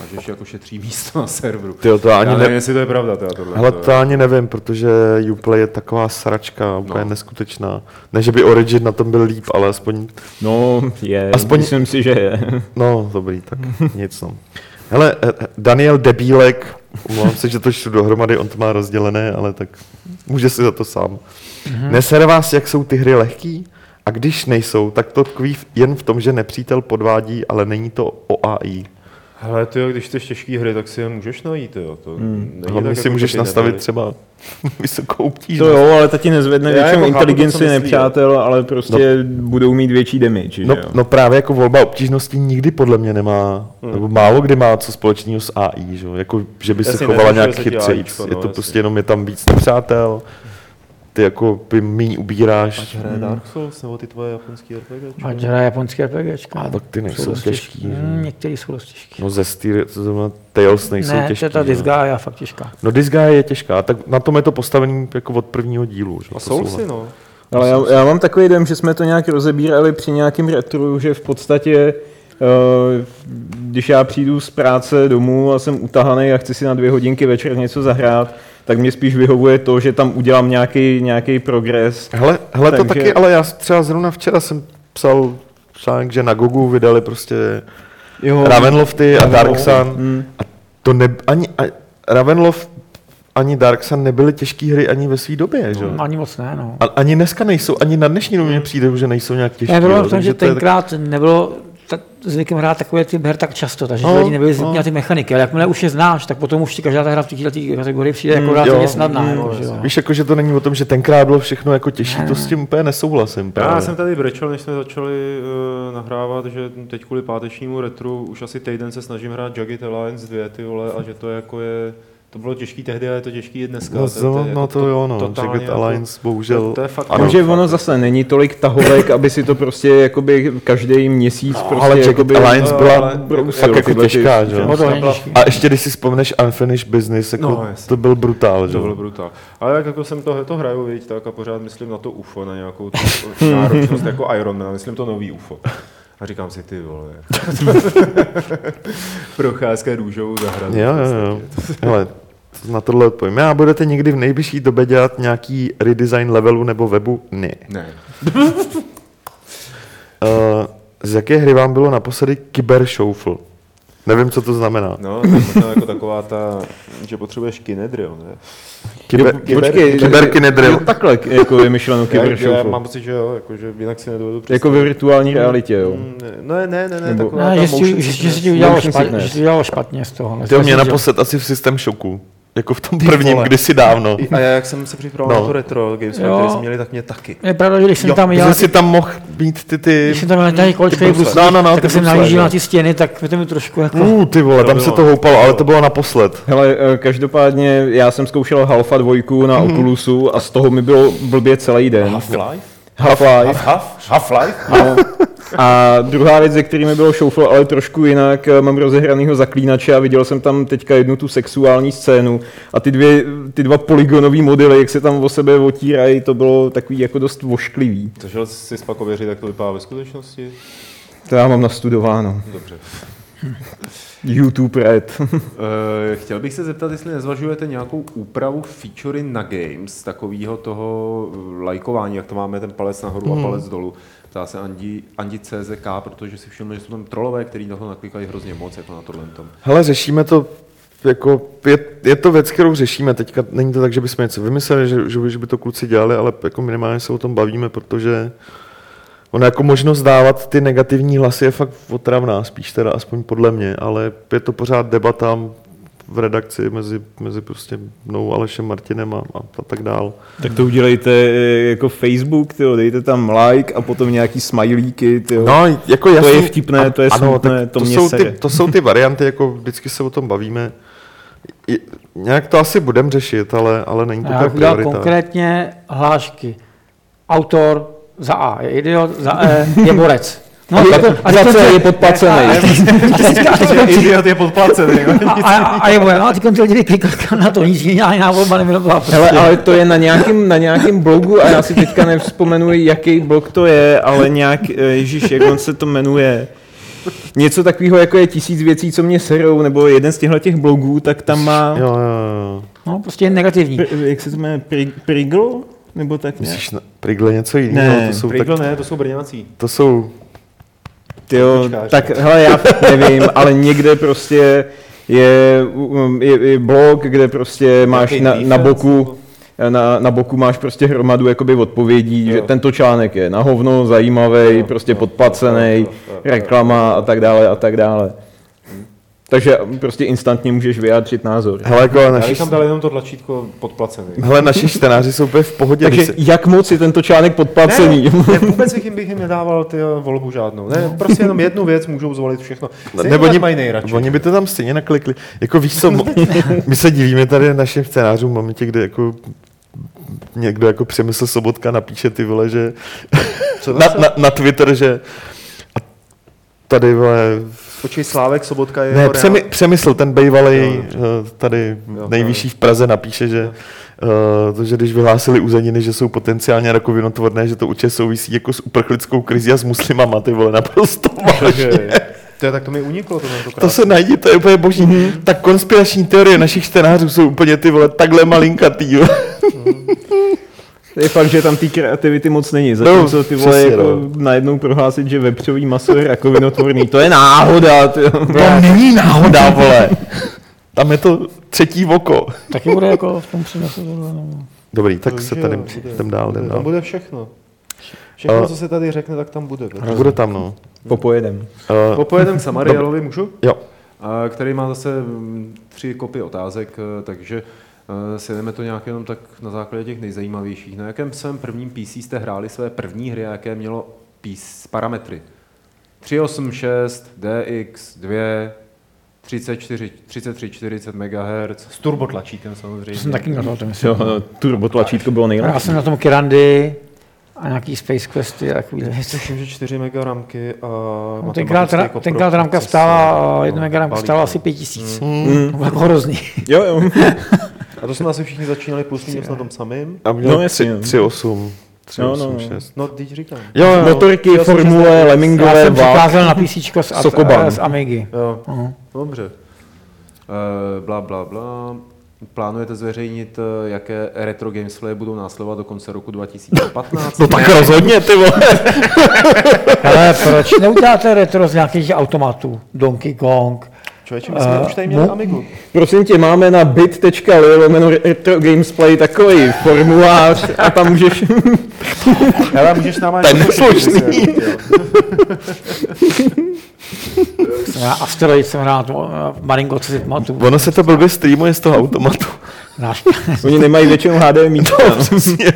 Speaker 2: a že ještě jako šetří místo na serveru.
Speaker 4: Tyjo, to já
Speaker 5: já
Speaker 4: ani
Speaker 5: nevím,
Speaker 4: ne,
Speaker 5: jestli to je pravda, teda tohle.
Speaker 4: hele,
Speaker 5: to je-
Speaker 4: to ani nevím, protože Uplay je taková sračka, úplně
Speaker 2: No.
Speaker 4: neskutečná. Ne, že by Origin na tom byl líp, ale aspoň,
Speaker 3: No, je.
Speaker 4: Aspoň-
Speaker 3: Aspoň... Myslím si, že je.
Speaker 4: no dobrý, tak nic no. Hele, eh, eh, Daniel Debílek, omlouvám se, že to šlu dohromady, on to má rozdělené, ale tak může si za to sám.
Speaker 5: Mhm.
Speaker 4: Mm-hmm. Nesere vás, jak jsou ty hry lehký? A když nejsou, tak to tkví v- jen v tom, že nepřítel podvádí, ale není to o AI.
Speaker 5: Hele, ty jo, když chceš těžký hry, tak si je můžeš najít, jo. To není tak, jako
Speaker 4: Hlavně Hmm. si
Speaker 5: to
Speaker 4: můžeš
Speaker 5: ty
Speaker 4: nastavit
Speaker 5: nebyly.
Speaker 4: třeba vysokou obtížnost.
Speaker 3: To jo, ale ta ti nezvedne
Speaker 5: Já
Speaker 3: většinou
Speaker 5: jako chápu, co
Speaker 3: inteligenci
Speaker 5: myslí, jo. No.
Speaker 3: nepřátel, ale prostě budou mít větší damage.
Speaker 4: No,
Speaker 3: že jo?
Speaker 4: no právě jako volba obtížnosti nikdy podle mě nemá, hmm. nebo málo kdy má co společného s AI, že, jo? jako, že by se
Speaker 5: Jasně,
Speaker 4: chovala
Speaker 5: nevyšlo
Speaker 4: nějak
Speaker 5: se ti
Speaker 4: chytřejíc.
Speaker 5: AIčko,
Speaker 4: Je
Speaker 5: no,
Speaker 4: to
Speaker 5: jasně.
Speaker 4: prostě jenom, je tam víc nepřátel, ty jako by míň
Speaker 2: Ať
Speaker 4: ubíráš,
Speaker 2: hraje Dark Souls nebo ty tvoje japonský RPG.
Speaker 1: Ať hraje japonské RPGčka.
Speaker 4: A tak ty nejsou
Speaker 1: dost
Speaker 4: těžký, že?
Speaker 1: Hmm, některý jsou dost těžký.
Speaker 4: no ze Steel, to znamená Tails nejsou
Speaker 1: ne,
Speaker 4: těžký.
Speaker 1: to je ta
Speaker 4: že?
Speaker 1: disga je fakt těžká.
Speaker 4: No Disga je těžká, tak na tom je to postavený jako od prvního dílu. Že?
Speaker 2: A
Speaker 4: To
Speaker 2: Soulsy,
Speaker 4: souhlas.
Speaker 2: no.
Speaker 3: Ale já, já mám takový dojem, že jsme to nějak rozebírali při nějakém retru, že v podstatě, eh, když já přijdu z práce domů a jsem utahaný a chci si na dvě hodinky večer něco zahrát, tak mě spíš vyhovuje to, že tam udělám nějaký, nějaký progres.
Speaker 4: Hele, hele to
Speaker 3: Takže-
Speaker 4: taky, ale já třeba zrovna včera jsem psal článek, že na Gogu vydali prostě
Speaker 3: Jo,
Speaker 4: Ravenlofty a Dark Sun.
Speaker 3: Mm.
Speaker 4: To ne, ani, a, Ravenloft ani Dark Sun nebyly těžké hry ani ve své době, že? jo?
Speaker 1: No, ani moc ne, no.
Speaker 4: A, ani dneska nejsou, ani na dnešní
Speaker 2: Hmm.
Speaker 4: době mně přijde, že nejsou nějak těžké.
Speaker 1: Já bylo v tom, že tenkrát nebylo ta, zvykem hrát takové ty her tak často, takže
Speaker 4: No,
Speaker 1: no, lidi nebyli
Speaker 4: no.
Speaker 1: zvyklí na ty mechaniky, ale jakmile už je znáš, tak potom už ti každá ta hra v této kategorii přijde jako
Speaker 4: jo,
Speaker 1: relativně snadná.
Speaker 2: Mm.
Speaker 1: jako, že jo.
Speaker 4: Víš, jako, že to není o tom, že tenkrát bylo všechno jako těžší,
Speaker 1: Ne,
Speaker 4: to
Speaker 1: ne.
Speaker 4: s tím úplně nesouhlasím.
Speaker 2: Já
Speaker 4: právě.
Speaker 2: jsem tady brečel, než jsme začali uh, nahrávat, že teď kvůli pátečnímu retru už asi týden se snažím hrát Jagged Alliance 2, ty vole, a že to jako je... To bylo těžký tehdy, ale je to těžký i dneska.
Speaker 4: No,
Speaker 2: To je- to je
Speaker 4: to,
Speaker 2: jako
Speaker 4: no to jo, no.
Speaker 2: totálně
Speaker 4: Jagged
Speaker 2: jako-
Speaker 4: Alliance, bohužel.
Speaker 2: to- to je fakt- jako-
Speaker 4: ano.
Speaker 3: Takže ono zase není tolik tahovek, aby si to prostě jakoby každý měsíc
Speaker 4: No,
Speaker 3: prostě
Speaker 4: ale Jagged
Speaker 3: jakoby,
Speaker 4: Alliance
Speaker 3: eh,
Speaker 4: byla
Speaker 3: ale-
Speaker 4: fakt jako
Speaker 3: tyhle ty-
Speaker 4: těžká, že jo.
Speaker 1: No, to není těžký.
Speaker 4: A ještě když si vzpomeneš Unfinished Business, jako
Speaker 2: No, jasně.
Speaker 4: to byl brutál, že
Speaker 2: To bylo
Speaker 4: jo.
Speaker 2: brutál. Ale jak jako jsem to, to hraju, viď, tak a pořád myslím na to UFO, na nějakou tu náročnost jako Iron Man, myslím to nový UFO. A říkám si, ty vole. Procházka růžovou zahradu.
Speaker 4: Jo, jo, jo. Hele, to- na tohle odpovím. Já budete někdy v nejbližší době dělat nějaký redesign levelu nebo webu? Ne.
Speaker 2: Ne.
Speaker 4: Uh, z jaké hry vám bylo naposledy Kyber Shuffle? Nevím, co to znamená.
Speaker 2: No, to je možná jako taková ta, že potřebuješ kinedrion, ne?
Speaker 4: Kyber,
Speaker 3: Počkej,
Speaker 4: kyberky nedrill.
Speaker 3: jo, Takhle jako je myšleno
Speaker 2: Já, já
Speaker 3: kybershofu.
Speaker 2: mám pocit, že jo, jako, že jinak si nedovedu představit.
Speaker 3: Jako ve virtuální realitě, jo.
Speaker 2: Mm, Ne, ne, ne, ne,
Speaker 3: Nebo-
Speaker 2: taková
Speaker 1: Ne,
Speaker 2: ta
Speaker 1: že si,
Speaker 2: motion
Speaker 1: že, že
Speaker 2: sickness.
Speaker 1: si ti udělalo,
Speaker 3: Motion
Speaker 1: špat,
Speaker 3: sickness.
Speaker 1: že si udělalo špatně z toho.
Speaker 4: Ty mě
Speaker 1: Myslím, že-
Speaker 4: naposled asi v System Shocku. Jako v tom prvním, kdysi dávno.
Speaker 2: A já, jak jsem se připravoval
Speaker 4: No.
Speaker 2: na to retro games,
Speaker 1: Jo.
Speaker 2: které jsme měli, tak mě taky.
Speaker 1: Je pravda, že když jsem
Speaker 2: Jo,
Speaker 1: tam
Speaker 4: Já
Speaker 1: jel,
Speaker 4: jsem si tam mohl mít ty ty...
Speaker 1: když jsem tam jel na těch kolečkových
Speaker 4: brusle.
Speaker 1: bruslích,
Speaker 4: No, no, no, ty
Speaker 1: tak jsem
Speaker 4: brusle,
Speaker 1: najížděl
Speaker 4: jo.
Speaker 1: na ty stěny, tak mi to mi trošku jako...
Speaker 4: Uh, ty vole, tam se
Speaker 2: bylo.
Speaker 4: to houpalo, ale to bylo naposled.
Speaker 3: Hele, eh, každopádně já jsem zkoušel Halfa 2
Speaker 4: Mhm.
Speaker 3: na Oculusu a z toho mi bylo blbě celý den.
Speaker 2: Half-Life?
Speaker 3: Half-Life.
Speaker 2: Half? Half-Life?
Speaker 3: No. A druhá věc, ze který mi bylo šoufl, ale trošku jinak, eh, mám rozehranýho zaklínače a viděl jsem tam teďka jednu tu sexuální scénu a ty, dvě, ty dva polygonový modely, jak se tam o sebe otírají, to bylo takový jako dost vošklivý.
Speaker 2: To šel si pak ověřit, jak to vypadá ve skutečnosti?
Speaker 3: To já mám nastudováno.
Speaker 2: Dobře.
Speaker 3: YouTube Red.
Speaker 2: Eh, Chtěl bych se zeptat, jestli nezvažujete nějakou úpravu featurey na games, takového toho eh, lajkování, jak to máme ten palec nahoru a palec dolů. Ptá se Andi, Andi CZK, protože si všiml, že jsou tam trolové, kteří na to naklikají hrozně moc, jako na tohle tom.
Speaker 4: Hele, řešíme to jako, je, je, to věc, kterou řešíme teďka, není to tak, že bychom něco vymysleli, že, že, by- že by to kluci dělali, ale jako minimálně se o tom bavíme, protože ono jako možnost dávat ty negativní hlasy je fakt otravná, spíš teda aspoň podle mě, ale je to pořád debata v redakci mezi, mezi prostě mnou, Alešem, Martinem a, a, a tak dál.
Speaker 3: Tak to udělejte jako Facebook, tyjo, dejte tam like a potom nějaký smajlíky, tyjo.
Speaker 4: No, jako
Speaker 3: je
Speaker 4: jasný,
Speaker 3: vtipné, to je smutné,
Speaker 4: tak
Speaker 3: to mě
Speaker 4: jsou
Speaker 3: sere.
Speaker 4: ty, to jsou ty varianty, jako vždycky se o tom bavíme. I, nějak to asi budeme řešit, ale, ale není to
Speaker 1: Já
Speaker 4: tak
Speaker 1: bych udělal
Speaker 4: priorita.
Speaker 1: konkrétně hlášky. Autor za A je idiot, za E je borec. No, a
Speaker 3: za
Speaker 1: teď-
Speaker 3: C je podplacený.
Speaker 1: A, a, teď- a, teď-
Speaker 2: No, Idiot je podplacený.
Speaker 1: a, a, a je borec. No, a teď ty lidi klikají na to, nic jiná jiná volba nebyla. byla prostě.
Speaker 3: Hele, ale to je na nějakém na nějakým blogu a já si teďka nevzpomenu, jaký blog to je, ale nějak, eh, ježíš, jak on se to jmenuje. Něco takového, jako je tisíc věcí, co mě serou, nebo jeden z těchto těch blogů, tak tam má,
Speaker 4: Jo, jo, jo.
Speaker 1: No, prostě je negativní.
Speaker 3: pr, jak se to jmenuje, pri, Prigl? Nebo tak nějak?
Speaker 4: Myslíš, na, Prigle něco jiného?
Speaker 3: Ne,
Speaker 4: to jsou, tak,
Speaker 2: Prýkl ne, to jsou brňácí.
Speaker 4: to jsou
Speaker 3: Tyjo,
Speaker 2: Počkáš.
Speaker 3: tak hele, já fakt nevím, ale někde prostě je, um, je, je blog, kde prostě máš
Speaker 2: Nějaký
Speaker 3: na,
Speaker 2: defense
Speaker 3: na boku
Speaker 2: nebo-
Speaker 3: na, na boku máš prostě hromadu jakoby odpovědí,
Speaker 2: Jo.
Speaker 3: jo. že tento článek je na hovno, zajímavý,
Speaker 2: Jo,
Speaker 3: jo, prostě
Speaker 2: jo,
Speaker 3: podplacený,
Speaker 2: jo, jo, jo, jo.
Speaker 3: reklama a tak dále a tak dále. Takže prostě instantně můžeš vyjádřit názor.
Speaker 4: hele, jako
Speaker 2: Já
Speaker 4: naši,
Speaker 2: bych tam dal jenom to tlačítko podplacený.
Speaker 4: hele, naši čtenáři jsou úplně v pohodě.
Speaker 3: Takže
Speaker 4: když se-
Speaker 3: jak moc je tento článek podplacený?
Speaker 2: Ne, ne, vůbec bych jim, bych jim nedával ty jo, volbu žádnou. Ne, prostě jenom jednu věc můžou zvolit všechno. Stejně
Speaker 4: nebo
Speaker 2: tak
Speaker 4: oni,
Speaker 2: mají nejradši.
Speaker 4: oni by to tam stejně naklikli. Jako víš co, mo- my se divíme tady našim scénářům v momentě, kdy jako někdo jako Přemysl Sobotka napíše ty vole, že na, na, na, Twitter, že a tady vole,
Speaker 2: Počkej, Slávek Sobotka je... jako
Speaker 4: ne,
Speaker 2: jeho
Speaker 4: přemy,
Speaker 2: reál-
Speaker 4: Přemysl, ten
Speaker 2: Jo,
Speaker 4: bývalý
Speaker 2: dobře.
Speaker 4: eh, tady
Speaker 2: Jo,
Speaker 4: nejvyšší v Praze napíše, že, eh, to, že když vyhlásili uzeniny, že jsou potenciálně rakovinotvorné, že to určitě souvisí jako s uprchlickou krizi a s muslimama, ty vole, naprosto vážně.
Speaker 2: To je, tak to mi uniklo to tentokrát.
Speaker 4: To se najdi, to je úplně boží. Mm-hmm. Tak konspirační teorie našich čtenářů jsou úplně ty vole takhle malinkatý. jo.
Speaker 3: Je fakt, že tam té kreativity moc není.
Speaker 4: No,
Speaker 3: Zatímco ty vole
Speaker 4: přesně,
Speaker 3: jako
Speaker 4: no.
Speaker 3: najednou prohlásit, že vepřový maso je rakovinotvorný. To je náhoda. Ty.
Speaker 4: To není náhoda, vole. Tam je to třetí oko.
Speaker 1: Taky bude jako v tom přenosu. tohle, no.
Speaker 4: Dobrý, tak se
Speaker 2: že
Speaker 4: tady
Speaker 2: jo, bude.
Speaker 4: jdem dál, jdem
Speaker 2: Tam
Speaker 4: dál.
Speaker 2: bude všechno. Všechno,
Speaker 4: A-
Speaker 2: co se tady řekne, tak tam bude. protože-
Speaker 4: Bude tam, no.
Speaker 3: Popojedem.
Speaker 4: Uh,
Speaker 2: Popojedem k Samarielovi, můžu?
Speaker 4: jo.
Speaker 2: A který má zase mm, tři kopy otázek, eh, takže eh, si jdeme to nějak jenom tak na základě těch nejzajímavějších. Na jakém svém prvním PC jste hráli své první hry a jaké mělo PC parametry? 386, DX, 2, 34, 33, 40 MHz, s turbotlačíkem
Speaker 1: To
Speaker 2: samozřejmě.
Speaker 1: jsem taky měl, to myslím.
Speaker 3: Jo, no, turbo tlačítko bylo
Speaker 1: Hrál
Speaker 3: nejlepší.
Speaker 1: jsem na tom Kirandy a nějaký Space Questy a takový věci.
Speaker 2: Myslím, že 4 mega ramky a prostě
Speaker 1: No, tenkrát, ra,
Speaker 2: matematický jako
Speaker 1: tenkrát ramka
Speaker 2: procesor,
Speaker 1: stála, eh,
Speaker 2: no,
Speaker 1: jedna mega ramka
Speaker 2: balík,
Speaker 1: stála
Speaker 2: no.
Speaker 1: asi pět tisíc.
Speaker 3: Mm.
Speaker 1: To bylo jako hrozný.
Speaker 3: Jo, jo.
Speaker 2: A to jsme asi všichni začínali plus minus na tom samým.
Speaker 4: A
Speaker 3: No,
Speaker 4: měl
Speaker 3: jasně, no.
Speaker 4: 3,8. 3,86.
Speaker 2: No, teď říkám.
Speaker 4: Jo, jo.
Speaker 3: Motorky, formule,
Speaker 1: Já
Speaker 3: lemingové,
Speaker 1: jsem
Speaker 3: vák.
Speaker 1: přicházel na PC z,
Speaker 3: Sokoban.
Speaker 1: At- z Amigy.
Speaker 2: Jo. No,
Speaker 1: Aha.
Speaker 2: Dobře. Eh, Bla, bla, bla. Plánujete zveřejnit, eh, jaké retro gamesplay budou následovat do konce roku 2015?
Speaker 4: No tak rozhodně, ty vole.
Speaker 1: Ale proč neuděláte retro z nějakých automatů? Donkey Kong.
Speaker 2: Člověče, my jsme
Speaker 1: Eh,
Speaker 2: už tady měli
Speaker 1: no.
Speaker 2: Amigu.
Speaker 3: Prosím tě, máme na bit.ly lomeno retro gamesplay takový formulář a tam můžeš...
Speaker 2: Hele, můžeš nám
Speaker 4: Ten slušný.
Speaker 1: Jsem hrál Asteroid jsem hrál, na tom, eh, Maringo, co si pamatuju.
Speaker 4: Ono se to blbě streamuje z toho automatu.
Speaker 1: Náš-
Speaker 3: Oni nemají většinou HDMI.
Speaker 4: Přesně.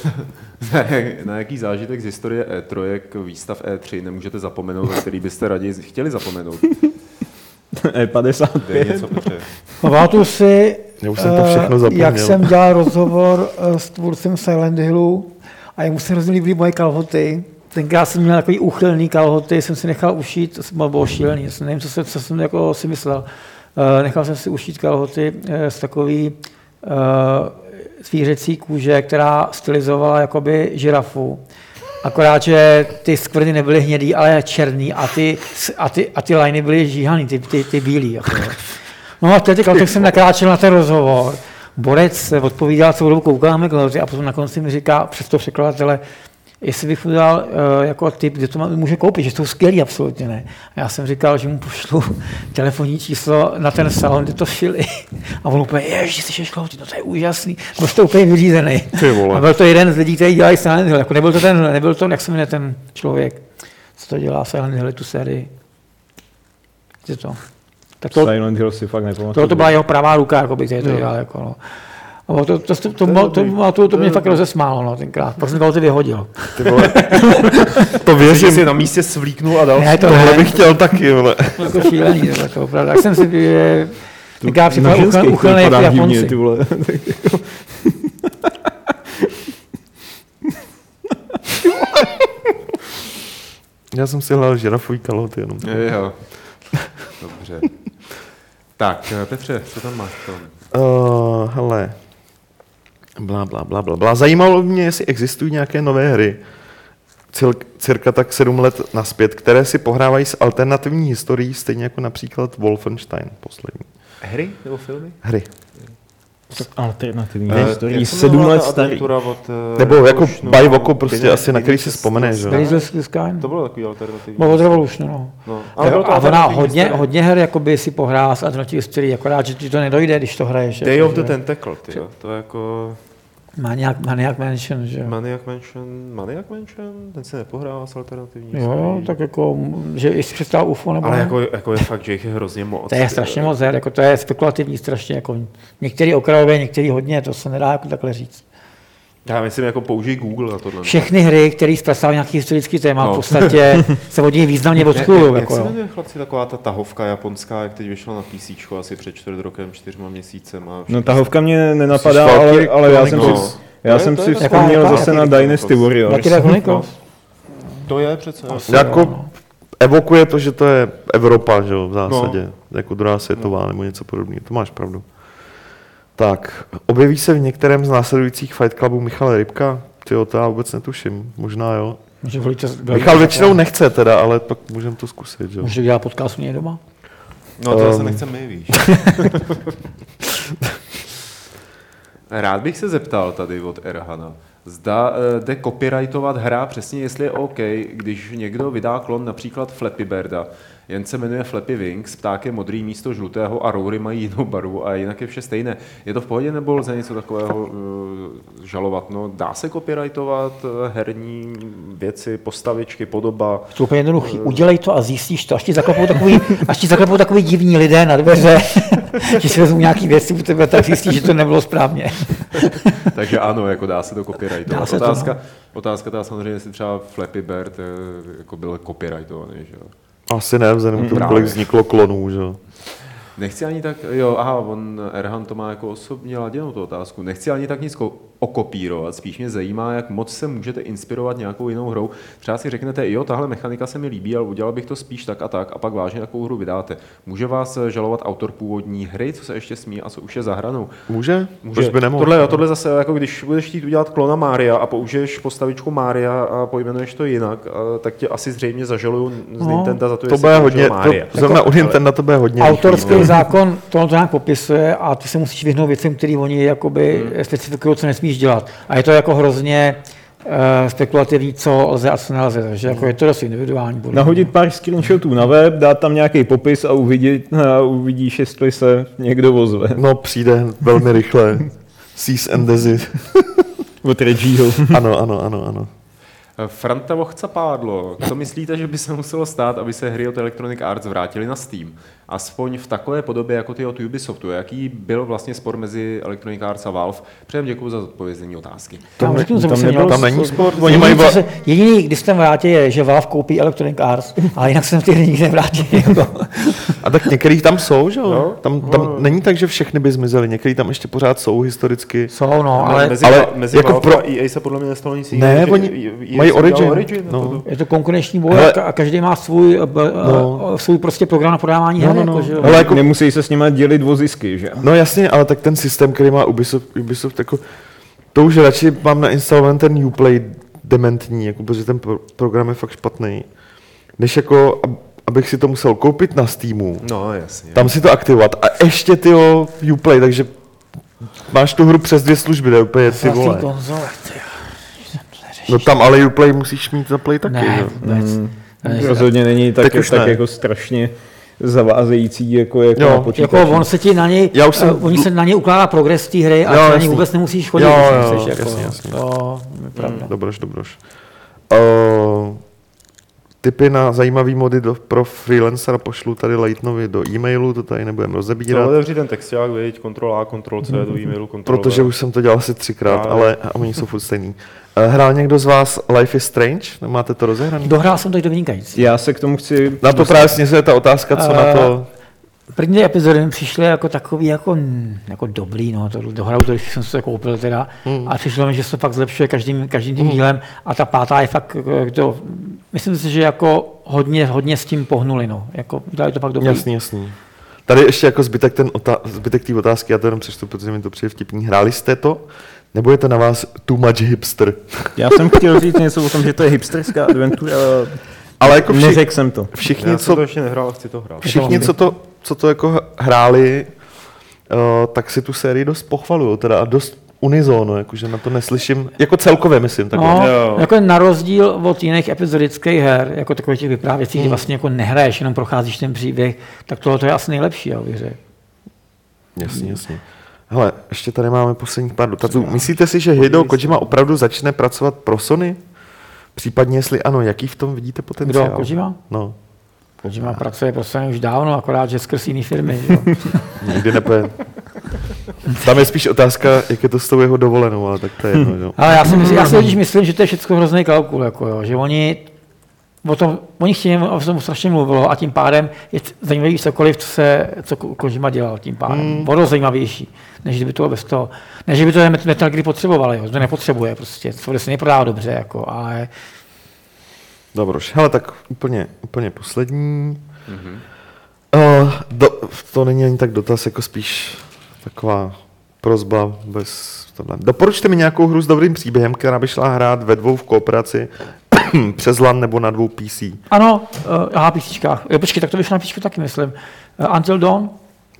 Speaker 2: Na jaký zážitek z historie E3, výstav E3 nemůžete zapomenout, na který byste raději chtěli zapomenout?
Speaker 3: E50.
Speaker 2: To je něco, Petře.
Speaker 1: Pamatuju si,
Speaker 4: Já už jsem to všechno
Speaker 1: eh,
Speaker 4: zapomněl.
Speaker 1: jak jsem dělal rozhovor eh, s tvůrcem Silent Hillu a jemu se hrozně líbily moje kalhoty. Tenkrát jsem měl takový úchylný kalhoty, jsem si nechal ušít, to jsem byl- bylo šílený, já jsem nevím, co jsem, co jsem jako si myslel. Eh, Nechal jsem si ušít kalhoty eh, z takový eh, zvířecí kůže, která stylizovala jakoby žirafu. Akorát, že ty skvrny nebyly hnědý, ale černý a ty, a ty, a ty liny byly žíhaný, ty, ty, ty bílý. Jako. jo. No a teď tak jsem nakráčel na ten rozhovor. Borec se odpovídal celou dobu, koukáme kalhoty a potom na konci mi říká přes to překladatele, jestli bych mu dal eh, jako typ, kde to má- může koupit, že jsou skvělý, absolutně ne. A já jsem říkal, že mu pošlu telefonní číslo na ten salon, kde to šili. A on úplně, ježiš, jsi šklouty, no to je úžasný. Byl jste úplně vyřízený.
Speaker 4: Ty vole.
Speaker 1: A byl to jeden z lidí, který dělají Silent Hill. Jako nebyl to ten, nebyl to, jak se jmenuje ten člověk, co to dělá Silent Hill, tu sérii. Je to. Tak to,
Speaker 3: Silent Hill si fakt nepamatuju.
Speaker 1: to, to byla jeho pravá ruka, jako by který to dělal. Jako, no. A bylo to, to, to, to, to, to, to, to mě fakt rozesmálo no, tenkrát. Proč jsem to vyhodil?
Speaker 4: Ty vole. To
Speaker 2: Že
Speaker 4: věřím.
Speaker 2: jsi na místě svlíknul a dal.
Speaker 1: Ne, to
Speaker 4: Tohle
Speaker 1: ne,
Speaker 4: bych chtěl taky, vole.
Speaker 1: to jako šílený, to jako opravdu. Jak jsem si že tenkrát
Speaker 3: Na
Speaker 1: připadal
Speaker 3: ženských to
Speaker 1: uchylný jako
Speaker 3: vypadá divně,
Speaker 1: Japonci.
Speaker 3: ty vole.
Speaker 4: Já jsem si hlal žirafují kaloty jenom.
Speaker 2: Jo. Dobře. Tak, eh, Petře, co tam máš v tom?
Speaker 4: Uh, hele. Blá, blá, blá, blá, blá. Zajímalo by mě, jestli existují nějaké nové hry, cil, cirka tak sedm let naspět, které si pohrávají s alternativní historií, stejně jako například Wolfenstein poslední.
Speaker 2: Hry nebo filmy?
Speaker 4: Hry.
Speaker 3: Alternativní
Speaker 2: Eh,
Speaker 3: historii,
Speaker 2: jak se
Speaker 3: sedm
Speaker 2: jmenovala
Speaker 3: let
Speaker 2: ta
Speaker 3: starý.
Speaker 2: adventura Od, eh,
Speaker 4: Nebo jako
Speaker 2: Revolutionu?
Speaker 4: by oko prostě
Speaker 2: Jediný-
Speaker 4: asi, na který si
Speaker 2: jediný-
Speaker 4: vzpomene, že jo?
Speaker 1: Blazers the Sky.
Speaker 2: To bylo takový alternativní.
Speaker 1: Bylo od Revolution, no.
Speaker 2: No,
Speaker 1: Ale
Speaker 2: bylo to
Speaker 1: a ona
Speaker 2: alternativní
Speaker 1: hodně,
Speaker 2: historie.
Speaker 1: hodně her jakoby si pohrá s Alternative Story, akorát, že ti to nedojde, když to hraješ.
Speaker 2: Day
Speaker 1: jako,
Speaker 2: of the
Speaker 1: že-
Speaker 2: Tentacle, ty, jo. to je jako
Speaker 1: Maniac, Maniac Mansion, že jo.
Speaker 2: Maniac Mansion, Maniac Mansion, ten se nepohrává s alternativní
Speaker 1: Jo,
Speaker 2: historií.
Speaker 1: tak jako, že jestli přestal UFO nebo
Speaker 2: Ale
Speaker 1: ne.
Speaker 2: jako, jako, je fakt, že jich je hrozně moc.
Speaker 1: To je strašně moc her, jako to je spekulativní strašně, jako některý okrajově, některý hodně, to se nedá jako takhle říct.
Speaker 2: Já myslím, jako použij Google na tohle.
Speaker 1: Všechny hry, které zpracovávají nějaký historický téma,
Speaker 2: No.
Speaker 1: v podstatě se od něj významně odchýlují.
Speaker 2: jak
Speaker 1: Jako,
Speaker 2: se
Speaker 1: jo.
Speaker 2: jmenuje, chlapci, taková ta tahovka japonská, jak teď vyšla na PC asi před čtvrt rokem, čtyřma měsícema.
Speaker 3: No tahovka mě nenapadá,
Speaker 5: Jsi
Speaker 3: ale,
Speaker 5: Valkyrie
Speaker 3: ale já jsem si,
Speaker 2: Chronicles.
Speaker 3: já
Speaker 2: To je-
Speaker 3: jsem
Speaker 2: to
Speaker 3: si
Speaker 2: je
Speaker 3: vzpomněl
Speaker 1: taková-
Speaker 3: zase na
Speaker 2: taková-
Speaker 3: Dynasty Warriors.
Speaker 1: Valkyria Chronicles.
Speaker 2: To je přece.
Speaker 4: Jako
Speaker 1: No.
Speaker 4: evokuje to, že to je Evropa, že jo, v zásadě. No. Jako druhá světová no. nebo něco podobného. To máš pravdu. Tak, objeví se v některém z následujících Fight Clubů Michal Rybka? Ty to já vůbec netuším. Možná jo.
Speaker 1: Může volit čas,
Speaker 4: Michal většinou nechce teda, ale pak můžeme to zkusit, že jo.
Speaker 1: Může udělat podcast u něj doma?
Speaker 2: No to se
Speaker 4: Ehm.
Speaker 2: nechce my, víš. Rád bych se zeptal tady od Erhana. Zda eh, jde copyrightovat hra přesně, jestli je OK, když někdo vydá klon například Flappy Birda, jen se jmenuje Flappy Wings, pták je modrý místo žlutého a roury mají jinou barvu a jinak je vše stejné. Je to v pohodě nebo lze něco takového eh, žalovat? No, dá se copyrightovat eh, herní věci, postavičky, podoba?
Speaker 1: To je úplně jednoduchý. Udělej to a zjistíš to. Až ti zaklepou takový, až ti zaklepou takový divní lidé na dveře, že si vezmou nějaký věci u tebe, tak zjistíš, že to nebylo správně.
Speaker 2: Takže ano, jako dá se to copyrightovat.
Speaker 1: Dá se to, no.
Speaker 2: otázka, otázka ta samozřejmě, jestli třeba Flappy Bird eh, jako byl copyrightovaný, že jo.
Speaker 4: Asi ne, vzhledem k tomu, kolik vzniklo klonů, že jo.
Speaker 2: Nechci ani tak, jo, aha, on Erhan to má jako osobně laděnou tu otázku. Nechci ani tak nic ko- okopírovat, spíš mě zajímá, jak moc se můžete inspirovat nějakou jinou hrou. Třeba si řeknete, jo, tahle mechanika se mi líbí, ale udělal bych to spíš tak a tak, a pak vážně takovou hru vydáte. Může vás eh, žalovat autor původní hry, co se ještě smí a co už je za hranou?
Speaker 4: Může?
Speaker 2: Může.
Speaker 4: Proč by nemohl?
Speaker 2: Tohle, jo, tohle zase, jako když budeš chtít udělat klona Mária a použiješ postavičku Mária a pojmenuješ to jinak, a, tak tě asi zřejmě zažaluju z
Speaker 1: No.
Speaker 2: Nintendo za to,
Speaker 4: to
Speaker 2: jestli
Speaker 4: bude
Speaker 2: použil
Speaker 4: hodně, to,
Speaker 2: Mária.
Speaker 4: zrovna u Nintendo to bude hodně.
Speaker 1: Autorský zákon tohle to nějak popisuje a ty se musíš vyhnout věcem, které oni jakoby
Speaker 4: Hmm.
Speaker 1: specifikují, co nesmíš dělat. A je to jako hrozně eh, spekulativní, co lze a co nelze. Takže
Speaker 4: Hmm.
Speaker 1: jako je to dost individuální. podle mě.
Speaker 3: Nahodit pár screenshotů na web, dát tam nějaký popis a uvidit, a uvidíš, jestli se někdo ozve
Speaker 4: No, přijde velmi rychle. Cease and desist.
Speaker 3: od Reggieho.
Speaker 4: Ano, ano, ano, ano.
Speaker 2: eh, Franta Vochca pádlo. Co myslíte, že by se muselo stát, aby se hry od Electronic Arts vrátily na Steam? Aspoň v takové podobě jako ty od Ubisoftu. Jaký byl vlastně spor mezi Electronic Arts a Valve? Přejem děkuji za zodpovězení otázky.
Speaker 1: Tam, řeknu, co
Speaker 3: tam
Speaker 1: jsem
Speaker 3: nebylo-
Speaker 1: měl.
Speaker 4: Tam není sport, oni
Speaker 1: Jediný,
Speaker 4: mají
Speaker 1: co
Speaker 4: va-
Speaker 1: se, jediný, když jsem vrátě, je, že Valve koupí Electronic Arts, ale jinak jsem ty hry nikdy nevrátil. Jako.
Speaker 4: A tak některých tam jsou, že jo?
Speaker 2: No,
Speaker 4: Tam, tam není tak, že všechny by zmizely, některý tam ještě pořád jsou historicky.
Speaker 1: Jsou, no, ale
Speaker 2: mezi,
Speaker 4: ale
Speaker 2: mezi
Speaker 4: jako
Speaker 2: Valve
Speaker 4: pro-
Speaker 2: a EA se podle mě nestalo nic
Speaker 4: Ne,
Speaker 2: jiného, že
Speaker 4: oni
Speaker 2: EA
Speaker 4: mají
Speaker 2: si udělal
Speaker 4: Origin,
Speaker 2: no.
Speaker 4: no.
Speaker 2: to-
Speaker 1: je to konkurenční boj
Speaker 4: Hele-
Speaker 1: a ka- a každý má svůj, no.
Speaker 4: No.
Speaker 1: svůj prostě program na podávání her. Jako, že jo.
Speaker 3: Ale jako... Nemusí se s nimi dělit o zisky, že?
Speaker 4: No jasně, ale tak ten systém, který má Ubisoft, Ubisoft jako, to už radši mám nainstalovaný ten Uplay dementní, jako, protože ten pro, program je fakt špatný, než jako, ab- abych si to musel koupit na Steamu,
Speaker 2: no jasně.
Speaker 4: tam si to aktivovat a ještě ty Uplay, takže máš tu hru přes dvě služby, to je úplně ty
Speaker 1: Vlastní
Speaker 4: vole.
Speaker 1: konzole, ty jo.
Speaker 4: No tam ale Uplay musíš mít na Play taky,
Speaker 1: Ne,
Speaker 4: jo. Mm.
Speaker 1: vůbec. Ne, jako
Speaker 3: Rozhodně není tak,
Speaker 4: Teď už
Speaker 3: tak
Speaker 4: ne.
Speaker 3: jako strašně zavázející jako, jako
Speaker 4: Jo,
Speaker 3: na počítači.
Speaker 1: Jako on se ti na něj,
Speaker 4: Já už jsem-
Speaker 1: eh, oni se na něj ukládá progres té hry a
Speaker 4: Jo,
Speaker 1: ty na něj
Speaker 4: jasný.
Speaker 1: vůbec nemusíš chodit. jako
Speaker 4: Jo,
Speaker 1: když
Speaker 4: jo,
Speaker 1: nechceš,
Speaker 4: jasně, jasně.
Speaker 1: To je pravda.
Speaker 4: Dobroš, dobroš. Uh, typy na zajímavý mody do, pro freelancera pošlu tady Lightnovi do e-mailu, to tady nebudem
Speaker 2: No,
Speaker 4: rozebírat,
Speaker 2: otevři ten text, jak věď, kontrol A, kontrol C, do e-mailu, kontrol V.
Speaker 4: protože už jsem to dělal asi třikrát,
Speaker 2: Ale-
Speaker 4: ale oni jsou furt stejný. Eh, Hrál někdo z vás Life is Strange? Nemáte to rozehraný?
Speaker 1: Dohrál jsem to i do vynikající.
Speaker 3: Já se k tomu chci...
Speaker 4: Na to právě směřuje ta otázka, co na to...
Speaker 1: První epizody mi přišly jako takový jako, mm, jako dobrý, no, to dohraju to, když jsem se to koupil teda, mm. a přišlo mi, že se to fakt zlepšuje každým, každým
Speaker 4: Mm.
Speaker 1: tím dílem a ta pátá je fakt, eh, to, myslím si, že jako hodně, hodně s tím pohnuli, no, jako dali to fakt dobrý.
Speaker 4: Jasný, jasný. Tady ještě jako zbytek, ten otá- zbytek té otázky, já to jenom přečtu, protože mi to přijde vtipný. Hráli jste to? Nebo je to na vás too much hipster?
Speaker 3: Já jsem chtěl říct něco o tom, že to je hipsterská adventura, ale
Speaker 4: Ale jako vši-
Speaker 3: neřekl jsem to.
Speaker 4: všichni,
Speaker 2: Já
Speaker 4: co
Speaker 2: jsem to ještě nehrál, chci to hrát.
Speaker 4: všichni, co to, co to jako h- hráli, eh, tak si tu sérii dost pochvalují, teda a dost unizono, jakože na to neslyším, jako celkově myslím takhle.
Speaker 1: No,
Speaker 2: Jo.
Speaker 1: jako na rozdíl od jiných epizodických her, jako takových těch vyprávěcí, kdy vlastně jako nehraješ, jenom procházíš ten příběh, tak tohle to je asi nejlepší, já bych řekl.
Speaker 4: Jasně, jasně. Hele, ještě tady máme posledních pár dotazů. Myslíte si, že Hideo Kojima opravdu začne pracovat pro Sony? Případně, jestli ano, jaký v tom vidíte potenciál?
Speaker 1: Kdo, Kojima?
Speaker 4: No,
Speaker 1: Kojima pracuje prostě už dávno, akorát, že skrz jiný firmy. že jo.
Speaker 4: nikdy nepoje. Tam je spíš otázka, jak je to s tou jeho dovolenou, ale tak to je jedno, jo.
Speaker 1: Ale já si, myslím, já si totiž myslím, že to je všechno hrozný kalkul, jako jo, že oni o tom, oni chtějí, o tom strašně mluvilo a tím pádem je c- zajímavý cokoliv, co se co Ko- Kojima dělal tím pádem. Mm. Bylo zajímavější, než kdyby to bylo bez toho. Než kdyby to Met- Metal Gear potřeboval, jo, to nepotřebuje prostě, to se neprodá dobře, jako, ale
Speaker 4: Dobroš, hele, tak úplně, úplně poslední. Uh, do, to není ani tak dotaz, jako spíš taková prozba bez tohle. Doporučte mi nějakou hru s dobrým příběhem, která by šla hrát ve dvou v kooperaci přes LAN nebo na dvou PC.
Speaker 1: ano, uh, aha, písničkách. Jo, Počkej, tak to vyšlo na písničku taky, myslím. Uh, Until Dawn,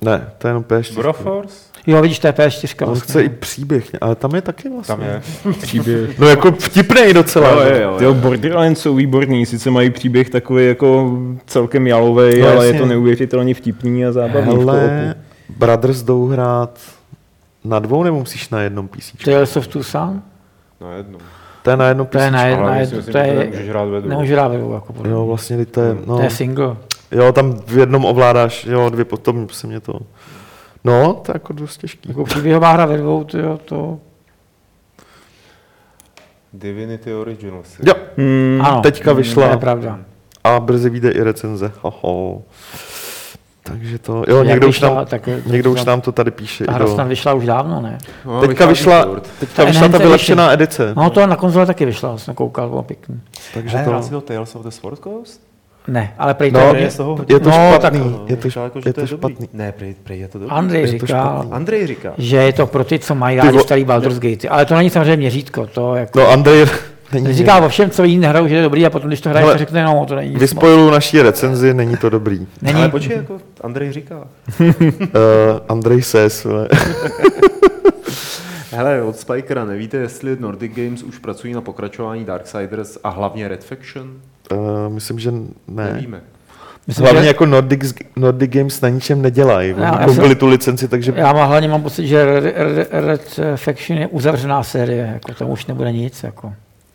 Speaker 4: Ne, to je jenom PS4.
Speaker 5: Broforce?
Speaker 1: jo, vidíš, to je P4.
Speaker 4: On
Speaker 1: vlastně.
Speaker 4: chce i příběh, ale tam je taky vlastně.
Speaker 5: Tam je.
Speaker 3: Příběh.
Speaker 4: No jako vtipnej docela.
Speaker 2: Jo,
Speaker 4: že?
Speaker 2: jo, jo.
Speaker 3: Jo, Borderlands jsou výborný, sice mají příběh takový jako celkem jalový,
Speaker 4: No,
Speaker 3: no, ale je
Speaker 4: jasně.
Speaker 3: to neuvěřitelně vtipný a zábavný v
Speaker 4: Hele,
Speaker 3: koopu.
Speaker 4: Brothers jdou hrát na dvou nebo musíš na jednom PC?
Speaker 1: Tales of Tucson?
Speaker 5: Na jednu.
Speaker 4: To je na jednom
Speaker 1: To je
Speaker 4: PC.
Speaker 1: na jedno,
Speaker 5: Ale
Speaker 1: na
Speaker 5: myslím
Speaker 1: jedno-
Speaker 5: si,
Speaker 1: to
Speaker 5: že to
Speaker 1: je,
Speaker 5: nemůžeš hrát ve dvou.
Speaker 1: nemůže hrát ve dvou, jako podle mě.
Speaker 4: Jo, vlastně, teď to je, no,
Speaker 1: To je single.
Speaker 4: jo, tam v jednom ovládáš, jo, dvě potom se mě to... No, to je jako dost těžký.
Speaker 1: Jako příběhová hra ve dvou, to, jo, to
Speaker 5: Divinity Originals.
Speaker 4: Jo,
Speaker 3: Hmm,
Speaker 1: ano,
Speaker 4: teďka vyšla.
Speaker 1: To je pravda.
Speaker 4: a brzy vyjde i recenze, hoho. Takže to, jo, No, někdo už,
Speaker 1: vyšla,
Speaker 4: nám,
Speaker 1: tak je-
Speaker 4: někdo už
Speaker 1: ta-
Speaker 4: nám to tady píše.
Speaker 1: Ta
Speaker 4: i
Speaker 1: hra
Speaker 4: do,
Speaker 1: snad vyšla už dávno, ne?
Speaker 2: No,
Speaker 4: teďka
Speaker 2: vychází
Speaker 4: vyšla,
Speaker 2: furt.
Speaker 4: teďka vyšla ta
Speaker 1: Enhanced
Speaker 4: vylepšená edice,
Speaker 1: No to na konzole taky vyšla, jsem koukal, bylo pěkný.
Speaker 4: takže
Speaker 2: Hele, hrál jsi
Speaker 4: to...
Speaker 2: to Tales of the Sword Coast?
Speaker 1: Ne, ale prej to
Speaker 4: No,
Speaker 2: je
Speaker 1: je,
Speaker 2: z toho hodně.
Speaker 4: Je to
Speaker 1: No, tak-
Speaker 4: špatný,
Speaker 2: No,
Speaker 4: je to,
Speaker 2: říkal jako, že
Speaker 4: je
Speaker 2: je
Speaker 4: to
Speaker 2: dobrý.
Speaker 4: špatný. No,
Speaker 2: Ne, prej, prej je to dobrý.
Speaker 1: Andrej
Speaker 4: je to špatný.
Speaker 1: říkal,
Speaker 2: Andrej říká.
Speaker 1: že je to pro ty, co mají
Speaker 4: Ty
Speaker 1: rádi
Speaker 4: vo-
Speaker 1: starý Baldur's Gate, ale to není samozřejmě měřítko, to jako...
Speaker 4: No, Andrej není...
Speaker 1: Říká o všem, co jiný hrajou, že je dobrý a potom, když to hraje,
Speaker 4: Hele,
Speaker 1: tak řekne, no, to není nic moc.
Speaker 4: Vyspojuju naší recenzi, není to dobrý.
Speaker 1: Není,
Speaker 2: Ale počkej, jako Andrej říká.
Speaker 4: Uh, Andrej Ses, vole.
Speaker 2: Hele, od Spikera nevíte, jestli Nordic Games už pracují na pokračování Darksiders a hlavně Red Faction?
Speaker 4: uh, myslím, že ne.
Speaker 2: Nevíme.
Speaker 1: myslím,
Speaker 4: Hlavně
Speaker 1: že-
Speaker 4: jako Nordic, Nordic Games na ničem nedělají. Oni
Speaker 1: Já- já
Speaker 4: koupili
Speaker 1: jsem-
Speaker 4: tu licenci, takže
Speaker 1: Já mám, hlavně mám pocit, že Red, Red, Red Faction je uzavřená série, jako tam už nebude nic, jako.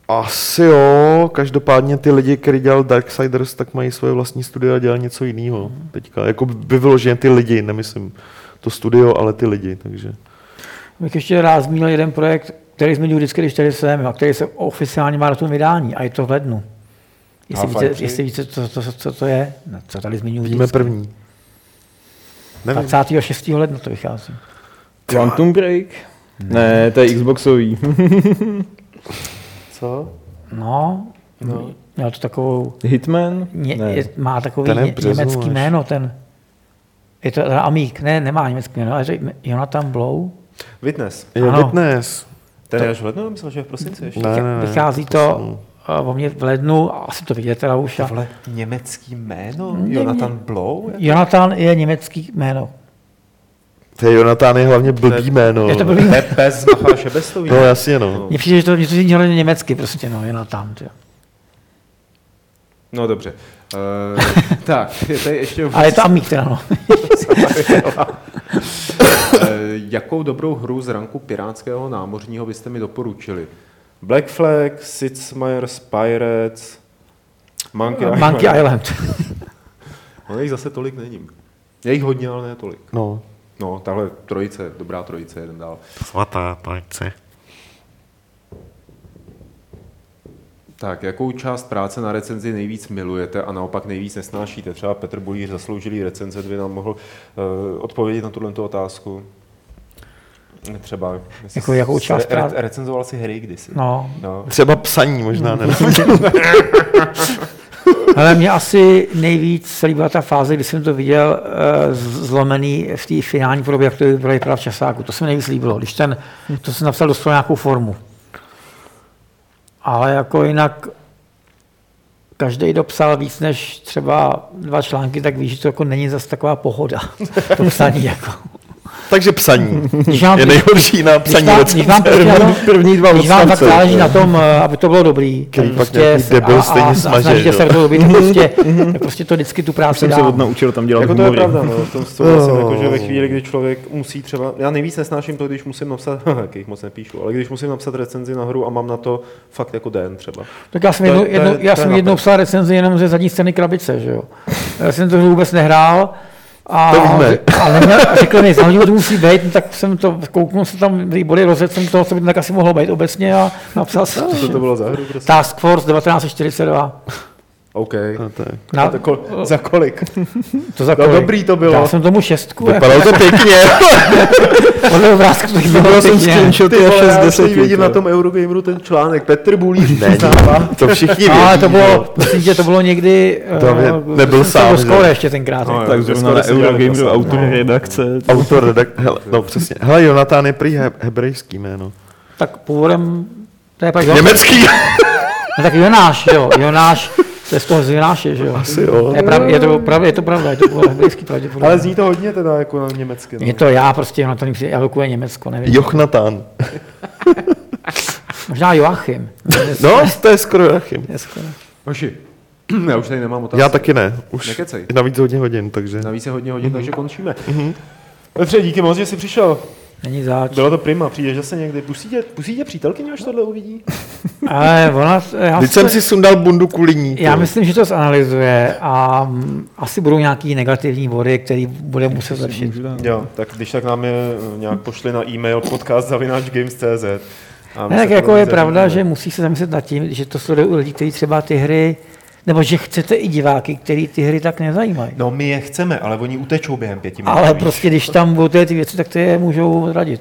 Speaker 4: asi jo. Každopádně ty lidi, kteří dělal Darksiders, tak mají svoje vlastní studio a dělají něco jiného. Teďka, jako by vyloženě ty lidi, nemyslím to studio, ale ty lidi, takže.
Speaker 1: Bych ještě rád zmínil jeden projekt, který zmiňuji vždycky, když tady jsem, a který se oficiálně má na tom vydání, a je to v lednu. Jestli
Speaker 5: Half-Life
Speaker 1: víte,
Speaker 5: 3?
Speaker 1: jestli víte co, co, co, to je, no, co tady zmiňuji
Speaker 4: Víme
Speaker 1: vždycky.
Speaker 4: první. Nevím.
Speaker 1: 26. ledna to vychází.
Speaker 3: Quantum Break? Ne, to je Xboxový.
Speaker 4: Co?
Speaker 1: No, no. měl to takovou,
Speaker 3: Hitman?
Speaker 1: ně,
Speaker 3: Ne.
Speaker 1: je, má takový
Speaker 4: Ten je
Speaker 1: ně,
Speaker 4: březnu
Speaker 1: německý
Speaker 4: až.
Speaker 1: jméno, ten, je to teda Amík, ne, nemá německý jméno, ale řek- Jonathan Blow,
Speaker 2: Witness.
Speaker 4: Je
Speaker 1: Ano.
Speaker 4: Witness.
Speaker 2: Ten je až v lednu, myslím, že je v prosinci ještě.
Speaker 4: Ne, ne, ne.
Speaker 1: vychází to eh, o mě v lednu, a asi to vidět teda už. A
Speaker 2: Tohle německý jméno?
Speaker 1: Ně-
Speaker 2: Jonathan Blow?
Speaker 1: Jonathan je německý jméno.
Speaker 4: To je Jonatán je hlavně blbý jméno.
Speaker 1: Je to blbý
Speaker 2: To je pes Bacha Šebestový.
Speaker 4: No jasně no.
Speaker 1: Mně přijde, že to něco zní hodně německy prostě, no, jen tam. Tě.
Speaker 5: No dobře.
Speaker 2: Eh, tak, je tady ještě...
Speaker 1: Ale je to amík teda, no.
Speaker 2: Eh, jakou dobrou hru z ranku pirátského námořního byste mi doporučili?
Speaker 5: Black Flag, Sid Meier's Pirates, Monkey Island.
Speaker 1: Eh, Monkey Island.
Speaker 2: No jich zase tolik není. Je jich hodně, ale ne tolik.
Speaker 4: No.
Speaker 2: No, tahle trojice, dobrá trojice, jeden dál.
Speaker 4: Svatá pánce.
Speaker 2: Tak, jakou část práce na recenzi nejvíc milujete a naopak nejvíc nesnášíte? Třeba Petr Bulíř, zasloužilý recenze, by nám mohl uh, odpovědět na tuhle otázku. Třeba... jestli
Speaker 1: Jako jakou
Speaker 2: jsi
Speaker 1: část
Speaker 2: re-
Speaker 1: práce?
Speaker 2: recenzoval si hry kdysi.
Speaker 1: No.
Speaker 2: no.
Speaker 4: Třeba psaní možná, ne?
Speaker 1: Ale mě asi nejvíc se líbila ta fáze, kdy jsem to viděl eh, z- zlomený v té finální podobě, jak to vypadá v časáku. To se mi nejvíc líbilo, když ten, to jsem napsal, dostal nějakou formu. Ale jako jinak každý dopsal víc než třeba dva články, tak víš, že to jako není zas taková pohoda. To psaní jako.
Speaker 4: Takže psaní.
Speaker 1: Když vám-
Speaker 4: Je nejhorší na
Speaker 1: Když
Speaker 4: psaní
Speaker 1: vám,
Speaker 4: recenze.
Speaker 1: když vám, prostě, ano,
Speaker 3: první dva
Speaker 1: když vám tak
Speaker 3: odstavce.
Speaker 1: záleží na tom, eh, aby to bylo dobrý, tak prostě
Speaker 4: Který pak nějaký
Speaker 1: se-
Speaker 4: debil
Speaker 1: a,
Speaker 4: stejně
Speaker 1: a, a
Speaker 4: smaže,
Speaker 1: snažíte
Speaker 4: že
Speaker 1: se
Speaker 4: jo?
Speaker 1: to dobrý, tak prostě, tak prostě to vždycky tu
Speaker 3: Už
Speaker 1: práci
Speaker 3: jsem se
Speaker 1: dá.
Speaker 3: odnaučil tam dělat
Speaker 5: Jako to je
Speaker 3: humory.
Speaker 5: pravda, no, v tom souhlasím, jako, že ve chvíli, kdy člověk musí třeba, já nejvíc nesnáším to, když musím napsat, jakých moc nepíšu, ale když musím napsat recenzi na hru a mám na to fakt jako den třeba.
Speaker 1: Tak já jsem,
Speaker 5: To je- to
Speaker 1: jednou,
Speaker 5: je-
Speaker 1: jednou,
Speaker 5: to
Speaker 1: já
Speaker 5: je
Speaker 1: jsem
Speaker 5: na
Speaker 1: jednou
Speaker 5: to.
Speaker 1: psal recenzi jenom ze zadní scény krabice, že jo. Já jsem to vůbec nehrál, A,
Speaker 4: To víme.
Speaker 1: a, neměl, a řekl mi, za to musí být, no tak jsem to, kouknul jsem tam, který body rozjet jsem toho, co by tak asi mohlo být obecně a napsal jsem.
Speaker 2: Co to bylo za hru? Prostě?
Speaker 1: Task Force 1942.
Speaker 2: OK.
Speaker 4: No, to je-
Speaker 1: Na,
Speaker 2: To kol, za kolik?
Speaker 1: to za
Speaker 2: No
Speaker 1: kolik?
Speaker 2: dobrý to bylo.
Speaker 1: Dal jsem tomu šestku. jako,
Speaker 4: Vypadalo to pěkně.
Speaker 1: Podle obrázku to
Speaker 4: Byl
Speaker 1: bylo
Speaker 4: jsem
Speaker 1: pěkně.
Speaker 4: screenshoty
Speaker 2: Ty
Speaker 4: a
Speaker 2: vole, já
Speaker 4: 6
Speaker 2: jsem viděl na tom Eurogameru ten článek. Petr Bulíř přiznává.
Speaker 4: To všichni
Speaker 1: No, ale to
Speaker 4: vědí,
Speaker 1: bylo,
Speaker 4: jo.
Speaker 1: myslím, že to bylo někdy...
Speaker 4: To
Speaker 1: eh,
Speaker 4: ne- nebyl
Speaker 1: jsem
Speaker 4: sám,
Speaker 1: To
Speaker 4: že?
Speaker 1: bylo skoro ještě tenkrát.
Speaker 2: No,
Speaker 1: No,
Speaker 2: jo.
Speaker 3: Tak zrovna
Speaker 2: Skoro
Speaker 3: na
Speaker 2: si dělali
Speaker 3: Eurogameru
Speaker 2: klasák,
Speaker 3: autor redakce.
Speaker 4: Autor, redak, hele, no přesně. Hele, Jonatán je prý he, hebrejský jméno.
Speaker 1: tak původem... To je pak jo,
Speaker 4: Německý!
Speaker 1: no, tak Jonáš, jo, Jonáš, to je z toho z Jonáše, že jo.
Speaker 4: Asi jo.
Speaker 1: Je, prav, je, to, prav, je to pravda, je to původem hebrejský pravděpodobně.
Speaker 2: Ale zní to hodně teda jako na německy.
Speaker 1: Je to já prostě, ono to mi přijde, evokuje Německo, nevím.
Speaker 4: Jochnatán.
Speaker 1: Možná Joachim.
Speaker 4: No, to je skoro Joachim.
Speaker 1: Dneska.
Speaker 2: Hoši, já už tady nemám otázky.
Speaker 4: Já taky ne. Už
Speaker 2: Nekecej.
Speaker 4: je navíc hodně hodin, takže.
Speaker 2: Navíc je hodně hodin, takže končíme. Petře, díky moc, že jsi přišel.
Speaker 1: Není zač.
Speaker 4: No.
Speaker 2: Bylo to prima, přijdeš zase někdy. Pusí tě, pusí tě přítelkyně, až tohle uvidí?
Speaker 1: Ale ona, já,
Speaker 4: Teď jsem si sundal bundu kvůli ní.
Speaker 1: já
Speaker 4: ty.
Speaker 1: myslím, že to zanalizuje a mm, asi budou nějaký negativní body, který bude muset zlepšit.
Speaker 2: Jo, tak když tak nám je eh, nějak pošli na e-mail podcast zavináčgames.cz. A my
Speaker 1: Ne,
Speaker 2: se
Speaker 1: tak jako
Speaker 2: podle
Speaker 1: je
Speaker 2: ní
Speaker 1: pravda,
Speaker 2: zařídíme.
Speaker 1: že musí se zamyslet nad tím, že to sledují lidi, kteří třeba ty hry, nebo že chcete i diváky, který ty hry tak nezajímají.
Speaker 2: No my je chceme, ale oni utečou během pěti
Speaker 4: no,
Speaker 2: minut.
Speaker 1: Ale
Speaker 2: víš.
Speaker 1: prostě, když tam budou ty, ty věci, tak ty je můžou radit.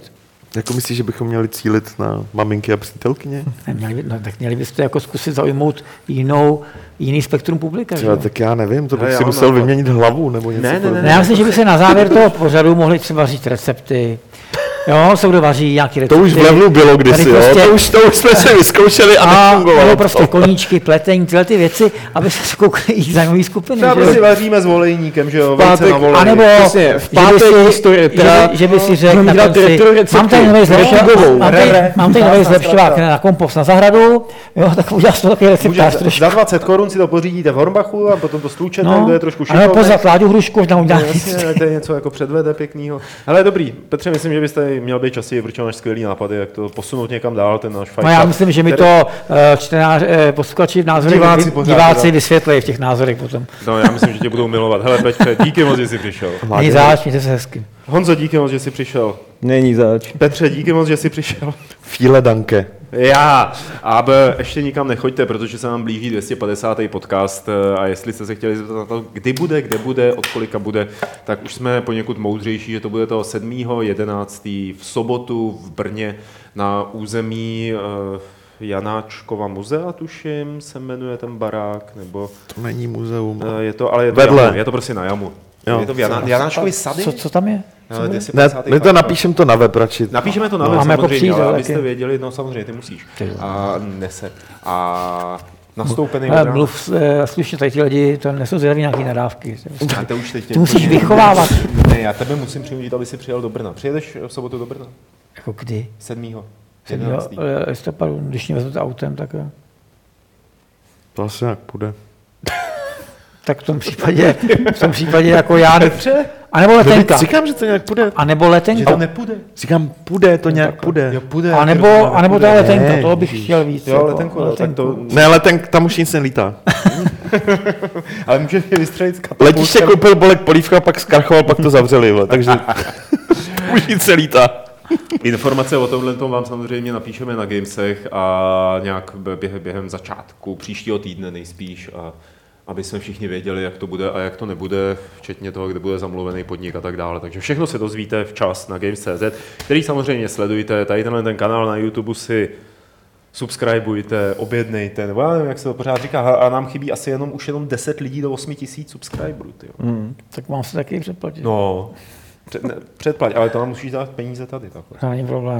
Speaker 4: Jako myslíš, že bychom měli cílit na maminky a přítelkyně?
Speaker 1: Neměli, by- no, tak měli byste jako zkusit zaujmout jinou, jiný spektrum publika. že
Speaker 4: Třeba,
Speaker 1: jo?
Speaker 4: tak já nevím, to bych
Speaker 2: Hele, já
Speaker 4: si
Speaker 2: mám
Speaker 4: musel
Speaker 2: nápad.
Speaker 4: vyměnit hlavu nebo něco.
Speaker 2: Ne, ne, ne,
Speaker 4: podobného.
Speaker 1: Ne, já myslím, že by se na závěr toho pořadu mohli třeba říct recepty. Jo, jsou kdo vaří nějaký
Speaker 4: To
Speaker 1: recepty.
Speaker 4: už v levlu bylo kdysi,
Speaker 1: Tady
Speaker 4: jo?
Speaker 1: prostě-
Speaker 4: To už, to už jsme si vyzkoušeli a
Speaker 1: a nebo
Speaker 4: nefungovalo.
Speaker 1: prostě koníčky, pletení, tyhle ty věci, aby se koukali jich zajímavý skupiny.
Speaker 2: Třeba
Speaker 1: že jo?
Speaker 2: prostě vaříme s volejníkem, že jo, vejce
Speaker 3: pátek-
Speaker 2: na volej.
Speaker 1: A nebo,
Speaker 3: Přesně, v pátek historie, teda-
Speaker 1: že, by si
Speaker 2: jako
Speaker 1: řekl
Speaker 3: budeme
Speaker 1: na
Speaker 3: dělat
Speaker 1: konci,
Speaker 3: retro recepty,
Speaker 1: mám tady nový zlepšovák,
Speaker 3: retrogovou.
Speaker 1: mám tady,
Speaker 2: Re, re.
Speaker 1: mám tady nový zlepšovák na kompost na zahradu, jo, tak uděláš to takový
Speaker 2: Můžete,
Speaker 1: receptář trošku.
Speaker 2: za 20 korun si to pořídíte v Hornbachu a potom to stlučete, no,
Speaker 1: No,
Speaker 2: kdo je trošku
Speaker 1: ale
Speaker 2: šikovný.
Speaker 1: pozvat Láďu Hrušku, už tam udělá
Speaker 2: No,
Speaker 1: nic.
Speaker 2: jasně, to je něco jako předvede pěknýho. Ale dobrý, Petře, myslím, že byste měl být častěji, protože máš skvělý nápady, jak to posunout někam dál, ten náš fight.
Speaker 1: No já
Speaker 2: Club.
Speaker 1: myslím, že mi
Speaker 2: Který-
Speaker 1: to eh, čtenář, eh, posluchači v názorech,
Speaker 2: Diváci
Speaker 1: diváci,
Speaker 2: pořád,
Speaker 1: diváci
Speaker 2: jo.
Speaker 1: vysvětlí v těch názorech potom.
Speaker 2: No, já myslím, že tě budou milovat. Hele, Petře, díky moc, že jsi přišel.
Speaker 1: Není záč, mějte se hezky.
Speaker 2: Honzo, díky moc, že jsi přišel.
Speaker 3: Není zač.
Speaker 2: Petře, díky moc, že jsi přišel.
Speaker 4: Fíle danke.
Speaker 2: Já, AB, ještě nikam nechoďte, protože se nám blíží 250. podcast eh, a jestli jste se chtěli zeptat na to, kdy bude, kde bude, od kolika bude, tak už jsme poněkud moudřejší, že to bude toho 7. 11. v sobotu v Brně na území eh, Janáčkova muzea, tuším, se jmenuje ten barák, nebo
Speaker 4: To není muzeum.
Speaker 2: eh, je to, ale je to,
Speaker 4: Vedle.
Speaker 2: Jamu, je to prostě na jamu.
Speaker 4: Jo.
Speaker 2: Je to v Jana, Janáčkovi sady?
Speaker 1: Co, co tam je?
Speaker 2: Eh, 250.
Speaker 4: Ne, my to
Speaker 2: podcast.
Speaker 4: napíšem to na web radši.
Speaker 2: Napíšeme to na
Speaker 1: No,
Speaker 2: web,
Speaker 1: máme jako
Speaker 2: samozřejmě,
Speaker 1: přijít,
Speaker 2: ale
Speaker 1: ale
Speaker 2: abyste
Speaker 1: taky.
Speaker 2: věděli, no samozřejmě, ty musíš. A nese. A nastoupený
Speaker 1: Eh,
Speaker 2: od rána.
Speaker 1: Mluv eh, slušně, tady ti lidi, to nesou zvědaví nějaký nadávky.
Speaker 2: A to už teď
Speaker 1: Ty musíš
Speaker 2: úplně-
Speaker 1: vychovávat.
Speaker 2: Ne, já tebe musím přinutit, aby si přijel do Brna. Přijedeš v sobotu do Brna?
Speaker 1: Jako kdy?
Speaker 2: 7.
Speaker 1: 7.
Speaker 2: 11.
Speaker 1: listopadu, když mě vezmete autem, tak, eh. jo.
Speaker 4: To asi Vlastně nějak půjde.
Speaker 1: tak v tom případě, v tom případě jako já, a nebo letenka,
Speaker 4: Říkám, že to nějak půjde.
Speaker 1: a nebo
Speaker 2: Že to
Speaker 1: letenka,
Speaker 2: nepůjde.
Speaker 4: Říkám, půjde, to nějak
Speaker 2: Jo,
Speaker 4: No půjde.
Speaker 2: půjde.
Speaker 1: a nebo, a nebo ta letenka,
Speaker 4: Ne,
Speaker 1: toho bych chtěl víc.
Speaker 2: Jo,
Speaker 1: jako,
Speaker 2: letenku, no, tak to...
Speaker 4: Ne, ale ten, tam už nic nelítá.
Speaker 2: Ale můžeš mě vystřelit z katapultem.
Speaker 4: Letiště koupil Bolek Polívka, pak zkrachoval, pak to zavřeli, vole, takže už nic nelítá.
Speaker 2: Informace o tomhle tom vám samozřejmě napíšeme na Gamesech a nějak během, během začátku příštího týdne nejspíš, a aby jsme všichni věděli, jak to bude a jak to nebude, včetně toho, kde bude zamluvený podnik a tak dále. Takže všechno se dozvíte včas na Games.cz, který samozřejmě sledujte. Tady tenhle ten kanál na YouTube si subscribeujte, objednejte, nebo já nevím, jak se to pořád říká, a nám chybí asi jenom už jenom 10 lidí do 8 tisíc subscriberů. Tyjo.
Speaker 1: Tak mám se taky přeplatit. No.
Speaker 2: No, před, ne, předplať, ale to nám musíš dát peníze tady takhle.
Speaker 1: Není problém.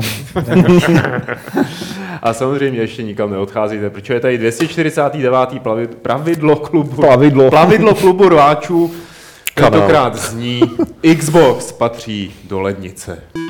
Speaker 2: A samozřejmě ještě nikam neodcházíte, protože je tady 249. plavi- pravidlo klubu.
Speaker 3: Plavidlo.
Speaker 2: Plavidlo klubu rváčů.
Speaker 4: Kanál.
Speaker 2: Tentokrát zní, Xbox patří do lednice.